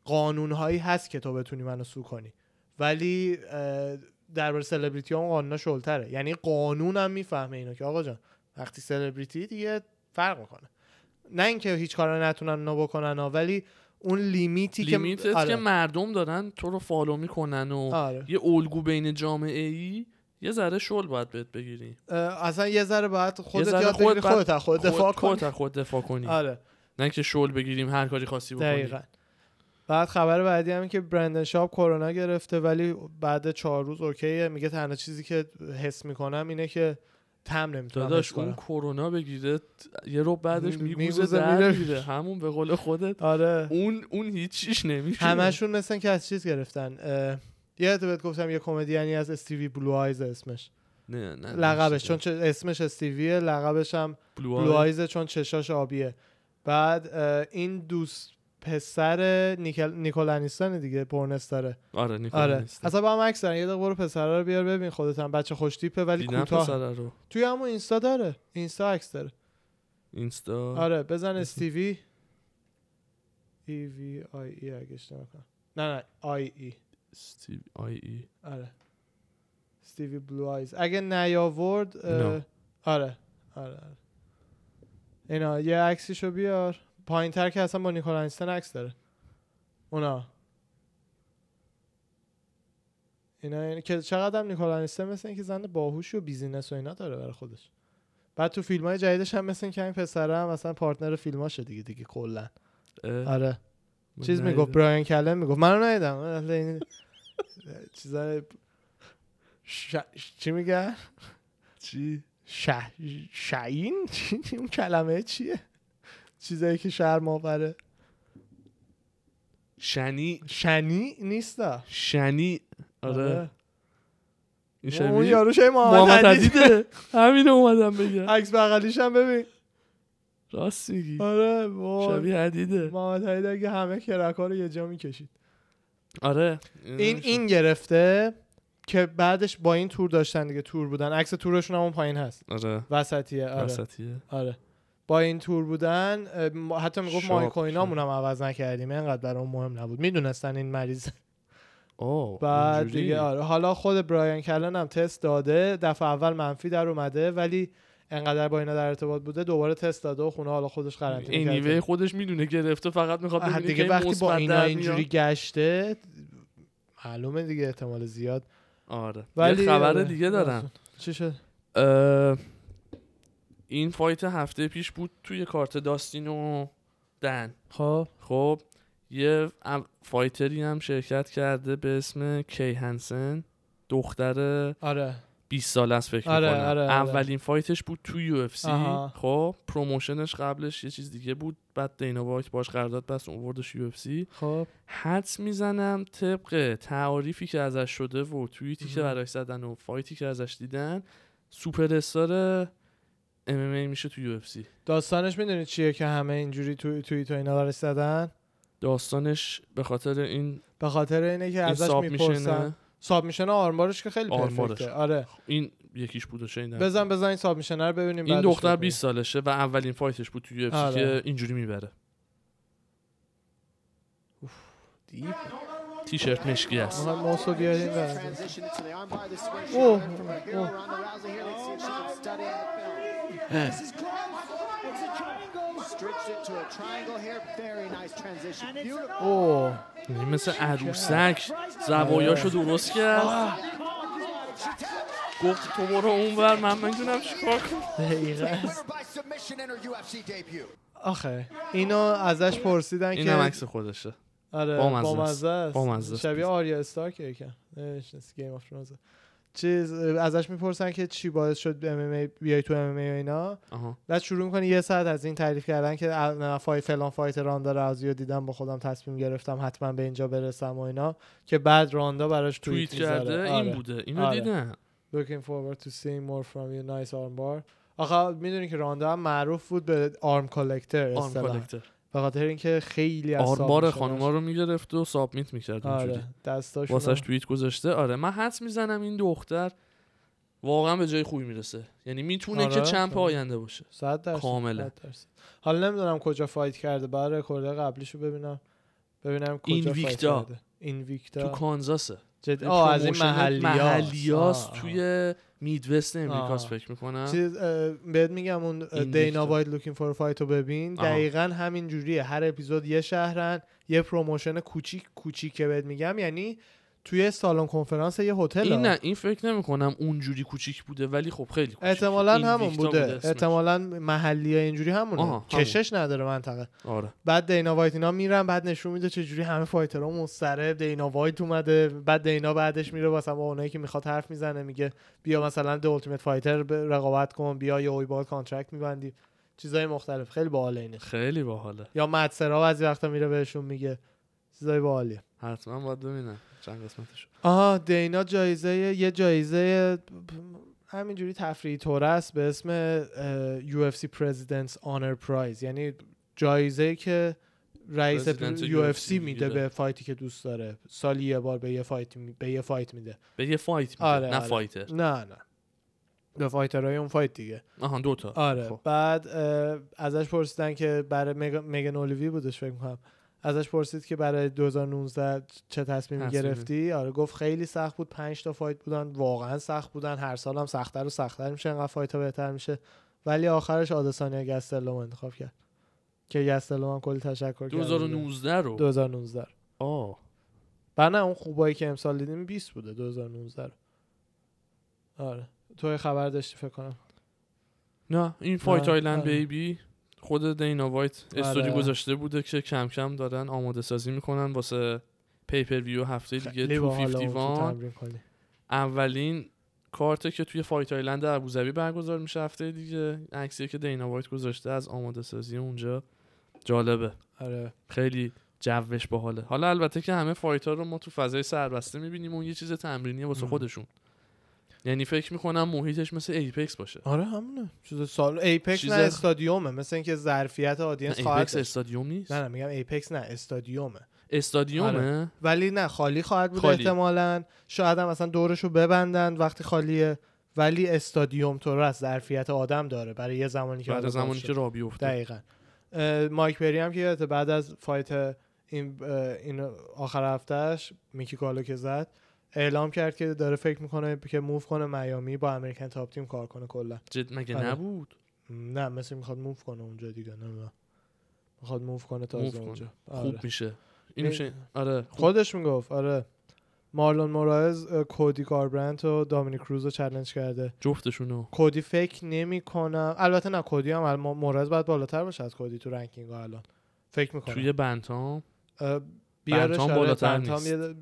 S1: قانونهایی هست که تو بتونی منو سو کنی ولی اه، درباره سلبریتی ها اون قانونا شلتره یعنی قانون هم میفهمه اینو که آقا جان وقتی سلبریتی دیگه فرق میکنه نه اینکه هیچ کاری نتونن نو بکنن ها، ولی اون لیمیتی
S2: لیمیتت
S1: که آره.
S2: که مردم دارن تو رو فالو میکنن و
S1: آره.
S2: یه الگو بین جامعه ای یه ذره شل باید بهت بگیری
S1: اه، اصلا یه ذره باید
S2: یه
S1: خودت
S2: ذره
S1: یاد بگیری
S2: باید-
S1: خودت از خود دفاع کنی
S2: خودت از خود دفاع کنی
S1: آره
S2: نه که شل بگیریم هر کاری خاصی بکنی
S1: دقیقا بعد خبر بعدی هم که برندن شاب کرونا گرفته ولی بعد چهار روز اوکیه میگه تنها چیزی که حس میکنم اینه که تم نمیتونم حس
S2: داداش اون
S1: کنم
S2: کرونا بگیره یه رو بعدش
S1: می-
S2: میگوزه
S1: میگوزه
S2: در
S1: میره.
S2: میره همون به قول خودت
S1: آره
S2: اون اون هیچیش نمیشه
S1: همشون مثل که از چیز گرفتن اه، یادت بهت گفتم یه کمدیانی از استیوی بلو آیز اسمش
S2: نه نه
S1: لقبش چون چه- اسمش استیویه لقبش هم
S2: بلو
S1: بلو
S2: آی.
S1: آیزه چون چشاش آبیه بعد اه، این دوست پسر نیکل... نیکول انیستون دیگه پرنستاره
S2: آره نیکولا
S1: آره
S2: نیست.
S1: اصلا با هم عکس دارن. یه دقیقه برو پسره رو بیار ببین خودت هم بچه خوش تیپه ولی
S2: دیدم
S1: کوتاه
S2: پسره رو
S1: توی همون اینستا داره اینستا عکس داره
S2: اینستا
S1: آره بزن استیوی ای وی آی ای اگه اشتباه نکنم. نه نه آی ای
S2: استیو آی ای
S1: آره استیوی بلو آیز اگه نیاورد اه،
S2: اینا.
S1: آره آره آره اینا یه عکسیشو بیار پایین تر که اصلا با نیکول اینستن عکس داره اونا اینا یعنی که چقدر هم نیکول اینستن مثل اینکه زن باهوشی و بیزینس و اینا داره برای خودش بعد تو فیلم های جدیدش هم مثل اینکه این پسره هم مثلا پارتنر فیلماشه دیگه دیگه کلا
S2: اه،
S1: آره
S2: من
S1: چیز
S2: ندیدم.
S1: میگفت برایان کلم میگفت منو ندیدم من اهل این چیزای ش... ش- چی میگن
S2: چی
S1: ش... شعین چی- اون کلمه چیه چیزایی که شرم آوره
S2: شنی
S1: شنی نیستا
S2: شنی آره این
S1: اون
S2: شبیه
S1: یارو شای
S2: محمد
S1: محمد علی
S2: عدیده همین اومدم بگم
S1: عکس بغلیش هم ببین
S2: راست میگی
S1: آره وای.
S2: شبیه عدیده
S1: محمد علی دیگه همه کرکا رو یه جا میکشید
S2: آره
S1: این این گرفته که بعدش با این تور داشتن دیگه تور بودن عکس تورشون هم اون پایین هست
S2: آره
S1: وسطیه آره
S2: وسطیه
S1: آره با این تور بودن اه، ما- حتی میگفت ما
S2: شاپ
S1: کوینامون هم عوض نکردیم اینقدر برای اون مهم نبود میدونستن این مریض
S2: اوه
S1: بعد
S2: خب، اینجوری.
S1: دیگه آره حالا خود برایان کلن هم تست داده دفعه اول منفی در اومده ولی انقدر با اینا در ارتباط بوده دوباره تست داده و خونه حالا خودش قرنطینه
S2: انیوی
S1: کرده.
S2: خودش میدونه گرفته فقط میخواد
S1: آه،
S2: ببینه که
S1: دیگه
S2: این
S1: وقتی با
S2: مثبت
S1: اینا
S2: در
S1: اینجوری
S2: میاد.
S1: گشته معلومه دیگه احتمال زیاد
S2: آره ولی
S1: ولی
S2: یه خبر
S1: آره،
S2: دیگه دارم
S1: چی شد
S2: اه، این فایت هفته پیش بود توی کارت داستین و دن
S1: خب
S2: خب یه ام- فایتری هم شرکت کرده به اسم کی هنسن دختر
S1: آره
S2: 20 سال است فکر
S1: آره،
S2: میکنم
S1: آره، آره.
S2: اولین فایتش بود تو یو اف سی
S1: آها.
S2: خب پروموشنش قبلش یه چیز دیگه بود بعد دینا وایت باش قرارداد بست اووردش یو اف سی
S1: خب
S2: حدس میزنم طبق تعاریفی که ازش شده و توییتی که براش زدن و فایتی که ازش دیدن سوپر استار ام میشه تو یو اف سی
S1: داستانش میدونی چیه که همه اینجوری توی توی تو اینا برش زدن
S2: داستانش به خاطر این
S1: به خاطر اینه که
S2: این
S1: ازش
S2: ساب
S1: میپرسن
S2: میشنه
S1: ساب میشن آرمارش که خیلی
S2: آرمارش.
S1: پرفکته آره
S2: این یکیش بود و شنیدم.
S1: بزن بزن این ساب میشنه رو ببینیم
S2: این
S1: بعدش
S2: دختر
S1: بکنیم.
S2: 20 سالشه و اولین فایتش بود تو یو اف سی
S1: آره.
S2: که اینجوری میبره
S1: دیپ.
S2: تیشرت مشکی است
S1: ما موسو بیاریم بعد.
S6: transition into the armbar. This swing
S1: Oh,
S6: shot from our girl Ronda Rousey here. Let's see if she can study on the film. This is close. It's a triangle. Stretched it to a triangle here. Very nice transition. Beautiful.
S1: اوه
S2: یعنی مثل عروسک زوایاشو درست کرد گفت تو برو اونور من میدونم چیکار کنم
S1: دقیقاً.
S6: Winner by submission in her UFC debut.
S1: آخه اینو ازش پرسیدن
S2: اینم
S1: که
S2: عکس خودشه
S1: آره
S2: بامزه است.
S1: بامزه است.
S2: بامزه است.
S1: شبیه آریا استار که یکم نمی‌شناسی، گیم آف ترونز چیز ازش میپرسن که چی باعث شد ام بیای تو ام ای و اینا
S2: آها
S1: بعد شروع میکنه یه ساعت از این تعریف کردن که ا- نه، فای فلان فایت راندا رازی رو دیدم با خودم تصمیم گرفتم حتما به اینجا برسم و اینا که بعد راندا براش توییت
S2: توییت کرده
S1: میذاره
S2: این بوده اینو
S1: آره.
S2: دیدم
S1: Looking forward to seeing more from you nice armbar آخه میدونی که راندا هم معروف بود به آرم کالکتر
S2: آرم
S1: اصطلاحا
S2: کالکتر
S1: به خاطر اینکه خیلی از
S2: آرمار خانوما رو میگرفت و سابمیت میکرد
S1: آره
S2: آره.
S1: دستاش
S2: واسهش توییت گذاشته آره من حدس میزنم این دختر واقعا به جای خوبی میرسه یعنی میتونه
S1: آره،
S2: که چمپ
S1: آره.
S2: آینده باشه
S1: صد درصد
S2: کاملا.
S1: صد درصد. حالا نمیدونم کجا فایت کرده بعد رکورد قبلیشو ببینم ببینم کجا فایت
S2: اینویکتا.
S1: کرده اینویکتا
S2: تو کانزاسه
S1: جد... آه از این محلی
S2: محلیاست توی میدوست امریکاست
S1: آه.
S2: فکر میکنم
S1: چیز اه، بهت میگم اون اه،
S2: این
S1: دینا
S2: دیکتاتور.
S1: واید لوکین فور فایت رو ببین
S2: آها.
S1: دقیقا همین جوریه هر اپیزود یه شهرن یه پروموشن کوچیک کوچیک که بهت میگم یعنی توی سالن کنفرانس یه هتل
S2: این
S1: ها.
S2: نه این فکر نمیکنم اونجوری کوچیک بوده ولی خب خیلی کوچیک
S1: احتمالا همون بوده
S2: احتمال...
S1: احتمالا محلی ها اینجوری همونه
S2: آها، همون.
S1: کشش نداره منطقه
S2: آره
S1: بعد دینا وایت اینا میرن بعد نشون میده چجوری همه فایترها مضطرب دینا وایت اومده بعد دینا بعدش میره مثلا با اونایی که میخواد حرف میزنه میگه بیا مثلا د التیمت فایتر رقابت کن بیا یه باید کانترکت میبندیم چیزای مختلف خیلی باحال اینه
S2: خیلی باحاله
S1: یا مدسرا بعضی وقتا میره بهشون میگه چیزای باحالیه
S2: حتما باید ببینم چند قسمتش
S1: آها دینا جایزه یه جایزه همینجوری تفریحی طور است به اسم اه، UFC President's Honor Prize یعنی جایزه که رئیس
S2: President
S1: UFC
S2: UFC
S1: میده
S2: میگیره.
S1: به فایتی که دوست داره سالی یه بار به یه فایت می- به یه فایت میده
S2: به یه فایت میده
S1: آره،
S2: نه
S1: آره.
S2: فایتر
S1: نه نه به فایترهای اون فایت دیگه
S2: آها دوتا
S1: آره
S2: خب.
S1: بعد اه، ازش پرسیدن که برای مگ- مگن اولیوی بودش فکر میکنم ازش پرسید که برای 2019 چه تصمیمی
S2: تصمیمی.
S1: گرفتی آره گفت خیلی سخت بود پنج تا فایت بودن واقعا سخت بودن هر سال هم سختتر و سختتر میشه انقدر فایت ها بهتر میشه ولی آخرش آدسانیا گستلوم انتخاب کرد که گستلوم هم کلی تشکر کرد
S2: 2019 رو
S1: 2019
S2: آه
S1: بنا اون خوبایی که امسال دیدیم 20 بوده 2019 رو. آره تو یه خبر داشتی فکر کنم
S2: نه این فایت
S1: آره،
S2: آیلند
S1: آره.
S2: بیبی خود دینا وایت استوری
S1: آره.
S2: گذاشته بوده که کم کم دارن آماده سازی میکنن واسه پیپر ویو هفته دیگه
S1: خیلی باحال اون
S2: 251
S1: تو تمرین کنی
S2: اولین کارته که توی فایت آیلند ابوظبی برگزار میشه هفته دیگه عکسیه که دینا وایت گذاشته از آماده سازی اونجا جالبه
S1: آره
S2: خیلی جوش باحاله حالا البته که همه فایت ها رو ما تو فضای سربسته میبینیم اون یه چیز تمرینیه واسه
S1: مم.
S2: خودشون یعنی فکر میکنم محیطش مثل ایپکس باشه
S1: آره همونه چیز سال ایپکس
S2: چیز-
S1: نه استادیومه مثل اینکه ظرفیت
S2: نه،
S1: آدینس خواهد
S2: ایپکس
S1: داشت.
S2: استادیوم نیست
S1: نه آره. نه میگم ایپکس نه استادیومه
S2: استادیومه
S1: ولی نه خالی خواهد بود
S2: خالی.
S1: احتمالا شاید هم اصلا دورش رو ببندن وقتی خالیه ولی استادیوم تو رو از ظرفیت آدم داره برای یه زمانی که
S2: بعد
S1: آدم
S2: از زمانی
S1: شد.
S2: که رابی افتاد
S1: دقیقا اه، مایک پری هم که یادته بعد از فایت این, اه، این آخر هفتهش میکی کالو که زد اعلام کرد که داره فکر میکنه که موو کنه میامی با امریکن تاپ تیم کار کنه کلا
S2: جد مگه
S1: آره.
S2: نبود
S1: نه مثل میخواد موو کنه اونجا دیگه نه میخواد موو کنه
S2: موو
S1: تازه
S2: کنه.
S1: اونجا آره. خب.
S2: خوب میشه این
S1: نه.
S2: میشه آره خوب.
S1: خودش میگفت آره مارلون مورایز اه، کودی کاربرنت و دامینیک کروز رو چلنج کرده
S2: جفتشونو
S1: کودی فکر نمی کنم البته نه کودی هم الان مورایز باید بالاتر باشه از کودی تو رنکینگ ها الان فکر میکنم
S2: توی بنتام
S1: اه، بیارش
S2: بنتام
S1: آره،
S2: بالاتر
S1: بنتام
S2: نیست.
S1: یه د-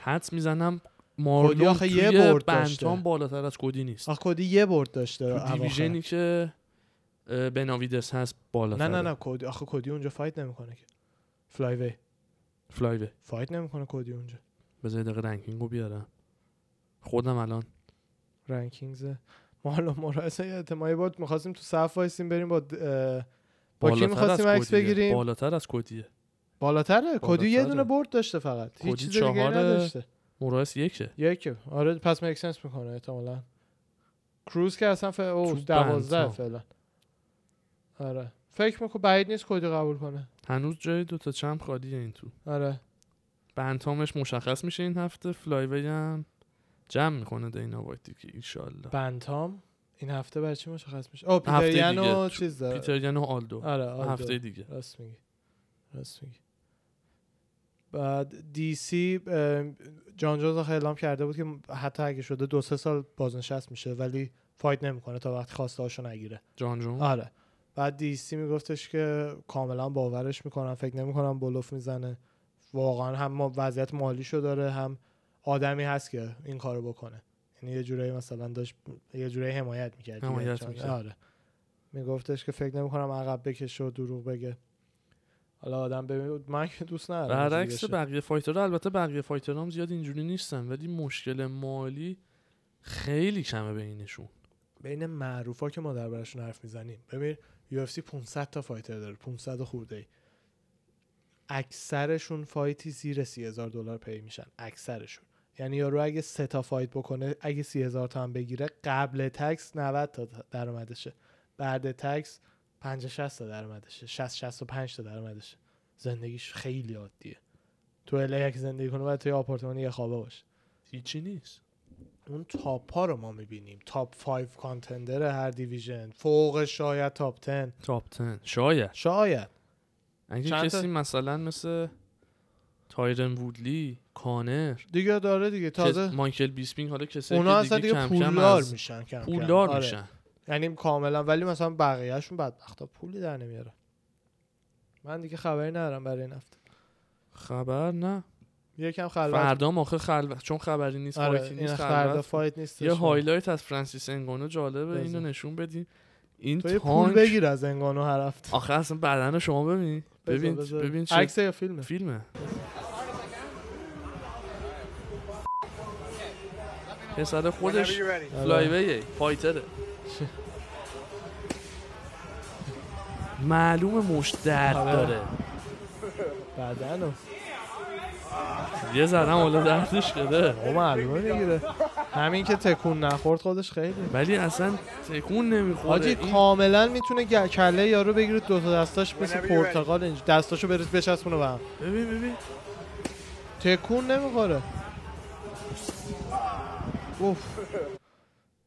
S2: حدس میزنم
S1: کودی
S2: مارلون
S1: آخه
S2: توی
S1: یه برد داشته.
S2: بنتام بالاتر از کودی نیست
S1: آخ کودی یه برد داشته
S2: تو
S1: اواخر.
S2: دیویژنی که اه، بناویدس هست بالاتر
S1: نه نه نه کودی آخه کودی اونجا فایت نمیکنه که فلای وی
S2: فلایوه
S1: فایت نمیکنه کودی اونجا
S2: بذار یه دقیقه رنکینگ رو بیارم خودم الان
S1: رنکینگز ما حالا مراسم یادت ما یه بار میخواستیم تو صف وایسیم بریم با د- اه، با کی
S2: بالاتر
S1: میخواستیم
S2: از
S1: عکس
S2: کدیه.
S1: بگیریم
S2: بالاتر از کدیه
S1: بالاتره کدی یه
S2: بالاتره.
S1: دونه برد داشته فقط
S2: کدی
S1: هیچ چیز دیگه
S2: چهاره.
S1: نداشته
S2: مورایس یکه
S1: یکی آره پس مکسنس میکنه احتمالاً کروز که اصلا ف... او
S2: تو
S1: دوازده
S2: بنتام.
S1: فعلا آره فکر میکنم بعید نیست کدی قبول کنه
S2: هنوز جای دوتا چمپ خالیه این تو
S1: آره
S2: بنتامش مشخص میشه این هفته فلایوی هم جمع میکنه دینا وایت دیگه ایشالله
S1: بنتام این هفته برای چی مشخص میشه او
S2: هفته
S1: پیتر ین
S2: دیگه.
S1: و
S2: تو-
S1: چیز داره
S2: پیتر یان و آلدو
S1: آره بله. آلدو.
S2: هفته دیگه
S1: راست میگی راست میگی بعد دی سی جان جونز آخه اعلام کرده بود که حتی اگه شده دو سه سال بازنشست میشه ولی فایت نمیکنه تا وقتی خواسته هاشو نگیره
S2: جان جون
S1: آره بعد دی سی میگفتش که کاملا باورش میکنم فکر نمیکنم بلوف میزنه واقعا هم ما- وضعیت مالیشو داره هم آدمی هست که این کارو بکنه یعنی یه جورایی مثلا داشت یه جورایی حمایت میکرد
S2: حمایت می‌کرد.
S1: آره میگفتش که فکر نمیکنم عقب بکشه و دروغ بگه حالا آدم ببین من که دوست ندارم
S2: برعکس
S1: اینجوری بشه.
S2: بقیه فایترها البته بقیه فایترها هم زیاد اینجوری نیستن ولی مشکل مالی خیلی کمه بینشون
S1: بین معروفا که ما دربارشون حرف میزنیم ببین یو 500 تا فایتر داره 500 و خورده ای اکثرشون فایتی زیر 30000 دلار پی میشن اکثرشون یعنی یارو اگه سه تا فایت بکنه اگه 30000 تا هم بگیره قبل تکس 90 تا درآمدشه بعد تکس 50 60 تا درآمدشه 60 65 تا درآمدشه زندگیش خیلی عادیه تو الی یک زندگی کنه باید توی آپارتمان یه خوابه باشه
S2: هیچی نیست
S1: اون تاپ ها رو ما میبینیم تاپ 5 کانتندر هر دیویژن فوق شاید تاپ 10
S2: تاپ 10 شاید
S1: شاید
S2: اگه
S1: چند تا-
S2: کسی مثلا مثل تایرن وودلی کانر
S1: دیگه داره دیگه
S2: تازه
S1: تازه
S2: مایکل بیسپینگ حالا کسی
S1: اونا
S2: که
S1: اصلا
S2: دیگه,
S1: دیگه
S2: کم کم
S1: پولدار
S2: از
S1: میشن کم کم.
S2: پولدار
S1: آره.
S2: میشن
S1: یعنی کاملا ولی مثلا بقیهشون بدبختا پولی در نمیاره من دیگه خبری ندارم برای این هفته
S2: خبر نه
S1: یکم خلوت
S2: فردا آخه خلوت چون خبری نیست
S1: آره
S2: فایتی
S1: این
S2: نیست
S1: فردا
S2: خلوت
S1: فایت نیست
S2: یه هایلایت از فرانسیس انگانو جالبه اینو
S1: بزن.
S2: نشون بدیم این
S1: تو یه پول
S2: تانک
S1: بگیر از انگانو هر هفته
S2: آخه اصلا بدن شما ببین
S1: بذار،
S2: ببین
S1: بذار.
S2: ببین چه
S1: عکس یا فیلمه
S2: فیلمه پسر خودش
S1: آره.
S2: فلایویه فایتره معلوم مش درد
S1: آره.
S2: داره
S1: بدنو
S2: یه زدم حالا دردش شده
S1: او معلومه میگیره همین که تکون نخورد خودش خیلی
S2: ولی اصلا تکون نمیخوره
S1: حاجی
S2: آره، این
S1: کاملا میتونه گ- کله یارو بگیره دو تا دستاش مثل پرتقال اینجا دستاشو بریز بچسبونه به هم
S2: ببین ببین
S1: تکون نمیخوره اوف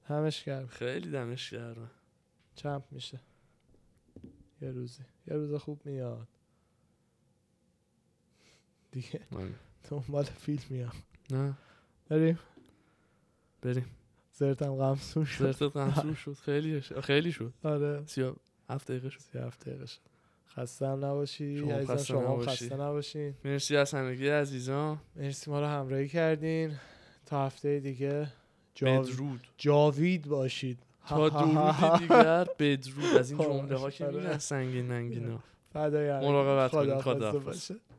S1: همش کرد
S2: خیلی دمش گرمه
S1: چمپ میشه یه روزی یه روز خوب میاد دیگه دنبال فیلم میام
S2: نه
S1: بریم
S2: بریم
S1: زرتم غمسون شد
S2: زرتت قمسور شد خیلی خیلی شد
S1: آره
S2: سیا هفت دقیقه شد
S1: یه هفته دقیقه شد خسته هم نباشی
S2: شما هم
S1: عزیزان،
S2: خسته
S1: شما هم
S2: نباشی.
S1: خسته نباشین
S2: مرسی از همگی عزیزان
S1: مرسی ما رو همراهی کردین تا هفته دیگه جاو...
S2: بدرود
S1: جاوید باشید
S2: تا درود دیگر بدرود از این
S1: آره.
S2: جمله ها که میگن سنگین ننگینا
S1: فدای همه.
S2: مراقبت کنید.
S1: خداحافظ
S2: خداحافظ.
S1: باشه